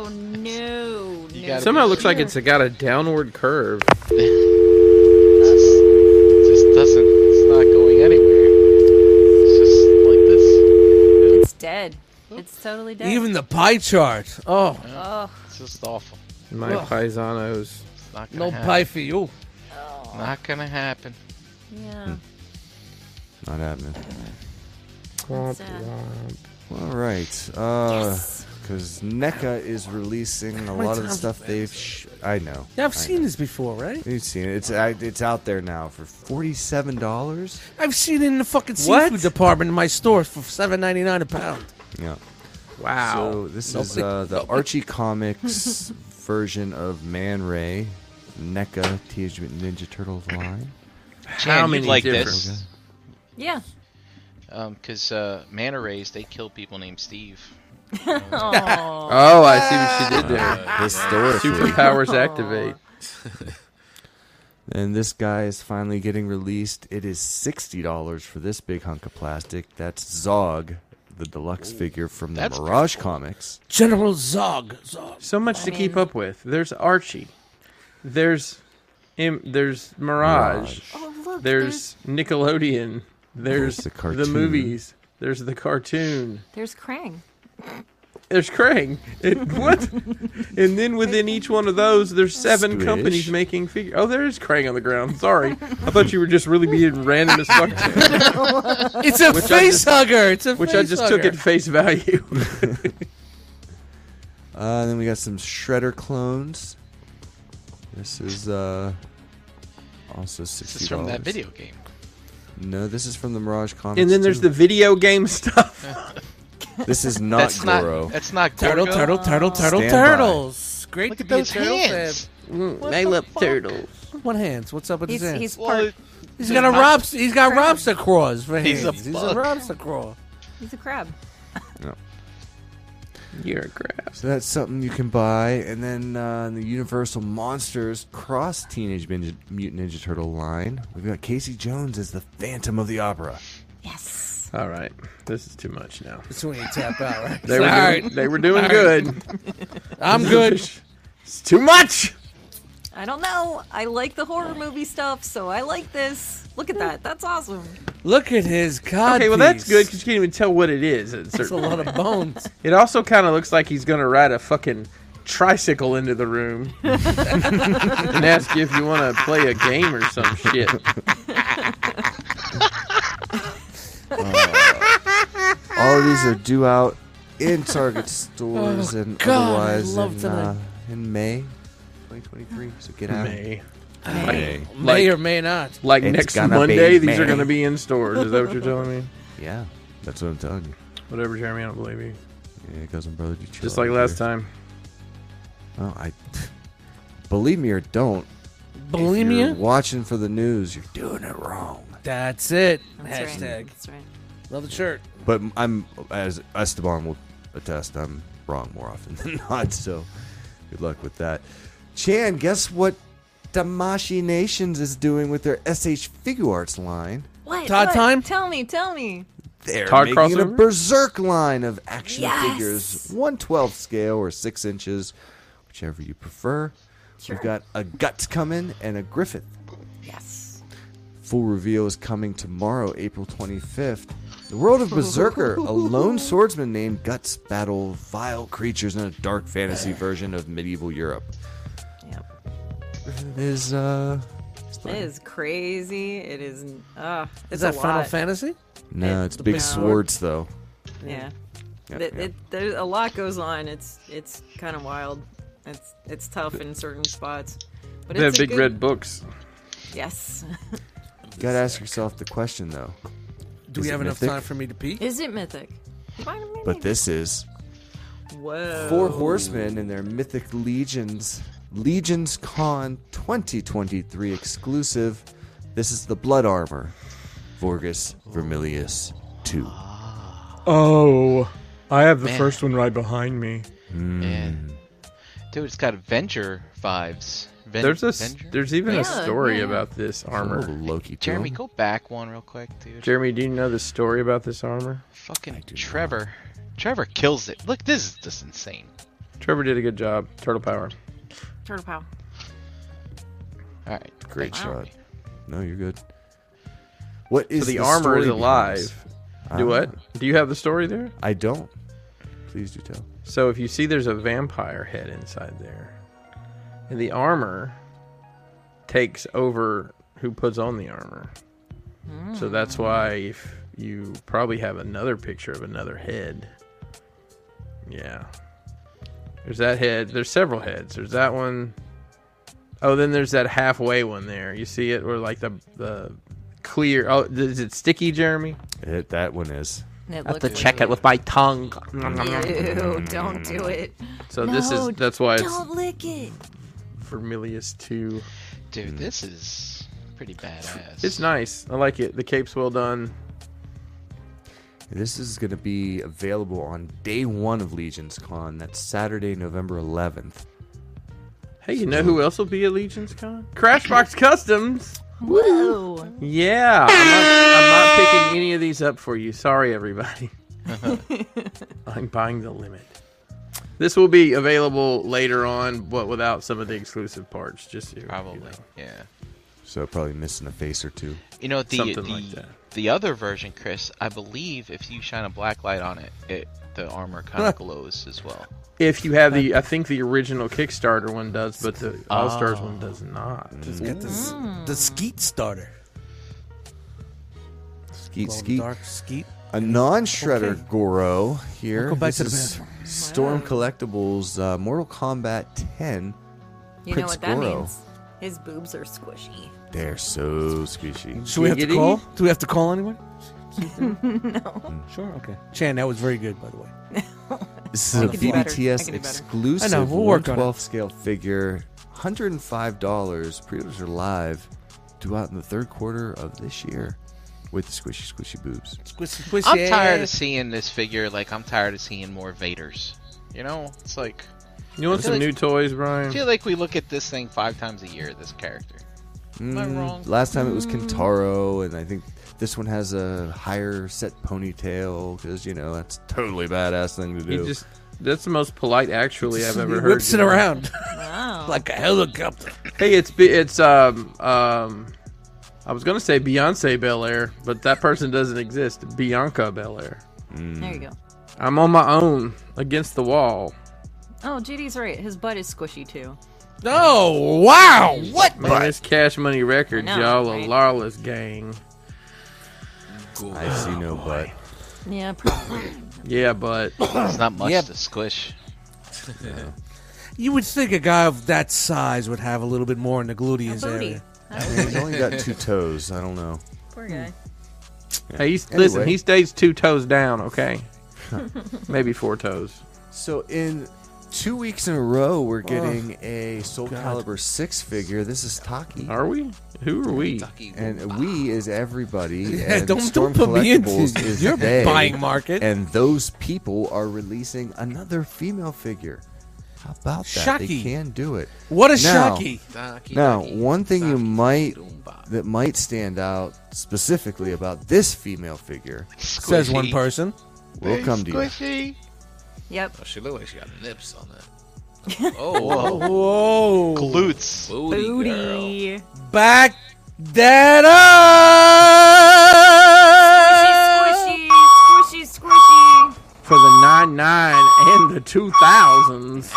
S1: Oh no!
S5: You
S1: no.
S5: gotta
S2: Somehow it
S5: be
S2: looks like
S5: sure.
S2: it's got a downward curve.
S5: It just doesn't. It's not going anywhere. It's just like this.
S1: It's dead. It's totally dead.
S4: Even the pie chart. Oh,
S1: Oh.
S5: It's just awful.
S2: My
S4: Ugh.
S2: paisanos.
S5: It's not gonna
S4: no
S3: Uh-huh.
S5: happen.
S4: pie for you.
S5: Not gonna happen.
S1: Yeah.
S3: Not happening.
S1: That's sad.
S3: All right. Uh, because NECA is releasing a
S4: many
S3: lot of the
S4: times
S3: stuff they've. Sh- I know.
S4: Yeah, I've
S3: I
S4: seen this before, right?
S3: You've seen it. It's I, it's out there now for forty seven dollars.
S4: I've seen it in the fucking
S3: What?
S4: seafood department in my store for seven ninety nine a pound.
S3: Yeah.
S2: Wow.
S3: So this is
S4: Nobody-
S3: uh, the Archie Comics version of Man Ray, NECA Teenage Mutant Ninja Turtles line.
S5: Chan, you'd like this?
S1: Yeah.
S5: Because uh, manta rays, they kill people named Steve.
S2: Oh, I see what she did there.
S4: Ah.
S3: Uh, historically.
S2: Superpowers activate.
S3: And this guy is finally getting released. It is sixty dollars for this big hunk of plastic. That's Zog, the deluxe figure from the
S4: That's
S3: Mirage comics.
S4: General Zog. Zog.
S2: So much to keep up with. There's Archie. There's Im- there's Mirage.
S4: Oh,
S2: there's, Nickelodeon. There's
S3: There's the
S2: the,
S3: cartoon.
S2: movies. There's the cartoon.
S1: There's Krang.
S2: There's Krang. It, what? and then within each one of those, there's seven
S3: Squish.
S2: companies making figures. Oh, there is Krang on the ground. Sorry, I thought you were just really being random as fuck.
S4: It's a
S2: Which I
S4: face
S2: just-
S4: hugger. It's a
S2: which I
S4: face
S2: just took
S4: hugger.
S2: at face value.
S3: Uh, then we got some Shredder clones. This is uh, also sixty.
S5: This is from that video game.
S3: No, this is from the Mirage comics.
S2: and then there's the
S3: too.
S2: video game stuff.
S3: This is not
S5: that's
S3: Goro.
S5: not. That's not
S4: Turtle,
S5: Gorgo.
S4: turtle, turtle, turtle,
S3: Stand by.
S4: turtles. Great
S5: Look
S4: to
S5: at
S4: be
S5: those
S4: a turtle uh,
S5: hands.
S4: fan. What
S2: I
S4: the
S2: love
S4: fuck?
S2: turtles.
S4: What hands? What's up with
S1: He's
S4: his hands?
S1: he's
S5: Well,
S1: part.
S4: he's got a
S5: not-
S4: robs. He's got robster claws for hands.
S5: He's a
S4: he's a
S5: fuck.
S4: robster claw.
S1: He's a crab.
S2: You're a crap.
S3: So that's something you can buy. And then uh, the Universal Monsters Cross Teenage Ninja, Mutant Ninja Turtle line. We've got Casey Jones as the Phantom of the Opera.
S1: Yes.
S2: All right, this is too much now.
S4: That's when you tap out, right?
S2: They were
S4: All
S2: doing,
S4: right.
S2: they were doing
S4: All right.
S2: good.
S4: I'm good.
S2: It's too much.
S1: I don't know. I like the horror movie stuff, so I like this. Look at that. That's awesome.
S4: Look at his cod.
S2: okay, well that's good because you can't even tell what it is. At
S4: That's a
S2: certain
S4: lot of bones.
S2: It also kind of looks like he's gonna ride a fucking tricycle into the room and ask you if you want to play a game or some shit.
S3: All of these are due out in Target stores
S4: Oh,
S3: and
S4: God, I
S3: otherwise
S4: love
S3: in,
S4: tonight.
S3: uh, in May 2023. So get out.
S2: May,
S3: May.
S4: may
S2: like,
S4: or may not.
S2: like
S3: It's
S2: next
S3: gonna be
S2: Monday, these
S3: May.
S2: are gonna be in stores. Is that what you're telling me?
S3: Yeah, that's what I'm telling you.
S2: Whatever, Jeremy. I don't believe you.
S3: Yeah, cousin brother, you chill
S2: Just like
S3: out
S2: last
S3: here.
S2: time.
S3: Well, I believe me or don't. if you're
S4: Bulimia.
S3: watching for the news. You're doing it wrong.
S4: That's it.
S1: That's
S4: Hashtag.
S1: right. That's right.
S4: Love the shirt.
S3: But I'm, as Esteban will attest, I'm wrong more often than not. So good luck with that. Chan, guess what Damashi Nations is doing with their SH Figure Arts line?
S1: What?
S4: Todd
S1: what?
S4: time?
S1: Tell me. Tell me.
S3: They're
S2: Tar
S3: making a
S2: crossover?
S3: Berserk line of action
S1: Yes!
S3: figures, 112 scale or 6 inches, whichever you prefer.
S1: Sure.
S3: We've got a Guts coming and a Griffith.
S1: Yes.
S3: Full reveal is coming tomorrow, April 25th. The world of Berserker, a lone swordsman named Guts battle vile creatures in a dark fantasy version of medieval Europe.
S1: Yep.
S3: It is uh
S1: It is crazy. It is. Uh, it's
S4: Is that
S1: a
S4: Final
S1: lot.
S4: Fantasy?
S3: no,
S1: It-
S3: it's
S1: the
S3: big
S1: big
S3: swords though.
S1: Yeah.
S3: Yep,
S1: It,
S3: yep.
S1: it, there's a lot goes on. It's it's kind of wild. It's it's tough in certain spots. But
S2: They have
S1: it's a
S2: big
S1: good-
S2: red books.
S1: Yes.
S3: You gotta ask yourself the question though.
S4: Do we
S3: Is it
S4: have enough
S3: mythic?
S4: time for me to peek?
S1: is it mythic? Why do we
S3: But
S1: need-
S3: this is
S1: Whoa.
S3: Four Horsemen and their Mythic Legions. Legions Con 2023 exclusive. This is the Blood Armor. Vorgus Vermilius 2.
S8: Oh, I have the
S5: Man.
S8: first one right behind me.
S5: Yeah. Mm-hmm. Dude, it's got Avenger vibes. Ven-
S2: There's a s-
S5: Avenger?
S2: there's even
S1: Yeah,
S2: a story
S1: yeah.
S2: about this
S3: Armor
S2: armor.
S3: Loki to
S5: Jeremy,
S3: him.
S5: go back one real quick, dude.
S2: Jeremy, do you know the story about this armor?
S5: Fucking Trevor. Trevor kills it. Look, this is just insane.
S2: Trevor did a good job. Turtle power.
S1: Turtle Pow.
S5: All right.
S3: Great
S1: Wow.
S3: shot. No, you're good. What is
S2: So the,
S3: the
S2: armor
S3: story
S2: is
S3: behind
S2: alive.
S3: this?
S2: Do
S3: Ah,
S2: what? Do you have the story there?
S3: I don't. Please do tell.
S2: So if you see there's a vampire head inside there, and the armor takes over who puts on the armor. So that's
S3: Hmm.
S2: why if you probably have another picture of another head. Yeah. There's that head. There's several heads. There's that one. Oh, then there's that halfway one there. You see it, or like the the clear. Oh, is it sticky, Jeremy?
S3: It, that one is.
S1: It
S2: I have to
S1: looks
S2: check it with my tongue.
S1: Ew, don't do it.
S2: Mm-hmm. So this is
S1: No,
S2: that's why it's
S1: Don't lick it.
S2: Vermilius two.
S3: Mm.
S5: Dude, this is pretty badass.
S2: It's nice. I like it. The cape's well done.
S3: This is going to be available on day one of Legions Con. That's Saturday, November 11th.
S2: Hey, you know who else will be at Legion's Con? Crashbox Customs. Woo! Yeah, I'm not, I'm not picking any of these up for you. Sorry, everybody. I'm buying the limit. This will be available later on, but without some of the exclusive parts. Just so probably,
S5: yeah.
S3: So probably missing a face or two.
S5: You know the
S2: Something
S5: the,
S2: like that.
S5: the other version, Chris. I believe if you shine a black light on it, it the armor kind of glows as well.
S2: If you have the, I think the original Kickstarter one does, but the All Stars one does not.
S4: Just get this, the skeet starter.
S3: Skeet,
S4: Glow in the
S3: skeet.
S4: Dark skeet.
S3: A non shredder Goro here.
S4: I'll go back
S3: This
S4: to the
S3: is
S4: bathroom.
S3: Storm Collectibles uh, Mortal Kombat 10.
S1: You know
S3: Prince
S1: what that
S3: Goro.
S1: means? His boobs are squishy.
S3: They're so squishy.
S4: Should we have to call? Do we have to call anyone?
S1: no.
S4: Sure. Okay. Chan, that was very good, by the way.
S3: This is a
S4: I can do better. I
S3: BBTS
S4: can do better.
S3: exclusive
S4: I know, we'll work on it.
S3: 12 scale figure. $105. Pre orders are live throughout in the third quarter of this year with the squishy, squishy boobs.
S4: Squishy, squishy.
S5: I'm tired of seeing this figure. Like I'm tired of seeing more Vaders. You know, it's like
S2: You want
S5: I feel
S2: some
S5: like-
S2: new toys,
S5: I
S2: Brian?
S5: feel like we look at this thing five times a year. This character. Am I
S3: Mm,
S5: wrong?
S3: Last time it was Kentaro, and I think this one has a higher set ponytail because, you know, that's totally badass thing to do.
S2: He just that's the most polite actually I've ever
S4: He
S2: heard.
S4: whips it
S2: you know?
S4: around like a helicopter.
S2: Hey, it's be- it's um um I was gonna say Beyonce Belair, but that person doesn't exist. Bianca Belair.
S1: There you go.
S2: I'm on my own against the wall.
S1: Oh, JD's right. His butt is squishy too.
S2: Oh
S4: wow! What?
S2: Man, this Cash Money Records,
S1: I know,
S2: y'all a
S1: right?
S2: lawless gang.
S3: I see
S4: Oh,
S3: no butt.
S1: Yeah, probably.
S2: Yeah, but
S5: It's not much
S4: Yep.
S5: to squish.
S4: You would think a guy of that size would have a little bit more in the gluteus
S1: booty.
S4: area.
S3: He's only got two toes. I don't know.
S1: Poor guy.
S2: Hey, he's, listen,
S3: Anyway.
S2: he stays two toes down, okay? Maybe four toes.
S3: So in two weeks in a row, we're getting a Soul Calibur six figure. This is Taki.
S2: Are we? Who are we?
S3: And we is everybody.
S4: Yeah,
S3: and
S4: don't-
S3: Storm
S4: don't put me into
S3: Collectibles is
S4: your
S3: they,
S4: buying market.
S3: And those people are releasing another female figure. How about that? They
S4: Shocky.
S3: can do it.
S4: What a
S3: now,
S4: shocky.
S3: Now, one thing you might that might stand out specifically about this female figure
S4: Says one person.
S3: We'll come to you.
S5: Squishy.
S1: Yep.
S6: Oh, she looked like she got nips on that.
S5: Oh,
S4: Oh, whoa.
S5: Glutes.
S6: Booty. Girl.
S4: Back that up.
S1: Squishy, squishy, squishy.
S2: For the nine nine and the 2000s.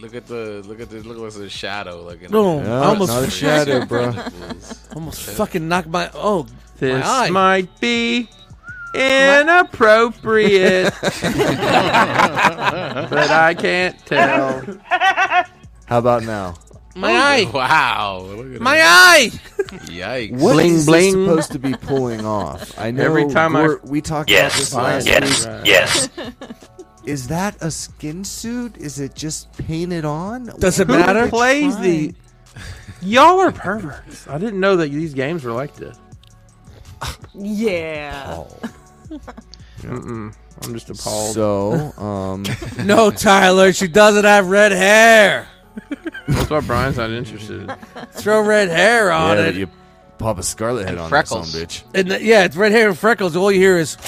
S6: Look at the look at the look at the shadow. Like in
S4: Boom.
S6: the-
S4: I almost
S3: not a shadow, bro.
S4: Almost fucking knocked my oh
S2: This
S4: my eye.
S2: might be inappropriate, but I can't tell.
S3: How about now?
S4: my eye.
S6: Wow. Look at
S4: My
S6: that.
S4: eye.
S6: Yikes.
S3: What
S2: Bling,
S3: is this
S2: bling.
S3: supposed to be pulling off? I know
S2: Every time I-
S3: Gor- we talked
S7: Yes,
S3: about this last
S7: yes,
S3: week.
S7: yes.
S3: Is that a skin suit? Is it just painted on?
S4: Does it
S3: What are
S4: matter?
S3: they
S2: Plays the.
S3: trying?
S2: Y'all are perverts. I didn't know that these games were like this.
S1: Yeah.
S3: Oh.
S2: Mm-mm. I'm just appalled.
S3: So, um,
S4: No, Tyler, she doesn't have red hair.
S2: That's why Brian's not interested.
S4: Throw red hair on
S3: yeah,
S4: it.
S3: you pop a scarlet head
S5: And
S3: on
S5: freckles.
S3: that son of a bitch.
S4: And th- yeah, it's red hair and freckles. All you hear is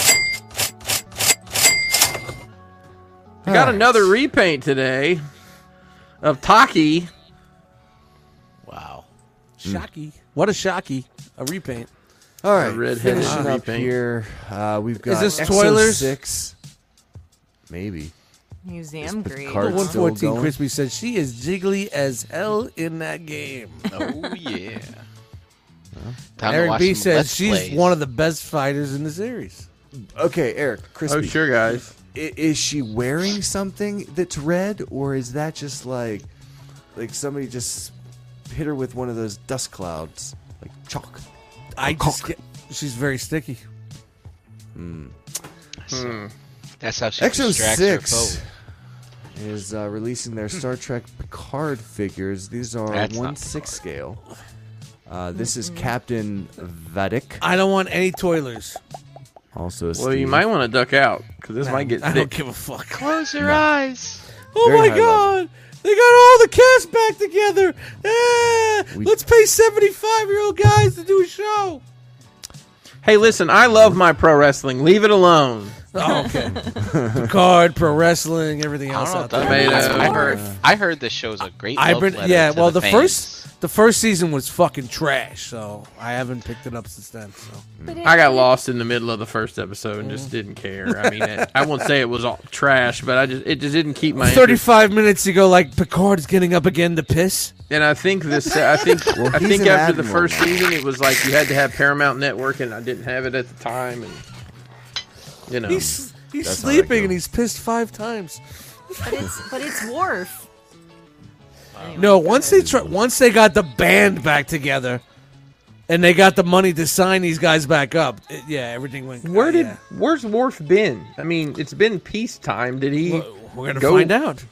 S2: I got another repaint today of Taki.
S6: Wow.
S3: Mm.
S4: shocky. What a shocky. A repaint.
S3: All right,
S2: red-headed
S3: finishing up
S2: repaint.
S3: here. Uh, we've got
S4: this
S3: Exo
S4: Toilers?
S3: Six, maybe.
S1: Museum grade.
S3: card-
S1: huh?
S3: Still
S4: 114
S3: going?
S4: Crispy says she is jiggly as hell in that game.
S5: Oh yeah. Time to
S4: Eric
S5: watch
S4: B
S5: some
S4: says
S5: Let's
S4: she's
S5: Plays.
S4: one of the best fighters in the series.
S3: Okay, Eric, crispy.
S2: Oh, sure, guys.
S3: i- is she wearing something that's red, or is that just like like somebody just hit her with one of those dust clouds, like chalk?
S4: I just get, she's very sticky.
S5: That's how she
S3: Exo
S5: distracts her
S3: Six is uh, releasing their Star Trek Picard figures. These are
S5: That's not
S3: one six scale. Uh, this is Captain Vadik.
S4: I don't want any toilers.
S3: Also,
S2: Well, you might want to duck out because this
S4: I
S2: might get
S4: don't- I
S2: thick.
S4: don't give a fuck.
S5: Close your eyes.
S4: Oh
S2: Very
S4: my
S2: high
S4: god! They got all the cast back together. Ah, let's pay seventy-five-year-old guys to do a show.
S2: Hey, listen, I love my pro wrestling. Leave it alone.
S4: Oh, okay. Picard, pro wrestling, everything
S5: I
S4: else out
S5: don't know.
S4: there.
S5: if that- I, heard. I heard this show's a great.
S4: I've
S5: love
S4: been
S5: letter
S4: yeah.
S5: to
S4: Well, the,
S5: the, fans.
S4: first the first season was fucking trash, so I haven't picked it up since then. So
S2: I got lost in the middle of the first episode and just didn't care. I mean, it, I won't say it was all trash, but I just it just didn't keep my interest.
S4: thirty-five minutes you go like Picard's getting up again to piss.
S2: And I think this, I think,
S3: Well,
S2: I
S3: he's
S2: think
S3: an
S2: after the
S3: admiral
S2: first season, it was like you had to have Paramount Network, and I didn't have it at the time, and you
S5: Um,
S2: know,
S4: He's he's
S2: That's how that
S4: sleeping and he's pissed five times.
S1: But it's but it's Worf.
S4: No, once they try, once they got the band back together, and they got the money to sign these guys back up. it- yeah, everything went.
S2: where did where's Worf been? I mean, it's been peacetime. Did he?
S4: We're gonna find out.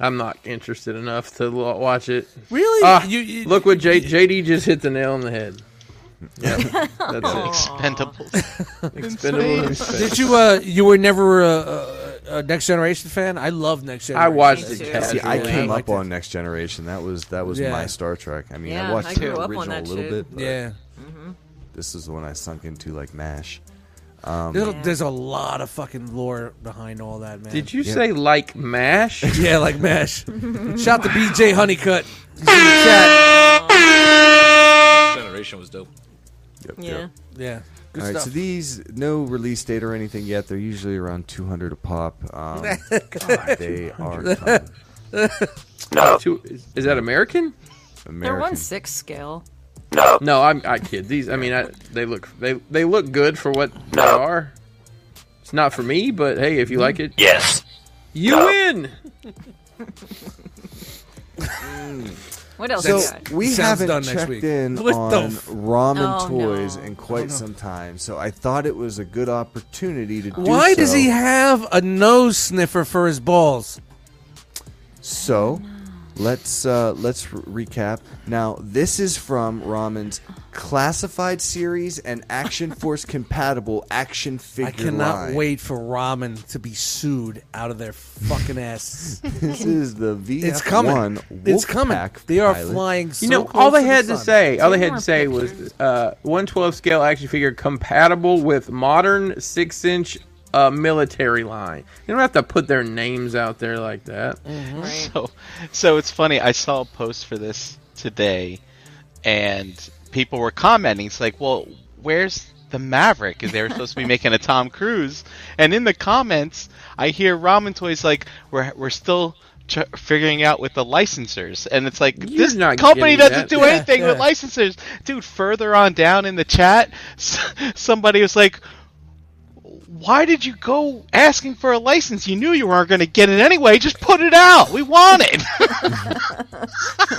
S2: I'm not interested enough to lo- watch it.
S4: Really?
S2: Ah,
S4: You- you-
S2: look what J- JD just hit the nail on the head. Yeah, that's it.
S5: Expendables.
S2: Expendables and space.
S4: Did you? Uh, you were never a, a, a Next Generation fan. I love Next Generation.
S2: watched it
S4: Yeah.
S3: See, I came
S4: liked
S3: up on Next Generation. That was that was
S4: Yeah.
S3: my Star Trek. I mean,
S1: Yeah,
S3: I watched
S1: I
S3: the
S1: grew up
S3: original
S1: on
S3: a
S1: that
S3: little
S1: shit.
S3: bit. But
S4: Yeah.
S3: This is the one I sunk into like Mash. Um,
S4: There's, there's a lot of fucking lore behind all that, man.
S2: Did you say like mash?
S4: Yeah, like mash. Shout to BJ Honeycutt. He's in the chat.
S6: Generation was dope.
S3: Yep,
S1: Yeah.
S3: yep.
S4: Yeah. Good
S3: All right,
S4: stuff.
S3: so these no release date or anything yet. They're usually around 200 a pop. Um,
S4: God.
S3: they are
S4: 200.
S3: coming.
S2: No. Is, is that American?
S1: They're
S3: American.
S1: one six scale.
S2: No. No, I'm, I kid. These, I mean, I, they look they they look good for what they are. It's not for me, but hey, if you like it,
S7: Yes.
S2: you
S7: No.
S2: win.
S1: What else?
S3: So
S1: you got?
S3: we
S4: Sounds
S3: haven't
S4: done next
S3: checked
S4: week.
S3: in
S4: What the
S3: on
S4: f-
S3: ramen
S1: Oh,
S3: toys
S1: no.
S3: in quite some time, so I thought it was a good opportunity to. Do
S4: Why does
S3: so.
S4: he have a nose sniffer for his balls?
S3: So, let's uh, let's re- recap. Now, this is from Ramen's classified series and Action Force compatible action figure
S4: I cannot
S3: line.
S4: wait for ramen to be sued out of their fucking ass.
S3: This is the VF1
S4: it's coming. It's coming.
S3: Wolfpack
S4: They are
S3: pilot.
S4: flying. So
S2: You know,
S4: close
S2: all they
S4: the
S2: had to
S4: sun.
S2: say, all they had to say was uh, 112 scale action figure compatible with modern six inch uh, military line. You don't have to put their names out there like that.
S5: So, so it's funny. I saw a post for this today, and people were commenting. It's like, well, where's the Maverick? Is they were supposed to be making a Tom Cruise, and in the comments, I hear Ramen Toys like, we're we're still. Ch- figuring out with the licensors, and it's like
S2: You're
S5: this
S2: not
S5: company
S2: getting that.
S5: doesn't do
S2: Yeah,
S5: anything with
S2: yeah.
S5: licensors, dude. Further on down in the chat, s- somebody was like, why did you go asking for a license? You knew you weren't going to get it anyway. Just put it out. We want it.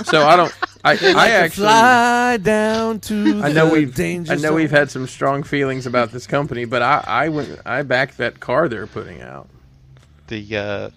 S2: So I don't. I, I
S4: Like to
S2: actually.
S4: fly down to.
S2: I know
S4: the
S2: we've
S4: danger
S2: I know
S4: zone.
S2: we've had some strong feelings about this company, but I I went I backed that car they're putting out.
S5: The uh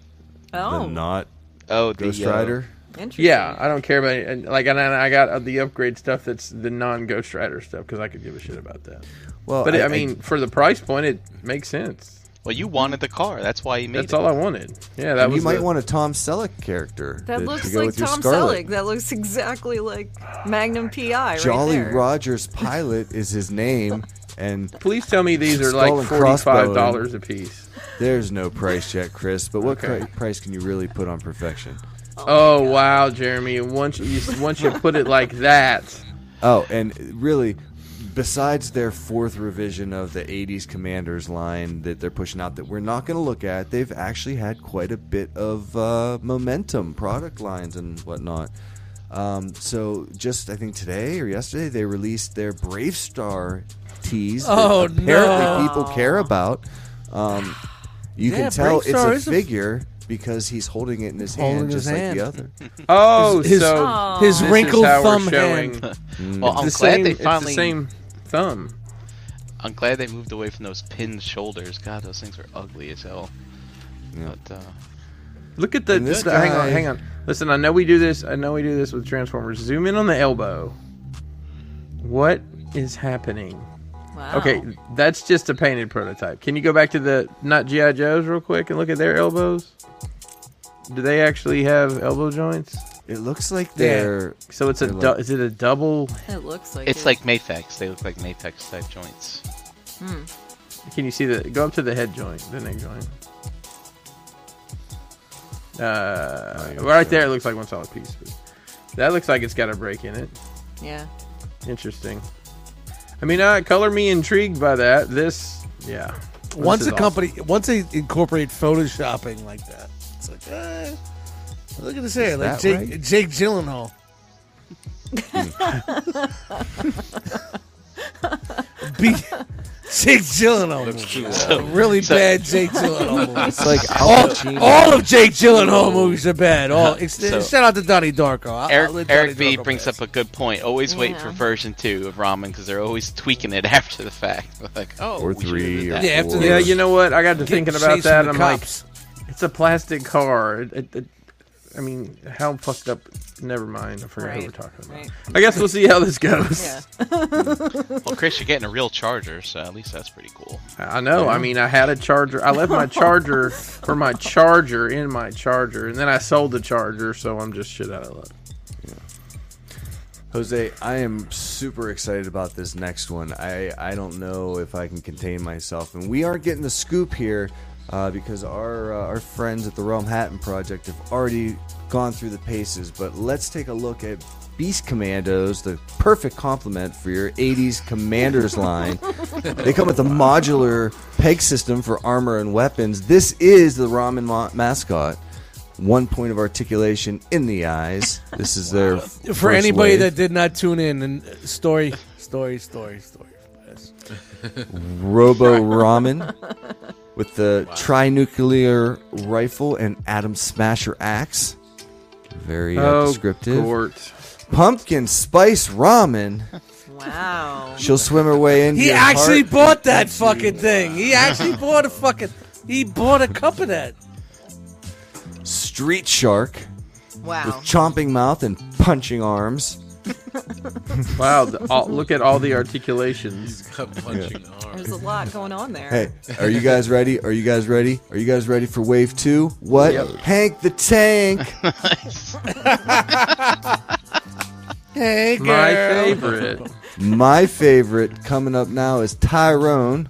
S1: Oh,
S3: The not
S5: oh the
S3: Ghost
S5: uh,
S3: Rider.
S1: interesting.
S2: yeah, I don't care about it. And, like and I I got uh, the upgrade stuff that's the non Ghost Rider stuff because I could give a shit about that.
S3: Well,
S2: but
S3: I-
S2: I,
S3: I-
S2: mean, for the price point, it makes sense.
S5: well, you wanted the car. That's why you made
S2: That's
S5: it.
S2: all I wanted. Yeah, that
S3: And
S2: was
S3: you might
S2: the-
S3: want a Tom Selleck character.
S1: That
S3: to- to
S1: looks
S3: go
S1: like
S3: with your
S1: Tom
S3: Scarlet.
S1: Selleck. That looks exactly like Magnum PI. right
S3: Jolly
S1: there.
S3: Rogers Pilot is his name, and
S2: Please tell me these are
S3: Skull
S2: like
S3: and
S2: forty five
S3: crossbones.
S2: dollars a piece.
S3: there's no price yet, Chris. But what
S2: Okay.
S3: cri- price can you really put on perfection?
S2: Oh, wow, Jeremy! Once you once you put it like that,
S3: Oh, and really, besides their fourth revision of the 80s Commanders line that they're pushing out that we're not going to look at, they've actually had quite a bit of uh, momentum, product lines and whatnot. Um, so just I think today or yesterday they released their Brave Star tease that
S4: Oh,
S3: apparently
S4: no.
S3: people care about. Um, You
S4: Yeah,
S3: can tell
S4: Brave
S3: it's
S4: Star
S3: a
S4: is a-
S3: figure because he's holding it in his
S4: Holding
S3: hand
S4: his
S3: just
S4: hand.
S3: like the other.
S2: Oh,
S4: His- his-
S2: so
S4: his
S2: this
S4: wrinkled
S2: is how we're
S4: thumb
S2: showing.
S4: hand.
S5: Well,
S2: It's
S5: I'm
S2: the
S5: glad
S2: same-
S5: they
S2: it's the
S5: finally
S2: same thumb.
S5: I'm glad they moved away from those pinned shoulders. God, those things were ugly as hell. But uh,
S2: Look at the.
S5: And this
S2: the- hang on,
S5: guy-
S2: hang on. Listen, I know we do this. I know we do this with Transformers. Zoom in on the elbow. What is happening?
S1: Wow.
S2: Okay, that's just a painted prototype. Can you go back to the not GI Joes real quick and look at their elbows? Do they actually have elbow joints?
S3: It looks like
S5: they're-
S2: So it's a.
S5: they're
S2: du-
S5: like-
S2: is it a double?
S1: It looks like
S5: it's
S1: it.
S5: like Mafex. They look like Mafex type joints.
S1: Hmm.
S2: Can you see the? Go up to the head joint, the neck joint. Uh, right there, it looks like one solid piece. But that looks like it's got a break in it.
S1: Yeah.
S2: Interesting. I mean, uh, color me intrigued by that. This, yeah. This
S4: once
S2: is
S4: a
S2: awesome.
S4: company, once they incorporate photoshopping like that, it's like, eh, look at this hair,
S2: Is
S4: like
S2: that
S4: Jake,
S2: right?
S4: Jake Gyllenhaal. Be- Jake Gyllenhaal,
S5: so-
S4: A really
S5: so-
S4: bad Jake Gyllenhaal. movies.
S5: It's like Al
S4: all,
S5: Pacino.
S4: all of Jake Gyllenhaal movies are bad. All ex-
S5: So-
S4: shout out to Donnie Darko. I- I'll
S5: Eric,
S4: let
S5: Eric
S4: Donnie
S5: B
S4: Darko
S5: brings up a good point. Always wait
S4: Yeah.
S5: for version two of ramen because they're always tweaking it after the fact. like, oh,
S3: Or
S5: we should've
S3: three
S5: did
S3: or
S5: that.
S2: Yeah, you know what? I got to
S5: Get
S2: thinking about
S5: chased
S2: that.
S5: from
S2: I'm
S5: the
S2: like, it's a plastic car. It, it, it, I mean, how fucked up? Never mind. I forgot who we're
S1: Right,
S2: talking about.
S1: right.
S2: I guess we'll see how this goes.
S5: well, Chris, you're getting a real charger, so at least that's pretty cool.
S2: I know. I mean, I had a charger. I left my charger for my charger in my charger, and then I sold the charger, so I'm just shit out of luck.
S3: Jose, I am super excited about this next one. I, I don't know if I can contain myself, and we aren't getting the scoop here uh, because our uh, our friends at the Realm Hatton Project have already gone through the paces. But let's take a look at Beast Commandos, the perfect complement for your '80s Commanders line. they come with a modular peg system for armor and weapons. This is the Ramen ma- mascot. One point of articulation in the eyes. This is their
S4: For anybody that did not tune in, and uh, story, story, story, story.
S3: Robo Ramen with the trinuclear rifle and atom smasher axe. Very uh,
S2: Oh,
S3: descriptive.
S2: Gort.
S3: Pumpkin spice ramen.
S1: Wow.
S3: She'll swim her way into
S4: He
S3: your
S4: actually
S3: heart.
S4: bought that fucking thing. He actually bought a fucking. He bought a cup of that.
S3: Street Shark.
S1: Wow.
S3: With chomping mouth and punching arms.
S2: Wow! The, all, look at all the articulations.
S6: punching
S1: There's a lot going on there.
S3: Hey, are you guys ready? Are you guys ready? Are you guys ready for wave two? What?
S1: Yep.
S3: Hank the Tank.
S4: Hey, girl.
S2: My favorite.
S3: My favorite coming up now is Tyrone.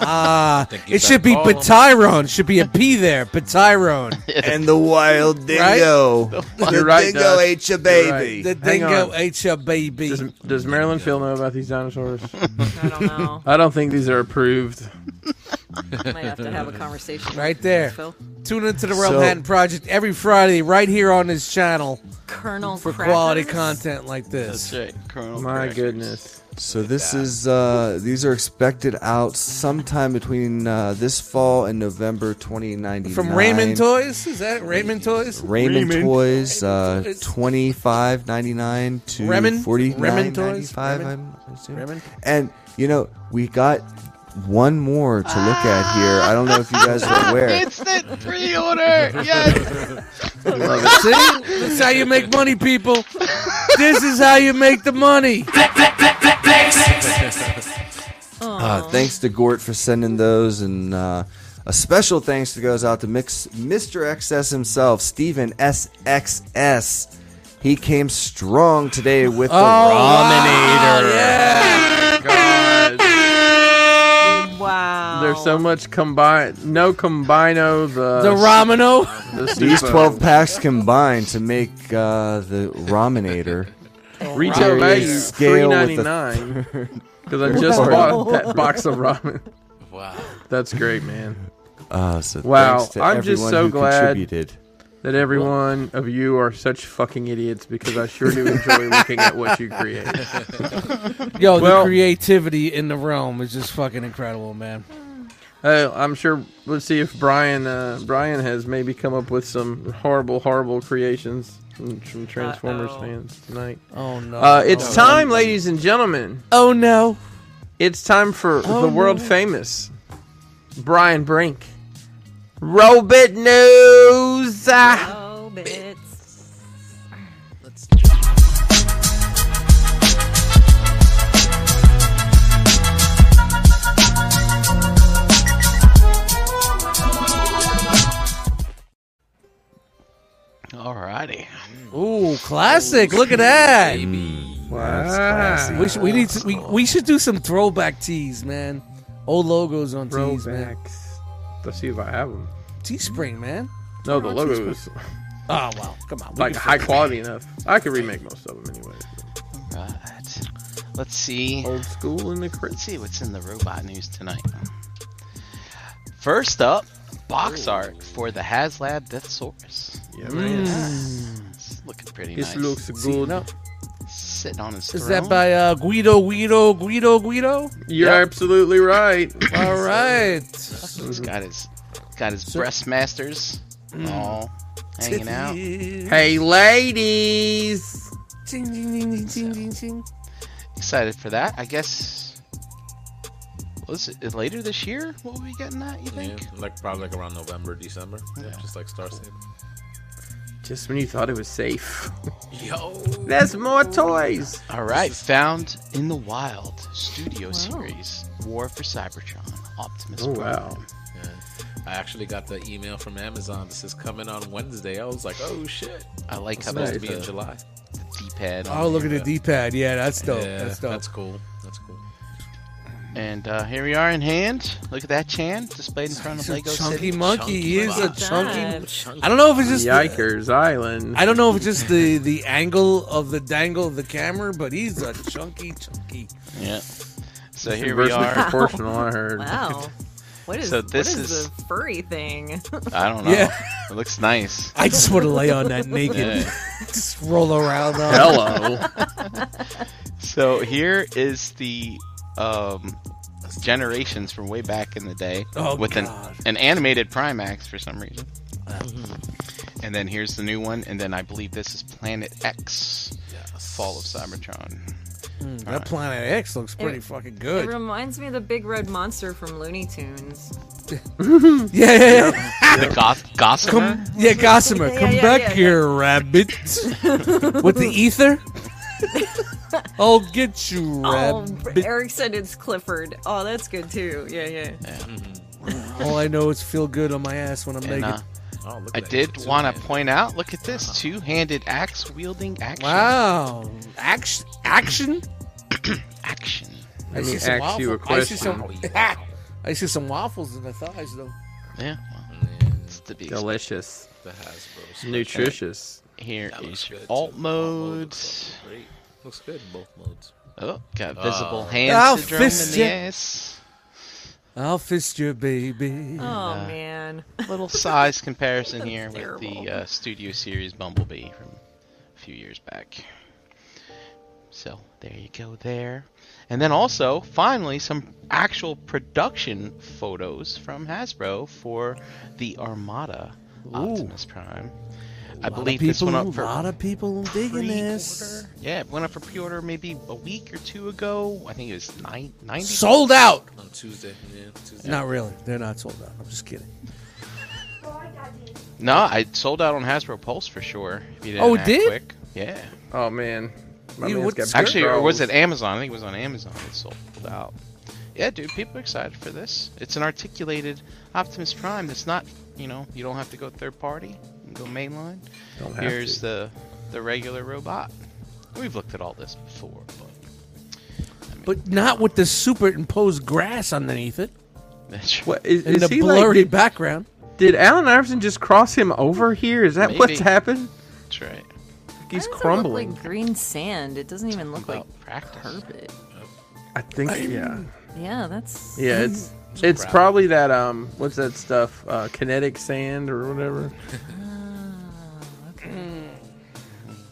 S4: Ah,
S3: Think you
S4: it should be
S3: better call him.
S4: Patyrone. Should be a P there. Patyrone.
S3: and the wild dingo.
S4: Right?
S3: The You're right, dingo Dust. ate your You're right. baby.
S4: The
S2: Hang
S4: dingo
S2: on.
S4: ate your baby.
S2: Does, does Maryland Phil know about these dinosaurs? I
S1: don't know.
S2: I don't think these are approved.
S1: Might have to have a conversation.
S4: Right
S1: with
S4: there.
S1: Phil.
S4: Tune into the Realm
S2: So-
S4: Hatton Project every Friday, right here on this channel.
S1: Colonel
S4: for
S1: Crackers?
S4: quality content like this.
S5: That's right, Colonel.
S2: My goodness.
S3: So this is uh, these are expected out sometime between uh, this fall and November 2099.
S4: From Raymond Toys, is that Raymond Toys?
S3: Raymond, Toys, uh,
S4: Toys.
S3: 25.99 to
S4: Raymond?
S3: 49.95.
S4: Raymond Toys?
S3: I'm
S4: Raymond?
S3: assuming.
S4: Raymond?
S3: And you know we got one more to look at here. I don't know if you guys are aware.
S5: Instant pre-order. Yes.
S3: Love it.
S4: See, this is how you make money, people. This is how you make the money.
S3: Uh, thanks to Gort for sending those, and uh, a special thanks to goes out to mix Mr. XS himself, Steven SXS. He came strong today with the
S4: Oh, wow,
S3: Raminator.
S4: yeah.
S1: Wow.
S2: There's so much combine. No combino. The
S4: The Romano.
S2: The
S3: These
S2: super-
S3: 12 packs combined to make uh, the Raminator.
S2: Retail value
S3: Various
S2: three
S3: scale
S2: ninety
S3: with a
S2: nine.
S3: third
S2: Because I just
S3: part.
S2: bought that box of ramen.
S6: Wow.
S2: That's great, man.
S3: Uh, so
S2: Wow,
S3: thanks to
S2: I'm just
S3: everyone
S2: so
S3: who
S2: glad
S3: contributed.
S2: that every one of you are such fucking idiots because I sure do enjoy looking at what you create.
S4: Yo,
S2: well,
S4: the creativity in the realm is just fucking incredible, man.
S2: Uh, I'm sure. Let's see if Brian uh, Brian has maybe come up with some horrible, horrible creations from, from Transformers fans tonight.
S4: Oh no!
S2: Uh, it's time, ladies and gentlemen.
S4: Oh no!
S2: It's time for
S4: Oh,
S2: the world
S4: no.
S2: famous Brian Brink. Robit news. Ah.
S1: Oh,
S5: Alrighty.
S4: Ooh, classic! Look at that.
S5: That's classy.
S4: We should, we need to, we, we should do some throwback tees, man. Old logos on tees, man.
S2: Let's see if I have them.
S4: Teespring, man.
S2: No, the
S4: Teespring.
S2: logos.
S4: Oh wow! Come on, we
S2: like
S4: can
S2: high
S4: fix
S2: quality enough. I could remake most of them anyway.
S5: Right. Let's see.
S2: Old school in the crib.
S5: Let's see what's in the robot news tonight. First up, box art for the HasLab Deathsaurus.
S2: Yeah,
S4: man.
S5: It's looking pretty
S2: Mm. Hmm. This
S5: nice.
S2: looks good.
S5: Sitting on his
S4: Is
S5: throne.
S4: that by uh, Guido Guido Guido Guido?
S2: You're
S5: Yep.
S2: absolutely right.
S4: All right.
S5: He's got his got his breast masters
S2: Hmm.
S5: all hanging out.
S2: Hey, ladies.
S4: Ding, ding, ding, ding, ding, ding, ding.
S5: Excited for that. I guess was it later this year? What were we getting at? You think?
S6: like probably like around November, December. Yeah, just like Star Saber.
S2: Just when you thought it was safe.
S6: Yo.
S2: There's more toys.
S5: All right, found in the wild studio series War for Cybertron Optimus
S2: Oh,
S5: Prime.
S2: wow.
S6: Yeah. I actually got the email from Amazon. This is coming on Wednesday. I was like, oh shit.
S5: I like
S6: It's
S5: how
S6: supposed to
S5: there's
S6: be
S5: the-
S6: in
S2: Uh,
S6: July.
S5: D-pad.
S4: Oh, look at the D-pad. Yeah, that's dope.
S5: Yeah,
S4: that's dope.
S6: That's cool. That's cool.
S5: And uh, here we are in hand. Look at that Chan displayed in front of
S4: He's a
S5: Lego
S4: chunky
S5: City.
S4: monkey. He is a
S5: monkey.
S4: chunky. I don't know if it's just
S2: Yikers Island.
S4: I don't know if it's just the the angle of the dangle of the camera, but he's a chunky chunky.
S5: Yeah. So
S2: It's
S5: here we
S2: inversely
S5: are.
S2: proportional, I heard.
S1: Wow. What is
S5: So this
S1: what is,
S5: is-
S1: the furry thing?
S5: I don't know.
S4: Yeah.
S5: It looks nice.
S4: I just want to lay on that naked,
S5: Yeah.
S4: just roll around. On.
S5: so here is the um, generations from way back in the day
S4: Oh,
S5: with
S4: God.
S5: an an animated Primax for some reason.
S4: Mm-hmm.
S5: And then here's the new one, and then I believe this is Planet X, Fall of Cybertron.
S4: Mm, that Planet X looks pretty
S1: It-
S4: fucking
S1: It
S4: good.
S1: reminds me of the big red monster from Looney Tunes.
S4: yeah, yeah, yeah.
S5: The goth- Gossamer?
S4: Come, yeah, Gossamer,
S1: Yeah,
S4: come
S1: yeah,
S4: back
S1: yeah,
S4: here, rabbit. With the ether? I'll get you,
S1: Oh,
S4: rabbit.
S1: Eric said it's Clifford. Oh, that's good too. Yeah, yeah.
S4: All I know is feel good on my ass when I'm
S5: And,
S4: naked.
S5: uh,
S6: Oh,
S5: I did want to point out look at this two handed axe wielding action.
S4: Wow. Action? Action?
S5: Action.
S2: Let
S4: see
S2: me
S4: some
S2: ask you a
S4: waffle- I see some-
S2: question.
S4: I see some waffles in my thighs, though.
S5: Yeah. well, It's to be expected.
S2: Delicious.
S6: The Hasbro. stuff.
S2: Nutritious.
S5: Here
S6: That looks
S5: is your
S6: good,
S5: alt
S6: too. Alt mode
S5: mode.
S6: looks Great. Looks good in both modes.
S5: Oh, got
S6: Oh.
S5: visible hand
S4: I'll
S5: syndrome in
S4: fist
S5: the
S4: ya.
S5: ass.
S4: I'll fist your baby.
S1: Oh
S5: uh,
S1: man.
S5: Little size comparison here with the
S1: Terrible.
S5: uh, Studio Series Bumblebee from a few years back. So there you go there. And then also, finally, some actual production photos from Hasbro for the Armada Optimus Prime. I believe this
S4: people,
S5: went
S4: a
S5: up for
S4: lot of people digging this.
S5: yeah, it went up for pre-order maybe a week or two ago. I think it was nine ninety.
S4: Sold out.
S6: On Tuesday. Yeah, Tuesday.
S4: Not really. They're not sold out. I'm just kidding.
S5: No, I sold out on Hasbro Pulse for sure. If you didn't
S4: Oh, it
S5: act
S4: did?
S5: Quick. Yeah.
S2: Oh man. My
S4: You
S2: man's
S4: would-
S2: got big
S5: Actually, or was
S2: balls.
S5: it Amazon? I think it was on Amazon. It sold out. Yeah, dude, people are excited for this. It's an articulated Optimus Prime. That's not, you know, you don't have to go third party. You can go mainline.
S2: Don't have
S5: Here's
S2: to.
S5: the the regular robot. We've looked at all this before, but
S4: But not with the superimposed grass underneath it
S5: that's
S2: What is,
S4: and
S2: is
S4: the
S2: he like-
S4: blurry
S2: did,
S4: background.
S2: did Alan Iverson just cross him over here? Is that what's
S5: Maybe.
S2: happened?
S5: that's right.
S2: He's
S1: Why does It
S2: crumbling.
S1: look like green sand. It doesn't even look like
S5: About practice.
S1: carpet.
S2: I think yeah.
S1: Yeah, that's.
S2: Yeah, it's it's probably that um what's that stuff? Uh kinetic sand or whatever.
S1: Ah, okay.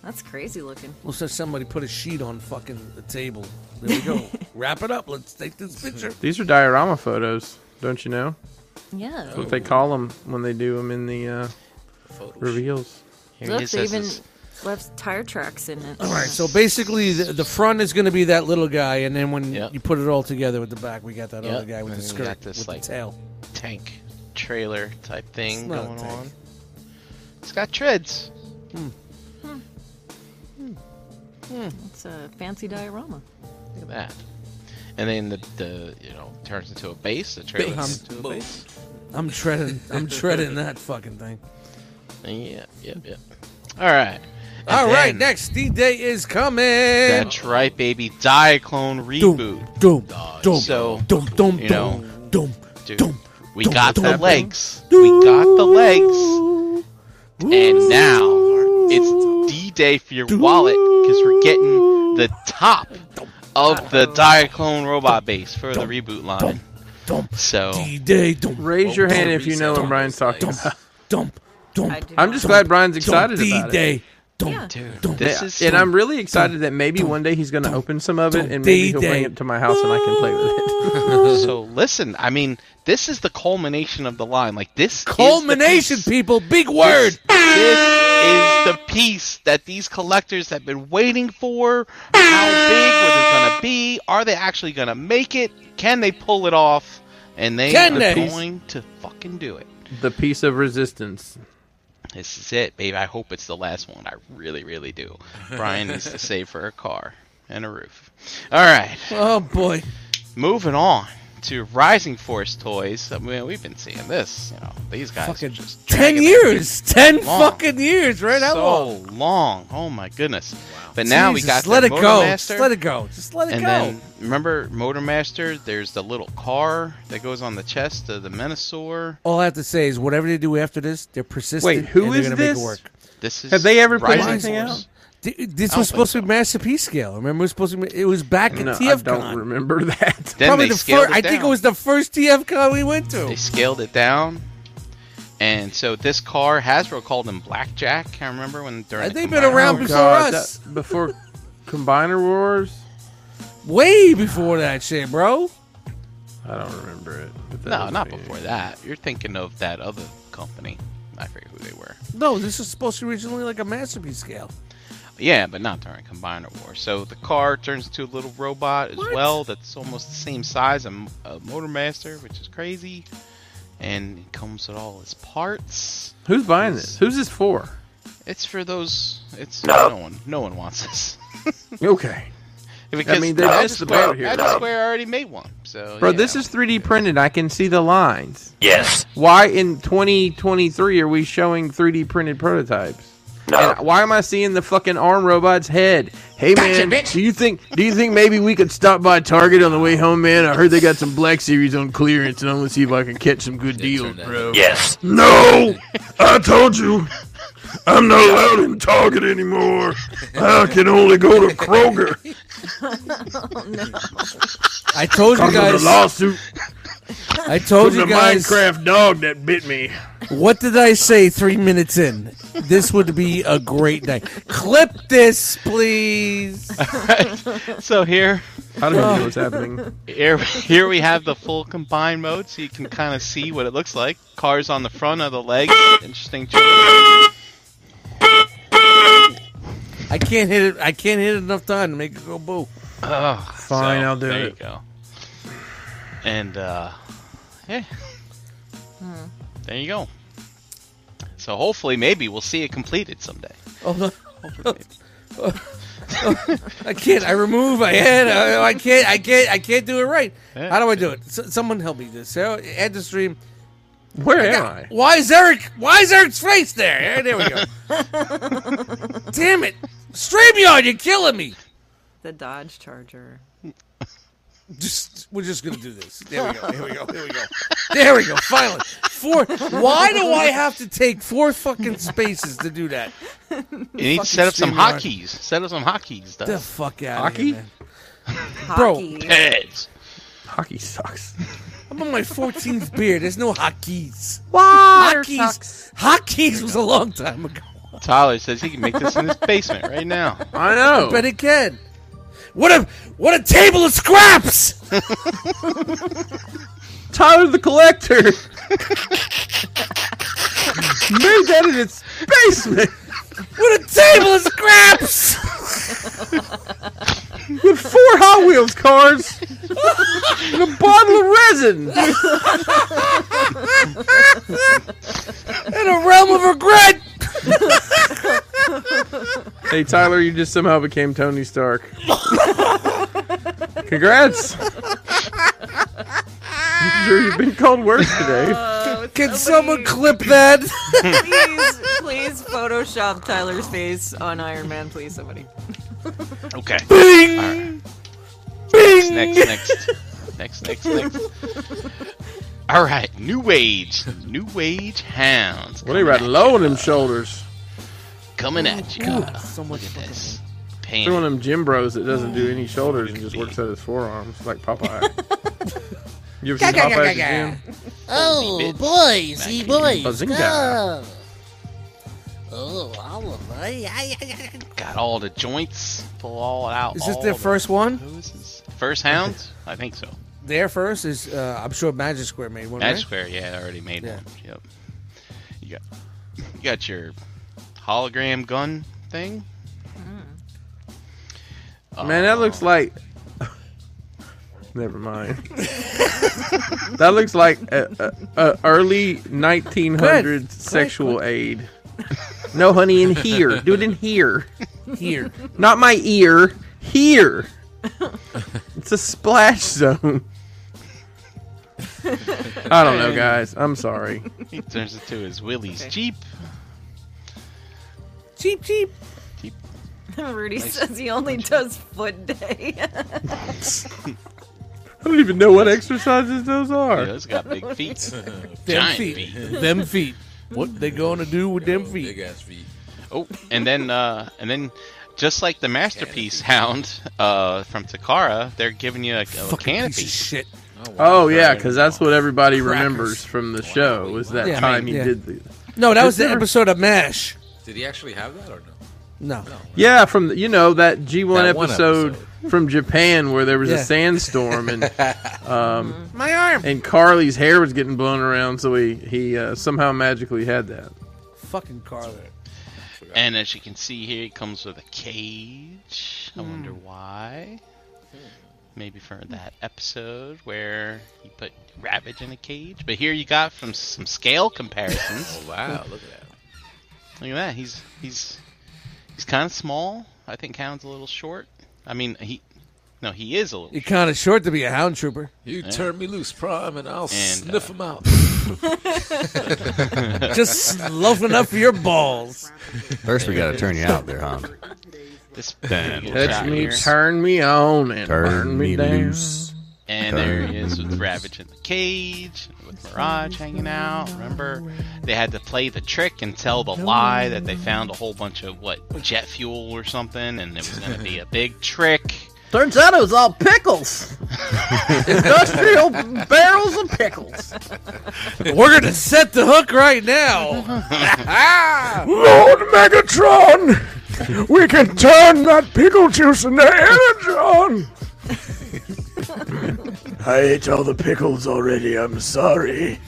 S1: That's crazy looking.
S4: Looks like somebody put a sheet on fucking the table. There we go. Wrap it up. Let's take this picture.
S2: These are diorama photos. Don't you know?
S1: Yeah.
S2: That's
S5: Oh.
S2: what they call them when they do them in the uh, reveals.
S1: Look, they even left tire tracks in it.
S4: All right, so basically the, the front is going to be that little guy, and then when you put it all together with the back, we got that
S5: Yep.
S4: other guy with
S5: And
S4: the
S5: we
S4: skirt,
S5: got this,
S4: with
S5: like,
S4: the tail.
S5: Tank trailer type thing
S4: It's not a
S5: going
S4: tank.
S5: on. It's got treads.
S1: It's a fancy diorama.
S5: Look at that. And then the, the you know turns into a base. The trailer turns into a
S4: I'm,
S5: base.
S4: I'm treading. I'm treading that fucking thing.
S5: Yeah, yep, yep. All right. And
S4: All right,
S5: then
S4: next D Day is coming.
S5: That's right, baby. Diaclone reboot.
S4: Doom,
S5: Dog.
S4: doom,
S5: so
S4: doom, doom,
S5: you know,
S4: doom,
S5: dude, we got the legs. We got the legs. And now it's D-Day for your wallet because we're getting the top of the Diaclone robot base for the reboot line. So
S4: D-Day, doom.
S2: Raise your hand if you know what Brian's talking about. I'm just glad Brian's excited about it.
S5: This
S2: Yeah,
S5: is
S2: and I'm really excited that maybe one day he's going to open some of it, and maybe he'll bring
S5: D-Day.
S2: it to my house, and I can play with it.
S5: so listen, I mean, this is the culmination of the line. Like this
S4: Culmination,
S5: is the piece.
S4: people. Big word.
S5: This, this is the piece that these collectors have been waiting for. How big was it going to be? Are they actually going to make it? Can they pull it off? And they
S2: Can
S5: are
S2: they?
S5: going to fucking do it.
S2: the piece of resistance.
S5: This is it, babe. I hope it's the last one. I really, really do. Brian needs to save for a car and a roof. All right.
S4: Oh boy.
S5: Moving on to Rising Force toys. I mean, we've been seeing this. You know, these guys.
S4: Fucking
S5: are just
S4: Ten
S5: dragging their
S4: years.
S5: feet
S4: Ten
S5: long.
S4: fucking years. Right? How
S5: so
S4: long?
S5: long. Oh my goodness. But now we
S4: Jesus,
S5: got
S4: let
S5: the
S4: it
S5: Motor
S4: go.
S5: Master,
S4: Just let it go. Just let it
S5: and
S4: go.
S5: then remember Motor Master? There's the little car that goes on the chest of the Menosaur.
S4: All I have to say is whatever they do after this, they're persistent.
S5: Wait, who
S4: and they're
S5: is
S4: gonna make it
S5: this?
S4: work.
S5: This is Have they ever put Rising anything Force. out?
S4: Th-
S5: I
S4: This
S5: don't
S4: was supposed to be masterpiece scale. Remember, it was supposed to be. It was back at
S2: No, I
S4: TFCon.
S2: don't remember that.
S5: Then
S4: Probably
S5: they
S4: the
S5: scaled
S4: first.
S5: it
S4: I think it
S5: down.
S4: was the first TFCon we went to.
S5: They scaled it down. And so this car, Hasbro called him Blackjack. I remember when during. the
S4: They've been
S5: Combiner
S4: around
S5: Wars.
S4: before us.
S2: before Combiner Wars.
S4: Way before that shit, bro.
S2: I don't remember it. but that
S5: No,
S2: was
S5: not
S2: me.
S5: before that. You're thinking of that other company. I forget who they were.
S4: No, this was supposed to be originally like a masterpiece scale.
S5: Yeah, but not during Combiner War. So the car turns into a little robot as well that's almost the same size as a Motor Master, which is crazy. And it comes with all its parts.
S2: Who's buying this? Who's this for?
S5: It's for those. It's
S2: No.
S5: no, one. No one wants this.
S2: Okay.
S5: Because
S2: I mean, they
S5: Magic
S2: missed the
S5: Square-
S2: boat here.
S5: Magic Square already made one. So
S2: Bro,
S5: yeah.
S2: this is 3D printed. I can see the lines.
S7: Yes.
S2: Why in 2023 are we showing 3D printed prototypes? And why am I seeing the fucking arm robot's head? Hey man, do you think do you think maybe we could stop by Target on the way home, man? I heard they got some Black Series on clearance, and I'm gonna see if I can catch some good deals, bro.
S7: Yes.
S2: No,
S14: I told you, I'm not allowed in Target anymore. I can only go to Kroger.
S4: I told you
S14: Because of
S4: guys.
S14: the lawsuit.
S4: I told
S14: From
S4: you
S14: the
S4: guys.
S14: Minecraft dog that bit me.
S4: What did I say three minutes in? This would be a great night. Clip this, please.
S5: so here.
S2: I don't even know what's happening.
S5: Here, here we have the full combined mode, so you can kind of see what it looks like. Cars on the front of the legs. Interesting
S2: Oh,
S5: choice.
S4: I can't hit it. I can't hit it enough time to make it go boo.
S5: Oh,
S2: Fine,
S5: so,
S2: I'll do
S5: there
S2: it.
S5: You go. And uh, yeah,
S4: Hmm.
S5: there you go. So hopefully, maybe we'll see it completed someday.
S4: Oh, no. I can't. I remove. I add. I, I can't. I can't. I can't do it right.
S5: Yeah.
S4: How do I do it? S- someone help me. do This. Sarah, Add the stream.
S2: Where
S4: I
S2: am
S4: got-
S2: I?
S4: Why is Eric? Why is Eric's face there? Eh, There we go. Damn it! Streamyard, you're killing me.
S1: The Dodge Charger.
S4: Just we're just gonna do this. There we go. Here we go. Here we go. There we go. Finally, four. Why do I have to take four fucking spaces to do that?
S5: You need to
S4: Hmm. Fucking
S5: set up some
S4: StreamYard.
S5: hotkeys. Set up some hotkeys.
S4: The fuck outta
S5: Hockey?
S4: here, man. Bro,
S5: Heads.
S2: Hockey sucks.
S4: I'm on my 14th beer. There's no hotkeys.
S2: Water
S4: Hotkeys. Hotkeys was a long time ago.
S5: Tyler says he can make this in his basement right now.
S2: I know.
S4: But it can. What a what a table of scraps.
S2: Tyler the Collector made that in its basement
S4: with a table of scraps
S2: with four Hot Wheels cars and a bottle of resin.
S4: in a realm of regret.
S2: hey, Tyler, you just somehow became Tony Stark. Congrats. I'm sure you've been called worse today.
S4: Can someone clip that?
S1: please, please Photoshop Tyler's face on Iron Man, please, somebody.
S5: Okay.
S4: Bing!
S5: Next, next, next. next, next, next. All right, New Age, New Age Hounds.
S2: Well, they ride low on them shoulders.
S5: Coming at you.
S2: Ooh,
S5: so much Look at this.
S2: They're one of them gym bros that doesn't do any shoulders and just works out his forearms like Popeye. you ever
S11: Ga,
S2: seen
S11: ga, ga,
S2: Popeye
S11: ga,
S2: at the
S11: ga.
S2: gym?
S11: Oh, boys, see, boys.
S2: Bazinga.
S11: Oh, oh all of them.
S5: Got all the joints, pull all out.
S4: Is this
S5: all
S4: their
S5: the-
S4: first one?
S5: First Hounds? I think so.
S4: Their first is, uh, I'm sure Magic Square made one.
S5: Magic
S4: right?
S5: Square, yeah, I already made
S4: Yeah.
S5: one. Yep. You got, you got your hologram gun thing. Uh,
S2: Man, that looks like. Never mind. that looks like a, a, a early 1900s
S4: Good.
S2: sexual aid. No, honey, in here. Do it in here.
S4: Here.
S2: Not my ear. Here. It's a splash zone. I don't know, guys. I'm sorry.
S5: He turns into his Willie's Jeep.
S4: Cheap, cheap.
S1: Rudy
S5: Nice.
S1: says he only does foot day.
S2: I don't even know what exercises those are.
S5: Yeah, it's got big feet. Giant
S4: Them feet. them feet. What they gonna do with them feet?
S6: Big ass feet.
S5: Oh, and then uh, and then just like the masterpiece hound uh, from Takara, they're giving you a, a canopy.
S4: shit.
S2: Oh yeah, because that's what everybody remembers from the show was that
S4: Yeah.
S2: time
S4: I mean,
S2: he
S4: yeah.
S2: did the.
S4: No, that
S2: Is
S4: was the
S2: there-
S4: episode of MASH.
S6: Did he actually have that or no?
S4: No.
S2: Yeah, from the, you know that G one
S6: That one
S2: episode, from Japan where there was
S4: Yeah.
S2: a sandstorm and um,
S4: My arm.
S2: and Carly's hair was getting blown around, so he he uh, somehow magically had that.
S4: Fucking Carla.
S5: And as you can see here, it comes with a cage. I wonder why. Maybe for that episode where he put Ravage in a cage. But here you got from some scale comparisons.
S6: oh wow, look at that.
S5: Look at that. He's he's he's kind of small. I think Hound's a little short. I mean, he no, he is a little.
S4: You're kind of short to be a hound trooper.
S6: You turn me loose, Prime, and I'll sniff him out.
S4: Just loafing up your balls.
S3: First, we got to turn you out there, huh?
S5: This
S3: Then
S2: Touch me, turn me on, and
S3: Turn
S2: turn,
S3: me
S2: me down.
S3: loose.
S5: And there he is with Ravage in the cage, with Mirage hanging out. Remember, they had to play the trick and tell the lie that they found a whole bunch of what jet fuel or something, and it was going to be a big trick.
S2: Turns out it was all pickles. Industrial barrels of pickles.
S4: We're gonna set the hook right now.
S8: Lord Megatron, we can turn that pickle juice into energon. I ate all the pickles already. I'm sorry.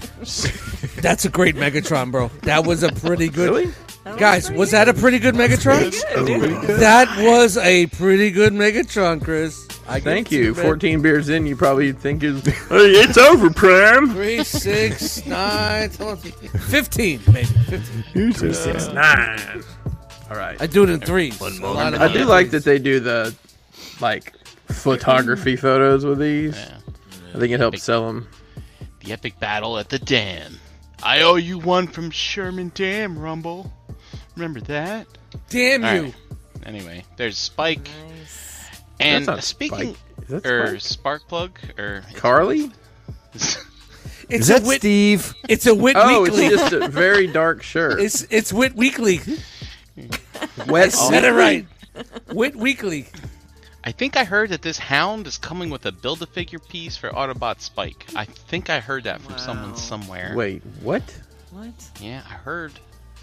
S4: That's a great Megatron, bro. That was a pretty good. Guys, was that a pretty good Megatron? That was a pretty good Megatron, Chris. I give
S2: Thank
S4: it to
S2: you.
S4: man.
S2: Fourteen beers in, you probably think it's it's over, Prime.
S4: Three, six, nine, 12, 15, maybe. 15.
S2: nine. All right.
S4: I do it in threes. A lot of
S2: I do like that they do the like photography photos with these. I think it helps sell them.
S5: The epic battle at the dam. I owe you one from Sherman Dam, Rumble. Remember that?
S4: Damn
S5: All
S4: you.
S5: right. Anyway, there's Spike. And
S2: That's not
S5: speaking.
S2: Spike. Is that
S5: or Sparkplug? Or.
S2: Carly?
S4: It's
S3: Is that
S4: a wit-
S3: Steve?
S4: It's a Wit
S2: Oh,
S4: Weekly.
S2: it's just a very dark shirt.
S4: It's it's Wit Weekly.
S2: Wet
S4: Said it right. Wit Weekly.
S5: I think I heard that this hound is coming with a build a figure piece for Autobot Spike. I think I heard that from someone somewhere.
S2: Wait, what?
S1: What?
S5: Yeah, I heard.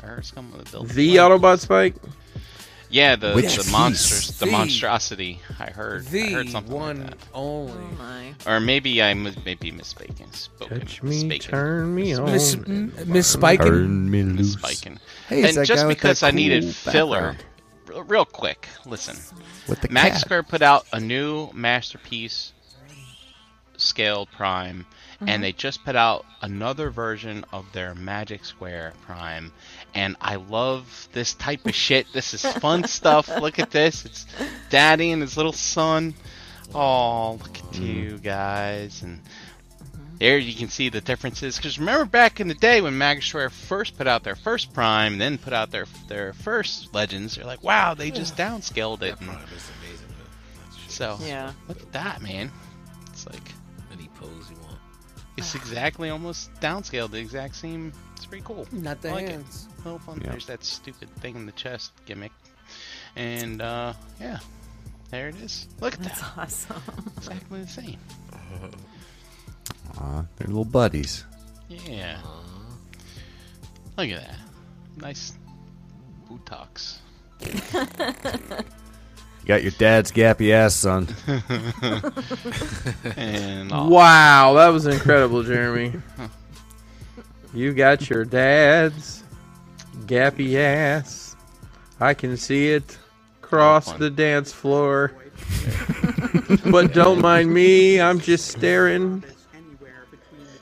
S5: I heard it's coming with a build
S2: The Autobot Spike?
S5: Yeah, the,
S4: Which
S5: the
S4: piece?
S5: monsters, the
S4: The-
S5: monstrosity. I heard. I heard
S4: The
S5: something.
S4: one only.
S1: Oh
S5: Or maybe I mis- maybe misspoken. Spoken.
S2: Touch me, turn me on.
S4: Miss- Miss Spiken?
S3: Turn me loose.
S5: Spiken.
S3: Hey, it's
S5: and
S3: that
S5: just
S3: guy with
S5: because
S3: that
S5: I needed
S3: cool
S5: filler,
S3: background.
S5: r- real quick, listen.
S3: With the
S5: Max
S3: cat.
S5: Square put out a new masterpiece scale prime,
S15: Mhm.
S5: and they just put out another version of their Magic Square prime. And I love this type of shit. This is fun stuff. Look at this. It's Daddy and his little son. Oh, look at you guys. And there you can see the differences. Because remember back in the day when Magisware first put out their first Prime, then put out their their first Legends, you're like, wow, they just downscaled it. And so,
S1: Yeah.
S5: look at that, man. It's like. Any pose you want. It's exactly almost downscaled, the exact same. It's pretty cool.
S4: Not the
S5: I like
S4: hands.
S5: It. No fun.
S4: Yeah.
S5: There's that stupid thing in the chest gimmick. And, uh, yeah. There it is. Look at that.
S1: That's awesome.
S5: Exactly the same.
S3: Aw, they're little buddies.
S5: Yeah. Look at that. Nice buttocks.
S3: You got your dad's gappy ass, son.
S5: and
S2: Wow, that was incredible, Jeremy. you got your dad's gappy ass. I can see it cross the dance floor. but don't mind me, I'm just staring.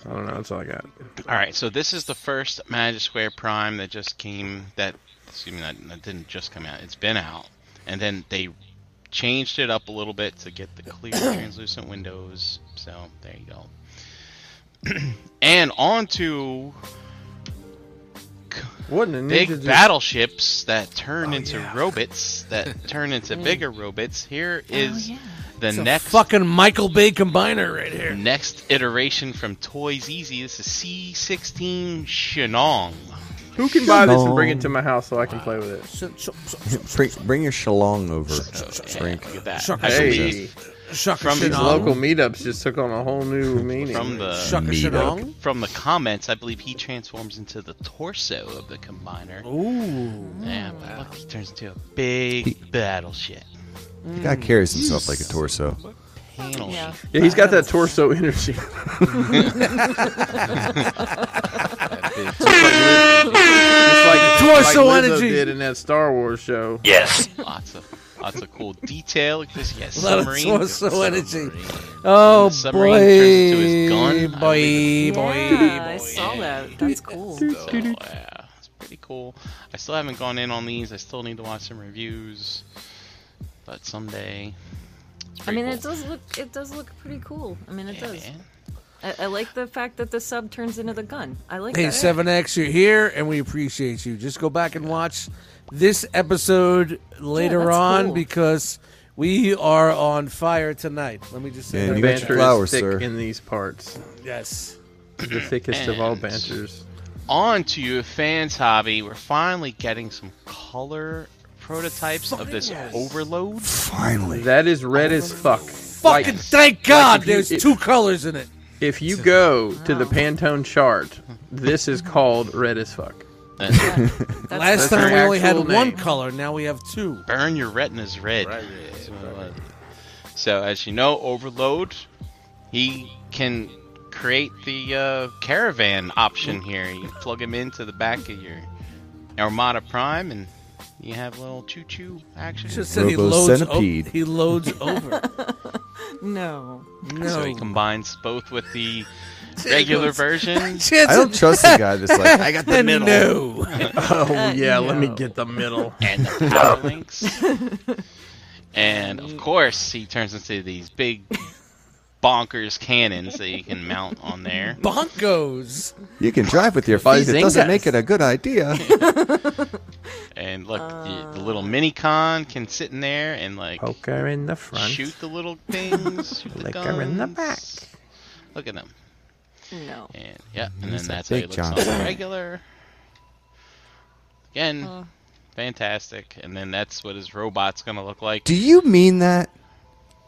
S2: I don't know, that's all I got.
S5: All right, so this is the first Magic Square Prime that just came. That excuse me, that, that didn't just come out. It's been out, and then they changed it up a little bit to get the clear translucent windows. So there you go. and on to
S2: What in the
S5: big
S2: ninja just-
S5: battleships that
S4: Oh,
S5: turn into robots that turn into bigger robots. Here is the
S4: Mm. Oh, It's a
S5: next Mm.
S4: fucking Michael Bay combiner right here.
S5: Next iteration from Toys Easy. This is C16 Shenong.
S2: Who can buy this and bring it to my house so I can play with it?
S3: bring, bring your shalong over, Frank.
S5: Look at that.
S2: Shuck
S5: I
S2: it.
S5: believe
S4: Shuck
S5: from
S2: These
S5: the-
S2: local meetups just took on a whole new meaning.
S5: from
S2: Shuck it,
S5: the
S2: Shenong.
S5: from the comments, I believe he transforms into the torso of the combiner.
S4: Ooh.
S5: Yeah, but look, he turns into a big battleship.
S3: The guy carries himself like a torso.
S5: Panel.
S1: Yeah.
S2: Yeah, he's got that torso energy.
S5: Torso
S2: like Lizzo
S5: energy.
S2: did in that Star Wars show.
S5: lots of lots of cool detail. Like this, yes,
S4: Lot of
S5: submarine.
S4: torso energy. Oh,
S5: submarine turns into his gun.
S4: boy, boy, boy.
S1: Yeah, I saw that. That's cool.
S5: So, yeah, it's pretty cool. I still haven't gone in on these. I still need to watch some reviews, but someday. It's
S1: I
S5: pretty
S1: mean,
S5: cool.
S1: it does look it does look pretty cool. I mean, it does. I, I like the fact that the sub turns into the gun. I like
S4: Hey,
S1: that.
S4: Seven X, you're here, and we appreciate you. Just go back and watch this episode later
S1: that's
S4: on
S1: cool.
S4: because we are on fire tonight. Let me just say
S3: Yeah,
S4: that.
S3: you
S2: banter
S3: got
S2: is
S3: your flowers,
S2: thick
S3: sir.
S2: in these parts.
S4: Yes.
S2: The thickest of all
S5: And-
S2: banters.
S5: on to your fans hobby. We're finally getting some color prototypes of this overload.
S2: Finally. That is red as fuck.
S4: Fucking thank God
S2: if you-
S4: there's
S2: if-
S4: two colors in it.
S2: If you go to the Pantone chart, this is called red as fuck.
S4: Last
S2: That's their
S4: time we only had
S2: actual
S4: one
S2: name.
S4: color, now we have two.
S5: Burn your retinas red. That's what it was. So as you know, overload. He can create the uh, caravan option here. You plug him into the back of your Armada Prime, and you have little choo-choo action.
S4: Just said he loads. o-
S3: Centipede.
S4: he loads over.
S1: no.
S5: So he combines both with the regular version.
S3: I don't trust the guy that's like, I got the middle.
S4: No.
S2: Oh, yeah, let me
S1: no.
S2: get the middle.
S5: and the power links. And of course, he turns into these big bonkers cannons that you can mount on there.
S4: Bonkos.
S3: You can drive with your feet. It
S2: Bazingas.
S3: doesn't make it a good idea.
S5: And look, the, the little mini con can sit in there and like
S2: Poker in the front.
S5: shoot the little things, shoot the
S2: Liquor in the back.
S5: guns. Look at them.
S1: No.
S5: And yeah, and
S3: He's a
S5: then that's how he
S3: big
S5: looks on
S3: Johnson.
S5: the regular. Again, fantastic. And then that's what his robot's gonna look like.
S3: Do you mean that?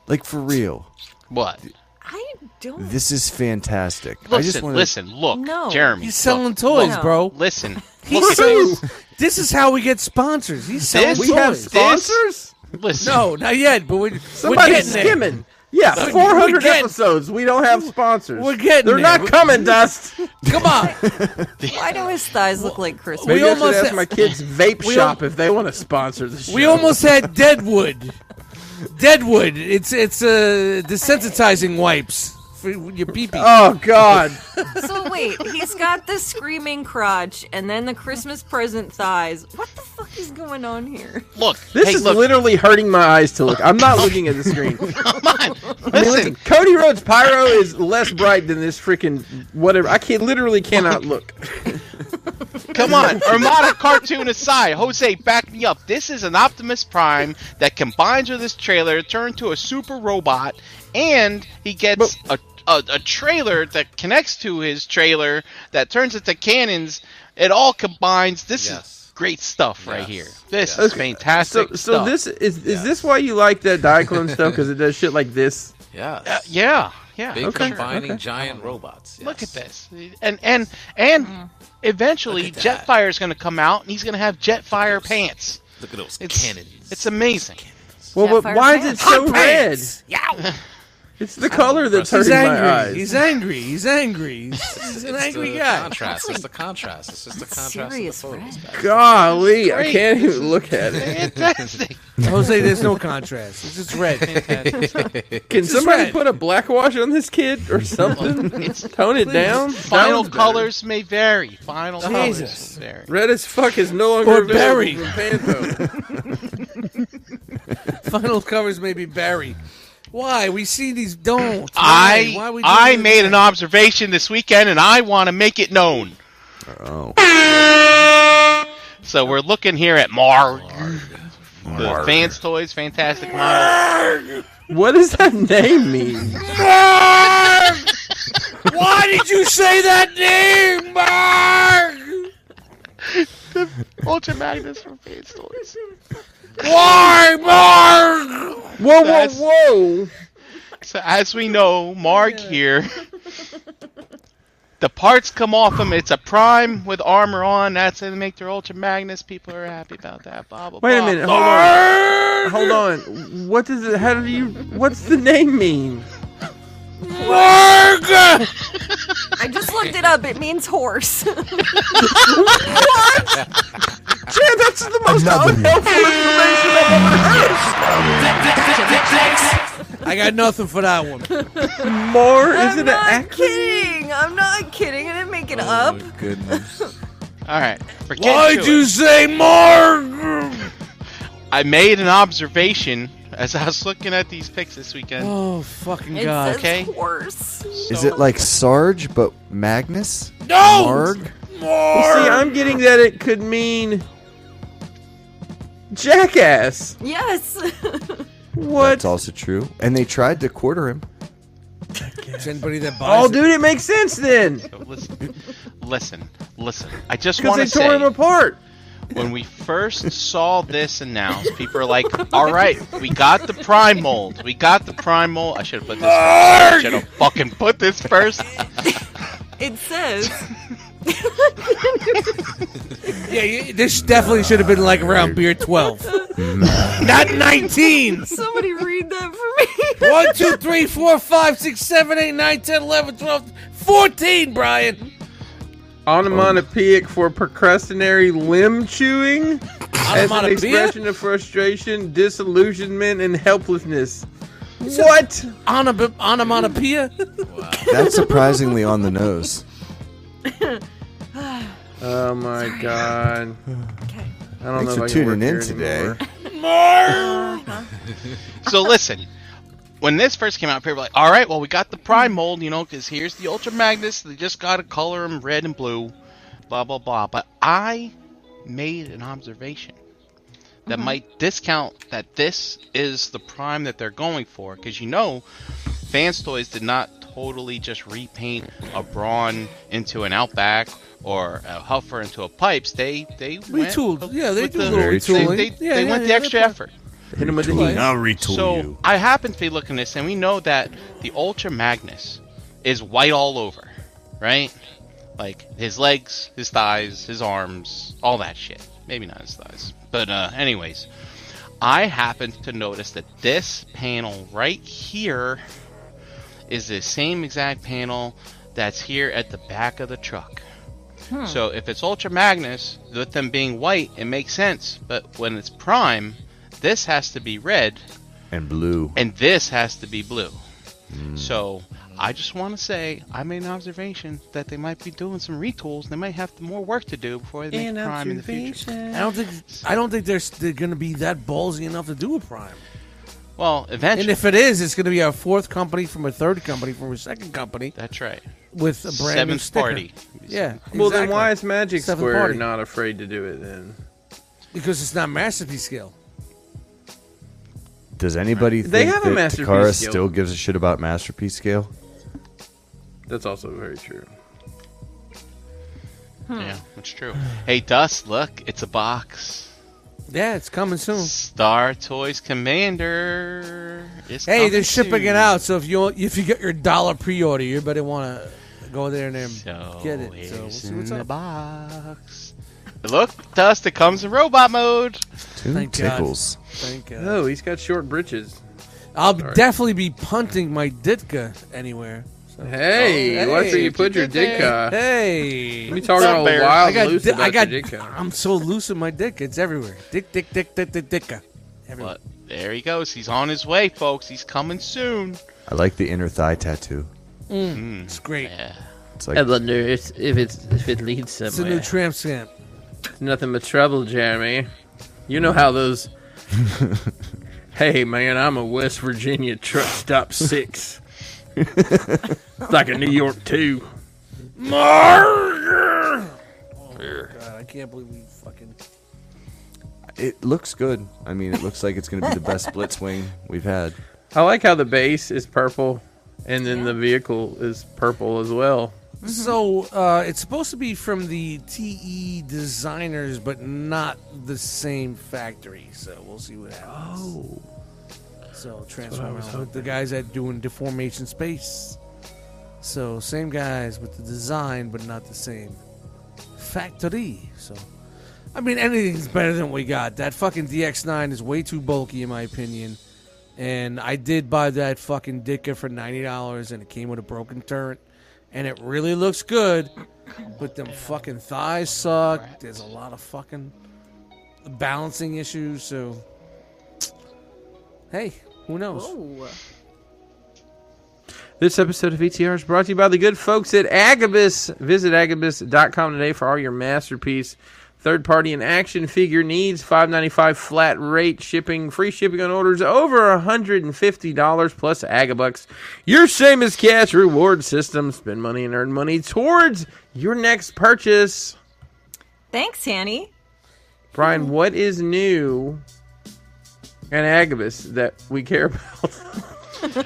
S3: Like, for real?
S5: What?
S1: I don't.
S3: This is fantastic. I
S5: Listen,
S3: just wanna...
S5: listen, look,
S1: No.
S5: Jeremy.
S4: He's selling
S5: look,
S4: toys,
S5: look,
S4: bro.
S5: Listen,
S4: He's selling- this is how we get sponsors. He's selling
S2: This- we have
S4: toys.
S2: sponsors?
S4: No, not yet. But we're we're
S2: Somebody's
S4: getting there.
S2: skimming. Yeah,
S4: We're- we're
S2: 400
S4: getting-
S2: episodes. We don't have sponsors.
S4: We're getting
S2: They're
S4: there.
S2: not
S4: We-
S2: coming, Dust.
S4: Come on.
S1: Why do his thighs look like Christmas?
S2: Maybe I should ask my kids' vape
S4: we
S2: shop if they want to sponsor the show.
S4: We almost had Deadwood. Deadwood. It's it's uh, desensitizing wipes for your pee pee.
S2: Oh God.
S1: So wait, he's got the screaming crotch and then the Christmas present thighs. What the fuck is going on here?
S5: Look,
S2: This
S5: hey,
S2: is
S5: look.
S2: literally hurting my eyes to look. I'm not looking at the screen. I mean, listen, Cody Rhodes' pyro is less bright than this freaking whatever. I can literally cannot look.
S5: Come on, Armada cartoon aside, Jose, back me up. This is an Optimus Prime that combines with this trailer, turned to a super robot, and he gets a, a a trailer that connects to his trailer that turns into cannons. It all combines. This is great stuff right here. This is fantastic.
S2: So, so
S5: stuff.
S2: this is is this why you like that Diaclone stuff? Because it does shit like this.
S6: Yeah.
S5: Uh, yeah, yeah.
S6: Big
S5: Okay,
S6: combining
S5: okay.
S6: giant robots.
S5: Look at this, and and and eventually Jetfire is going to come out, and he's going to have Jetfire pants.
S6: Look at those
S5: It's it's amazing.
S2: Well, but
S5: Sapphire
S2: why is it
S5: pants.
S2: so
S5: Hot
S2: red?
S5: pants.
S2: It's the color that's
S4: He's
S2: hurting
S4: angry.
S2: my eyes. uh,
S4: He's angry. He's angry. He's, he's an angry
S6: the
S4: guy.
S6: Contrast. It's the contrast. It's just the contrast. Of the photos.
S2: Golly, I
S6: Great.
S2: can't even look at it.
S5: Fantastic.
S4: Jose, there's no contrast. It's just red.
S2: Can
S4: It's just
S2: somebody
S4: red.
S2: put a black wash on this kid or something? Tone it down.
S5: Final
S2: Sounds better.
S5: colors may vary. Final
S2: Jesus.
S5: colors may vary.
S2: Red as fuck is no longer
S4: Or
S2: available
S4: berry.
S2: from Panto.
S4: Final covers may be Barry. Why? We see these don't.
S5: I
S4: Why we
S5: I
S4: doing
S5: made an observation this weekend, and I want to make it known. So we're looking here at Marg, the
S2: Marg.
S5: Vance Toys Fantastic Model.
S2: what does that name mean?
S4: Why did you say that name, Mark?
S5: Ultra Magnus from Vance Toys.
S4: Why, Mark?
S2: Whoa, whoa,
S5: That's-
S2: whoa!
S5: So as we know, Marg here, the parts come off him. It's a prime with armor on. That's gonna make their Ultra Magnus. People are happy about that. Blah blah.
S2: Wait a
S5: blah.
S2: minute. Hold on. Hold on. What does it? How do you? What's the name mean?
S4: Mark!
S1: I just looked it up. It means horse.
S2: Yeah, that's the most unhelpful information I've ever
S4: I got nothing for that one.
S2: heard. More is
S1: I'm
S2: it an
S1: not
S2: act?
S1: kidding. I'm not kidding. I didn't make
S4: Oh
S1: it up.
S3: Goodness.
S5: All right. we're getting
S4: Why'd
S5: to
S4: you
S5: it.
S4: say Mark?
S5: I made an observation as I was looking at these pics this weekend.
S4: Oh fucking
S1: It
S4: god!
S1: says horse.
S3: Is it like Sarge but Magnus?
S4: No!
S3: Marg?
S2: Well, see, I'm getting that it could mean jackass.
S1: Yes.
S2: What?
S3: That's also true. And they tried to quarter him.
S4: Is anybody that buys
S2: Oh, dude, it makes sense then.
S5: So listen, listen, listen. I just
S2: Because they
S5: want to
S2: tore him
S5: say
S2: apart.
S5: when we first saw this announced, people are like, "All right, we got the prime mold. We got the prime mold. I should have put this. I should have fucking put this first.
S1: It says.
S4: it. Yeah, you- this definitely should have been like around beer twelve, not nineteen.
S1: Somebody read that for me.
S4: One, two, three, four, five, six, seven, eight, nine, ten, eleven, twelve, fourteen. Brian,
S2: Onomatopoeic for procrastinary limb chewing as an
S4: Onomatopoeia?
S2: expression of frustration, disillusionment, and helplessness. What?
S4: Onom- onomatopoeia.
S3: That's surprisingly on the nose.
S2: Oh my god. I don't know
S3: Thanks
S2: if
S3: for
S2: I can work
S3: tuning in
S2: here
S3: today.
S2: anymore.
S5: So listen, when this first came out, people were like, "All right, well, we got the prime mold, you know, because here's the Ultra Magnus. They just got to color him red and blue, blah blah blah." But I made an observation that
S4: Mm-hmm.
S5: might discount that this is the prime that they're going for, because you know, Fans Toys did not totally just repaint a Brawn into an Outback. Or a huffer into a pipes. They they
S4: Retooled.
S5: went
S4: Yeah, they
S5: with
S4: do a
S5: the-
S4: little
S5: they-
S4: retooling.
S5: They,
S4: Yeah,
S5: they
S4: yeah,
S5: went the
S4: yeah,
S5: extra
S4: they're-
S5: effort.
S2: Hit him with the
S4: Retool.
S2: heat.
S7: retool
S5: So I happen to be looking at this, and we know that the Ultra Magnus is white all over, right? Like his legs, his thighs, his arms, all that shit. Maybe not his thighs. But uh anyways, I happened to notice that this panel right here is the same exact panel that's here at the back of the truck.
S15: Hmm.
S5: So if it's Ultra Magnus, with them being white, it makes sense. But when it's Prime, this has to be red
S3: and blue.
S5: and this has to be blue. So I just want to say I made an observation that they might be doing some retools. They might have more work to do before they make prime in the future.
S4: I don't think I don't think they're, they're going to be that ballsy enough to do a prime.
S5: Well, eventually.
S4: And if it is, it's going to be a fourth company from a third company from a second company.
S5: That's right.
S4: With a brand new
S5: Seventh
S4: sticker.
S5: party.
S4: Yeah.
S2: Well, then
S4: exactly.
S2: why is Magic
S4: Seventh
S2: Square
S4: party.
S2: not afraid to do it then?
S4: Because it's not masterpiece scale.
S3: Does anybody
S2: They
S3: think
S2: have a
S3: that
S2: masterpiece
S3: Takara
S2: scale.
S3: still gives a shit about masterpiece scale?
S2: That's also very true.
S5: Yeah, that's true. hey, Dust, look, it's a box.
S4: Yeah, it's coming soon.
S5: Star Toys Commander. It's
S4: Hey, they're
S5: coming
S4: shipping
S5: soon.
S4: it out, so if you if you get your dollar pre-order, you better want to go there and
S5: So
S4: get it. So we'll
S5: it's
S4: see what's
S5: in the
S4: up.
S5: box. Look, Dust, it comes in robot mode.
S3: Two
S4: Thank God.
S3: tickles.
S4: Thank uh, God.
S2: No, Oh, he's got short britches.
S4: I'll
S2: Sorry.
S4: definitely be punting my Ditka anywhere. So-
S2: Hey,
S4: Oh,
S2: watch where you put your
S4: Uh,
S2: Ditka.
S4: Hey,
S2: We talking about
S4: Bears.
S2: wild
S4: I got,
S2: loose
S4: di-
S2: about
S4: I got,
S2: your Ditka.
S4: I'm so loose with my dick; it's everywhere. Dick, dick, dick, dick, dick, Ditka.
S5: But there he goes. He's on his way, folks. He's coming soon.
S3: I like the inner thigh tattoo.
S4: It's great.
S3: It's like
S16: I wonder if, if it's if it leads somewhere.
S4: It's a new tramp stamp.
S2: Nothing but trouble, Jeremy. You know how those. hey, man, I'm a West Virginia truck stop six. it's like a New York two.
S4: Marger! Oh my god, I can't believe we fucking.
S3: it looks good. I mean, it looks like it's going to be the best blitzwing we've had.
S2: I like how the base is purple, and then the vehicle is purple as well.
S4: So uh, it's supposed to be from the TE designers, but not the same factory. So we'll see what happens. Oh. So Transformers,
S2: hoping.
S4: the guys that doing Deformation Space. So same guys with the design, but not the same factory. So. I mean, anything's better than what we got. That fucking DX9 is way too bulky, in my opinion. And I did buy that fucking Ditka for $90, and it came with a broken turret. And it really looks good, but them fucking thighs suck. There's a lot of fucking balancing issues, so. Hey, who knows?
S2: This episode of ETR is brought to you by the good folks at Agabus. Visit agabus.com today for all your masterpiece third party and action figure needs. Five ninety five flat rate shipping, free shipping on orders over $150 plus Agabucks. Your same as cash reward system. Spend money and earn money towards your next purchase.
S1: Thanks, Hanny.
S2: Brian, what is new at Agabus that we care about?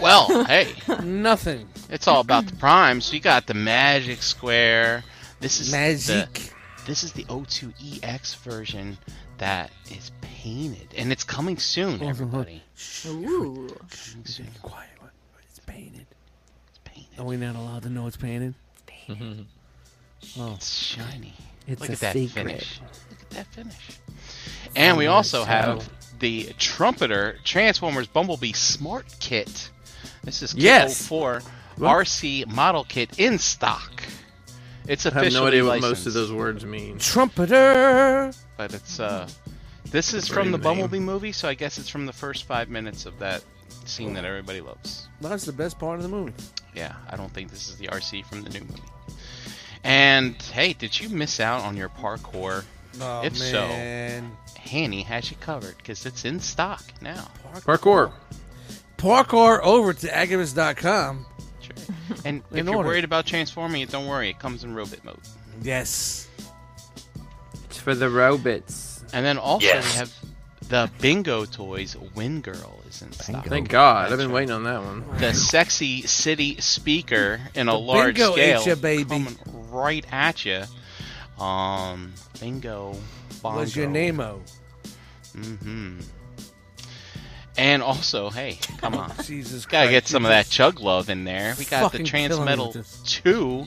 S5: well, hey.
S4: Nothing.
S5: It's all about the prime. So you got the Magic Square. This is
S4: Magic.
S5: The, this is the O2EX version that is painted, and it's coming soon, everybody.
S1: Ooh.
S5: Coming soon.
S4: Quiet. It's painted. It's painted. Are we not allowed to know it's painted? It's painted. oh. It's
S5: shiny.
S4: It's
S5: Look
S4: a
S5: at that
S4: secret.
S5: finish. Look at that finish. And we also have the Trumpeter Transformers Bumblebee Smart Kit. This is Kit
S2: Yes.
S5: 04 RC model kit in stock. It's
S2: I
S5: officially
S2: have no idea what
S5: licensed,
S2: most of those words mean.
S4: Trumpeter.
S5: but it's uh this is
S2: Pretty
S5: from the
S2: name.
S5: Bumblebee movie, so I guess it's from the first 5 minutes of that scene that everybody loves.
S4: That's the best part of the movie.
S5: Yeah, I don't think this is the RC from the new movie. And hey, did you miss out on your parkour?
S4: Oh,
S5: if
S4: man.
S5: so, Hanny has you covered because it's in stock now.
S2: Parkour.
S4: Parkour over to agabus.com.
S5: And
S4: In
S5: if you're
S4: order.
S5: worried about transforming it, don't worry. It comes in robot mode.
S4: Yes.
S2: It's for the robots.
S5: And then also
S2: Yes.
S5: we have the Bingo Toys Wind Girl is in stock.
S2: Thank God. I've been waiting on that one.
S5: The sexy city speaker in a
S2: The
S5: large
S2: Bingo
S5: scale
S2: ate ya, baby.
S5: coming right at you. Um, Bingo. Bongo.
S4: Was your name-o.
S5: Mm-hmm. And also, hey, come on,
S4: Jesus,
S5: gotta
S4: Christ,
S5: get some of
S4: Jesus.
S5: that chug love in there. We got
S4: Fucking
S5: the
S4: killing me with
S5: Transmetal
S4: this.
S5: Two,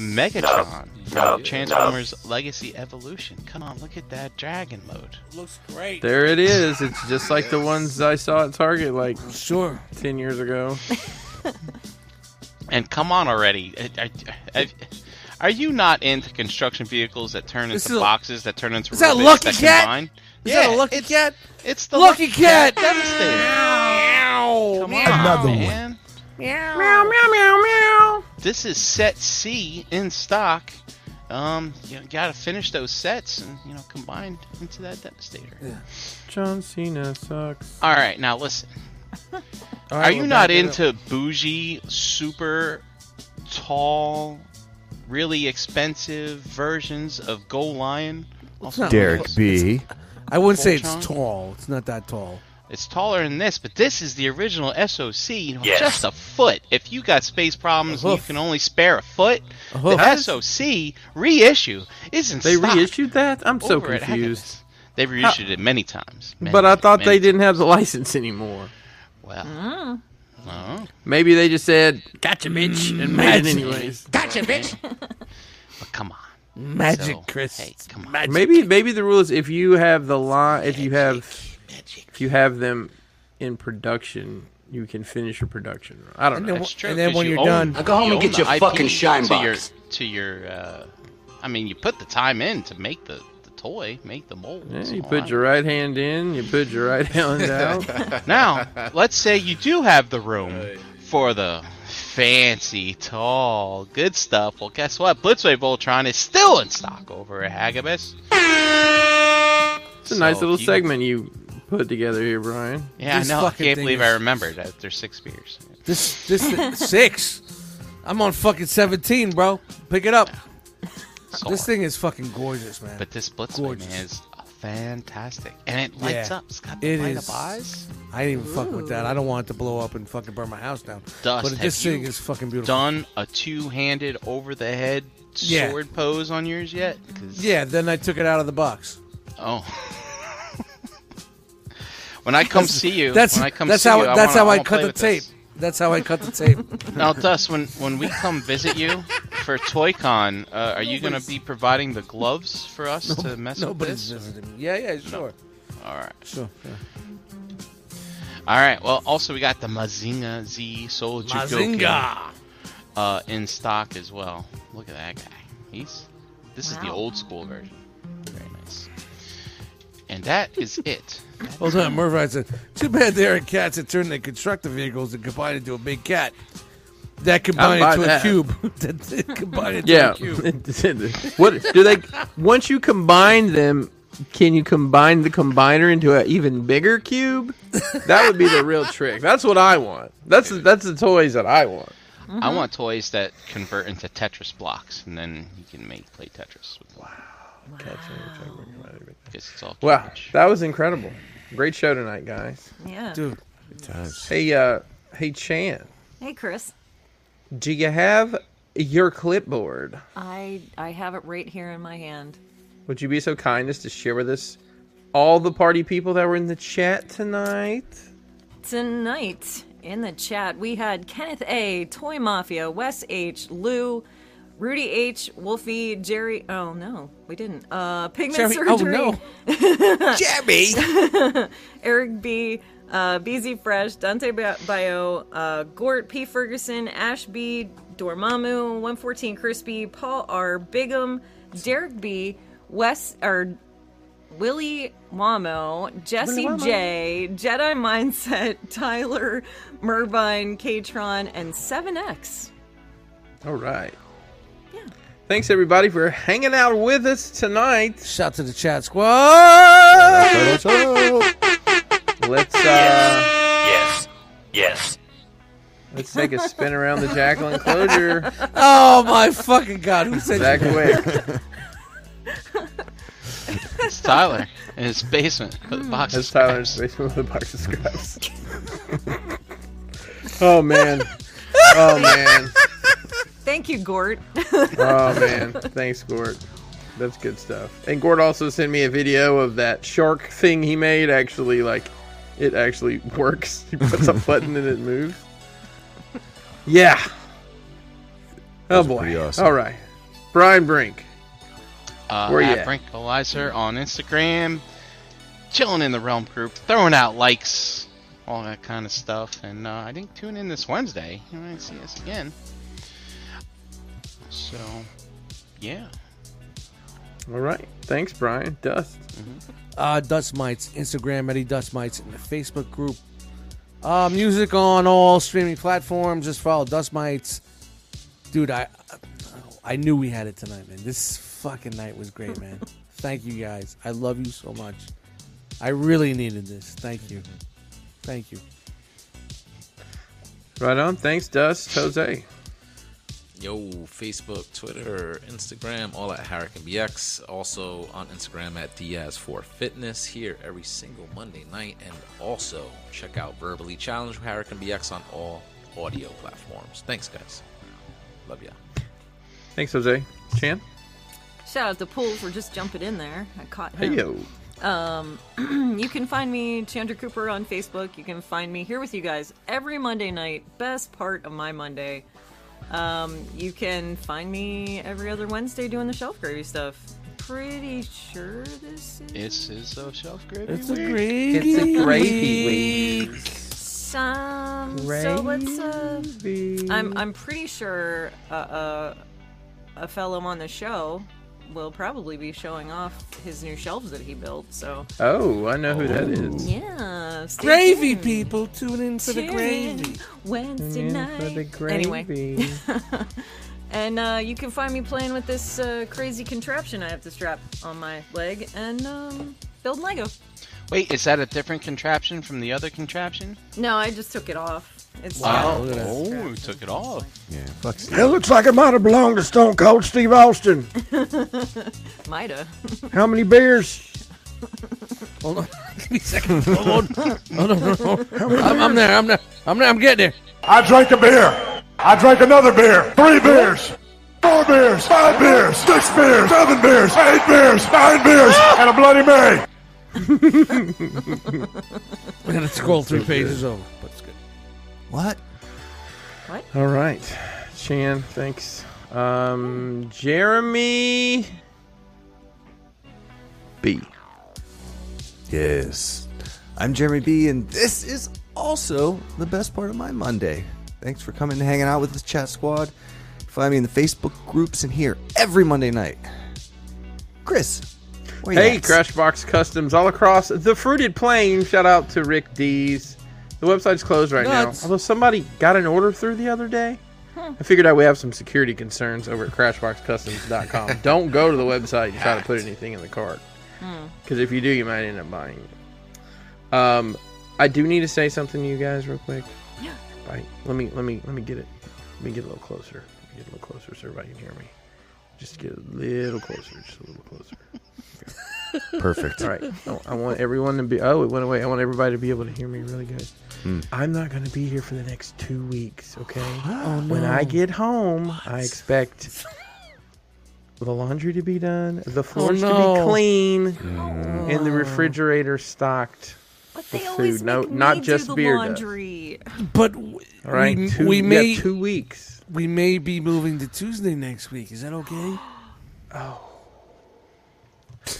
S5: Megatron,
S4: No, no,
S5: Transformers Legacy Evolution. Come on, look at that dragon mode.
S4: Looks great.
S2: There it is. It's just like the ones I saw at Target like
S4: sure
S2: ten years ago.
S5: And come on already. I- I- I- Are you not into construction vehicles that turn
S4: This
S5: into
S4: is a-
S5: boxes that turn into
S4: Is that
S5: robots
S4: Lucky
S5: that
S4: Cat?
S5: combine?
S4: Is
S5: yeah,
S4: that a lucky cat?
S5: It's the
S4: lucky, cat.
S5: Devastating. Meow. Come on,
S4: Another one.
S5: man.
S4: Meow.
S5: Meow, meow, meow, meow. This is set C in stock. Um, you gotta finish those sets and you know combined into that Devastator.
S2: John Cena sucks.
S5: All right, now listen.
S2: All right,
S5: Are you
S2: we're
S5: not
S2: back it
S5: into bougie, super tall, really expensive versions of Go Lion? Also-
S3: Derek B.
S4: I wouldn't say it's
S5: Voltron?
S4: tall. It's not that tall.
S5: It's taller than this, but this is the original SOC. you know,
S4: Yes.
S5: Just a foot. If you got space problems
S4: A
S5: and you
S4: hoof.
S5: can only spare a foot,
S2: A
S5: the
S2: hoof. That is-
S5: SOC reissue isn't
S2: They reissued that? I'm so
S5: confused. They've reissued it many times. many,
S2: But I thought
S5: many
S2: they didn't have the license anymore.
S5: Well,
S1: Mm.
S5: no.
S2: Maybe they just said "Gotcha, bitch" and made it anyways.
S1: Gotcha, bitch.
S5: But come on.
S4: Magic,
S5: So,
S4: Chris.
S5: Hey, come on.
S2: Maybe maybe the rule is if you have the line, if you have, if you have them in production, you can finish your production. I don't
S4: And
S2: know.
S4: then That's wh- true, and then 'cause when you you're own- done-
S2: I
S4: Go home
S5: You
S4: and get
S5: own
S4: your
S5: the
S4: fucking shine
S5: to
S4: box.
S5: Your, to your, uh, I mean, you put the time in to make the, the toy, make the mold.
S2: Yeah, Eh, you put your right hand in, you put your right hand out.
S5: now, let's say you do have the room for the fancy, tall, good stuff. Well, guess what? Blitzwave Voltron is still in stock over at Hagibis.
S2: It's a nice
S5: So
S2: little
S5: you-
S2: segment you put together here, Brian.
S5: Yeah,
S4: This
S5: I know. I
S4: fucking
S5: can't
S4: thing
S5: believe
S4: is-
S5: I remembered after six beers.
S4: This this six. I'm on fucking seventeen, bro. Pick it up.
S5: Sorry.
S4: This thing is fucking gorgeous, man.
S5: But this Blitzwave,
S4: Gorgeous.
S5: man, is fantastic. And it lights up. It's got the
S4: It
S5: light
S4: is-
S5: up eyes.
S4: I didn't even fuck with that. I don't want it to blow up and fucking burn my house down.
S5: Dust,
S4: but this
S5: have
S4: thing
S5: you
S4: is fucking beautiful.
S5: Done a two-handed over-the-head
S4: Yeah.
S5: sword pose on yours yet? 'Cause-
S4: Yeah, then I took it out of the box.
S5: Oh. when I come
S4: That's-
S5: see you,
S4: That's
S5: when I come
S4: that's
S5: see
S4: how
S5: you, I
S4: that's
S5: wanna-
S4: how I
S5: wanna play
S4: cut the
S5: with this.
S4: tape. That's how I cut the tape.
S5: Now, Dust, when when we come visit you for ToyCon, uh, are you going to
S4: Nobody's-
S5: be providing the gloves for us to mess with
S4: Nobody's
S5: this?
S4: visiting me. Yeah, yeah, sure.
S5: All right.
S4: Sure. yeah.
S5: All right. Well, also we got the Mazinga Z Soul Judoku,
S4: Mazinga.
S5: uh, in stock as well. Look at that guy. He's this is the old school version. Very nice. And that is it.
S4: Hold on, Mervine said, too bad there are cats that turn their constructor vehicles and combine into a big cat. That combined
S2: buy
S4: into
S2: that.
S4: a cube. that that combined into
S2: yeah.
S4: a cube.
S2: what do they? Once you combine them, can you combine the combiner into an even bigger cube? That would be the real trick. That's what I want. That's that's the toys that I want.
S5: I want toys that convert into Tetris blocks, and then you can make play Tetris. With wow. Because it's all
S2: Wow, that was incredible. Great show tonight, guys.
S1: Yeah.
S4: Dude.
S2: Hey, uh, hey, Chan,
S1: Hey, Chris.
S2: do you have your clipboard?
S1: I I have it right here in my hand.
S2: Would you be so kind as to share with us all the party people that were in the chat tonight?
S1: Tonight in the chat, we had Kenneth A, Toy Mafia, Wes H, Lou, Rudy H, Wolfie, Jerry. Oh no, we didn't. Uh, Pigment
S4: Jerry- oh,
S1: Surgery.
S4: no.
S1: Jerry. Eric B, uh, BZ Fresh, Dante Ba- Bio, uh, Gort P Ferguson, Ash B, Dormammu, 114 Crispy, Paul R, Bigum, Derek B, Wes or Willie Wamo, Jesse
S15: Willy Wamo.
S1: J, Jedi Mindset, Tyler, Mervine, Katron, and 7X.
S2: All right. Thanks everybody for hanging out with us tonight.
S4: Shout to the chat squad.
S2: Let's uh
S7: Yes. Yes.
S2: let's take a spin around the jackal enclosure.
S4: Oh my fucking god! Who said
S2: That
S4: that?
S2: quick.
S5: It's Tyler in his basement with a box
S2: That's
S5: of
S2: Tyler's basement with a box of scraps. oh man. Oh man.
S1: Thank you, Gort.
S2: Oh man. Thanks, Gort. That's good stuff. And Gort also sent me a video of that shark thing he made actually like it actually works. He puts a button and it moves. Yeah. Oh
S3: Those are
S2: boy.
S3: pretty awesome.
S2: All right. Brian Brink.
S5: Uh,
S2: Where you
S5: at
S2: at?
S5: Brink Elizer on Instagram, chilling in the Realm group, throwing out likes, all that kind of stuff. And uh, I think tune in this Wednesday. You might see us again. So, yeah.
S2: All right. Thanks, Brian. Dust.
S4: uh, Dust Mites, Instagram, Eddie Dust Mites, and the Facebook group. Uh, music on all streaming platforms. Just follow Dust Mites. Dude, I I knew we had it tonight, man. This fucking night was great, man. Thank you guys. I love you so much. I really needed this. Thank you. Thank you.
S2: Right on. Thanks, Dust. Jose.
S6: Yo, Facebook, Twitter, Instagram, all at Harrican BX. Also on Instagram at Diaz4Fitness here every single Monday night. And also check out Verbally Challenge with Harrican BX on all audio platforms. Thanks, guys. Love ya.
S2: Thanks, Jose. Chan.
S1: Shout out to Pool for just jumping in there. I caught him.
S2: Hey yo.
S1: Um, you can find me, Chandra Cooper, on Facebook. You can find me here with you guys every Monday night. Best part of my Monday. Um, you can find me every other Wednesday doing the shelf gravy stuff. Pretty sure this is
S5: This is a shelf gravy.
S1: It's a
S5: week.
S1: gravy
S2: It's a gravy week.
S1: some. So let's. Uh, I'm I'm pretty sure uh, uh, a fellow on the show will probably be showing off his new shelves that he built. So
S2: Oh, I know who that is.
S1: yeah, stay
S4: Gravy
S1: tuned.
S4: people, tune in for the
S1: Tune
S4: gravy.
S1: in Wednesday
S4: Tune in
S1: night.
S4: for the
S1: Anyway.
S4: gravy.
S1: and uh, you can find me playing with this uh, crazy contraption I have to strap on my leg and um, build Lego.
S5: Wait, is that a different contraption from the other contraption?
S1: No, I just took it off. It's
S5: Wow.
S1: strapped.
S5: Oh, we took it off.
S3: Yeah.
S8: That looks like it might have belonged to Stone Cold Steve Austin.
S1: Mida.
S8: How many beers?
S4: Hold on. Give me a second. Hold on. Hold on. Hold on. I'm, I'm there. I'm there. I'm there. I'm getting there.
S14: I drank a beer. I drank another beer. Three beers. Four beers. Five beers. Six beers. Seven beers. Eight beers. Nine beers. And a Bloody Mary.
S4: I gotta scroll three pages over, but it's good.
S3: What?
S2: All right. Chan, thanks. Um, Jeremy. B.
S3: Yes. I'm Jeremy B, and this is also the best part of my Monday. Thanks for coming and hanging out with the chat squad. Find me in the Facebook groups and here every Monday night. Chris. where you
S2: hey,
S3: at?
S2: Crashbox Customs all across the fruited plain. Shout out to Rick D's. The website's closed right
S4: Nuts.
S2: now. Although somebody got an order through the other day. I figured out we have some security concerns over at crashboxcustoms.com. Don't go to the website and try to put anything in the cart.
S3: Hmm.
S2: Because if you do, you might end up buying it. Um, I do need to say something to you guys real quick.
S1: Yeah.
S2: Right. Let me let me let me get it. Let me get a little closer. Let me get a little closer so everybody can hear me. Just get a little closer. Just a little closer.
S3: Perfect.
S2: All right. I, I want everyone to be. Oh, it went away. I want everybody to be able to hear me really good.
S3: Hmm.
S2: I'm not going to be here for the next two weeks. Okay.
S4: Oh,
S2: When
S4: no.
S2: I get home, I expect the laundry to be done, the floors to
S4: Oh, no. Mm.
S2: be clean, and the refrigerator stocked.
S1: But
S2: with
S1: they always
S2: food. no,
S1: make
S2: not
S1: me
S2: just
S1: do the
S2: beer. does.
S1: laundry.
S4: But w-
S2: All right,
S4: we,
S2: two-
S4: we
S2: you got
S4: may
S2: two weeks.
S4: We may be moving to Tuesday next week. Is that okay?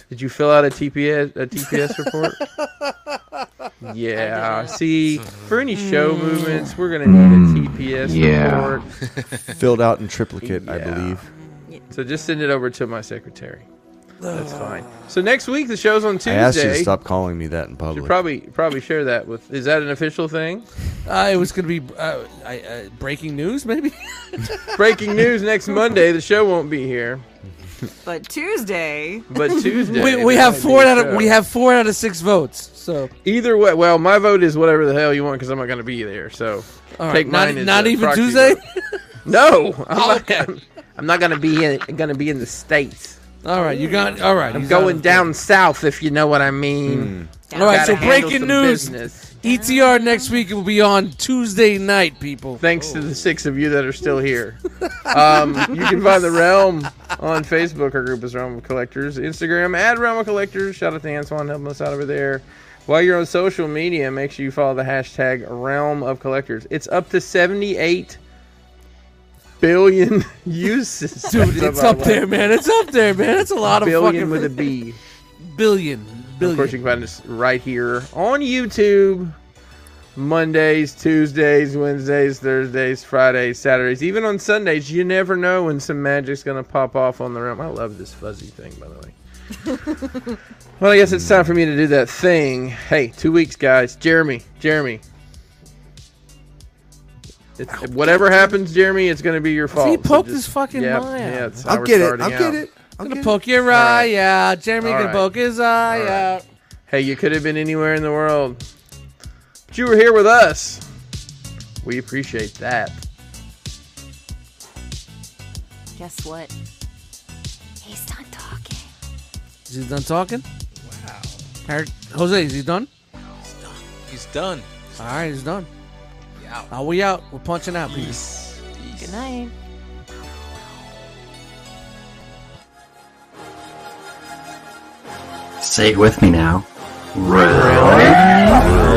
S2: Did you fill out a TPS a TPS report? yeah. See, for any show
S4: Mm.
S2: movements, we're gonna need a TPS
S3: Yeah.
S2: report.
S3: Filled out in triplicate, I believe.
S2: So just send it over to my secretary. That's fine. So next week the show's on Tuesday.
S3: I asked you to stop calling me that in
S2: Should
S3: public.
S2: probably probably share that with. Is that an official thing?
S4: Uh, it was going to be uh, I, uh, breaking news, maybe.
S2: Breaking news next Monday. The show won't be here,
S1: But Tuesday.
S2: but Tuesday.
S4: we, we
S2: there
S4: have
S2: might
S4: four
S2: be a
S4: out of
S2: show.
S4: we have four out of six votes. So
S2: Either way, well, my vote is whatever the hell you want because I'm not going to be there. So
S4: All right,
S2: take
S4: not-
S2: mine. as
S4: not
S2: a
S4: even
S2: proxy
S4: Tuesday?
S2: vote. no, I'm not. I'm,
S4: Oh.
S2: not going to be in. Going to be in the states.
S4: all right, you got all right.
S2: I'm
S4: he's out
S2: going
S4: of-
S2: down south, if you know what I
S3: Hmm.
S2: mean.
S4: All right,
S2: Gotta
S4: so
S2: handle
S4: breaking
S2: some
S4: news.
S2: business.
S4: ETR next week will be on Tuesday night, people.
S2: Thanks to the six of you that are still here. Um, you can find the realm on Facebook. Our group is Realm of Collectors. Instagram at Realm of Collectors. Shout out to Antoine helping us out over there. While you're on social media, make sure you follow the hashtag Realm of Collectors. It's up to 78 billion uses.
S4: Dude, it's up there, man. It's up there, man. It's a lot of
S2: billion
S4: fucking
S2: with a B.
S4: billion. Billion.
S2: Of course, you can find us right here on YouTube. Mondays, Tuesdays, Wednesdays, Thursdays, Fridays, Saturdays, even on Sundays. You never know when some magic's gonna pop off on the realm. I love this fuzzy thing, by the way. well, I guess it's time for me to do that thing. Hey, two weeks, guys. Jeremy, Jeremy. It's, whatever happens, Jeremy, it's gonna be your fault.
S4: He poked
S2: So just-
S4: his fucking
S2: yeah,
S4: eye out.
S2: Yeah, it's
S3: I'll
S2: how we're
S3: get it.
S2: starting
S3: I'll get
S2: out.
S3: it.
S4: I'm gonna poke your eye out. Jeremy
S2: All
S4: can
S2: right.
S4: poke his eye
S2: All right.
S4: out.
S2: Hey, you could have been anywhere in the world. But you were here with us. We appreciate that.
S15: Guess what? He's done talking.
S4: Is he done talking? Wow. Jose, is he done?
S5: He's done.
S4: All right, he's done.
S5: He out.
S4: Are we out? We're punching out, peace.
S1: Good night.
S7: Say it with me now. Realm.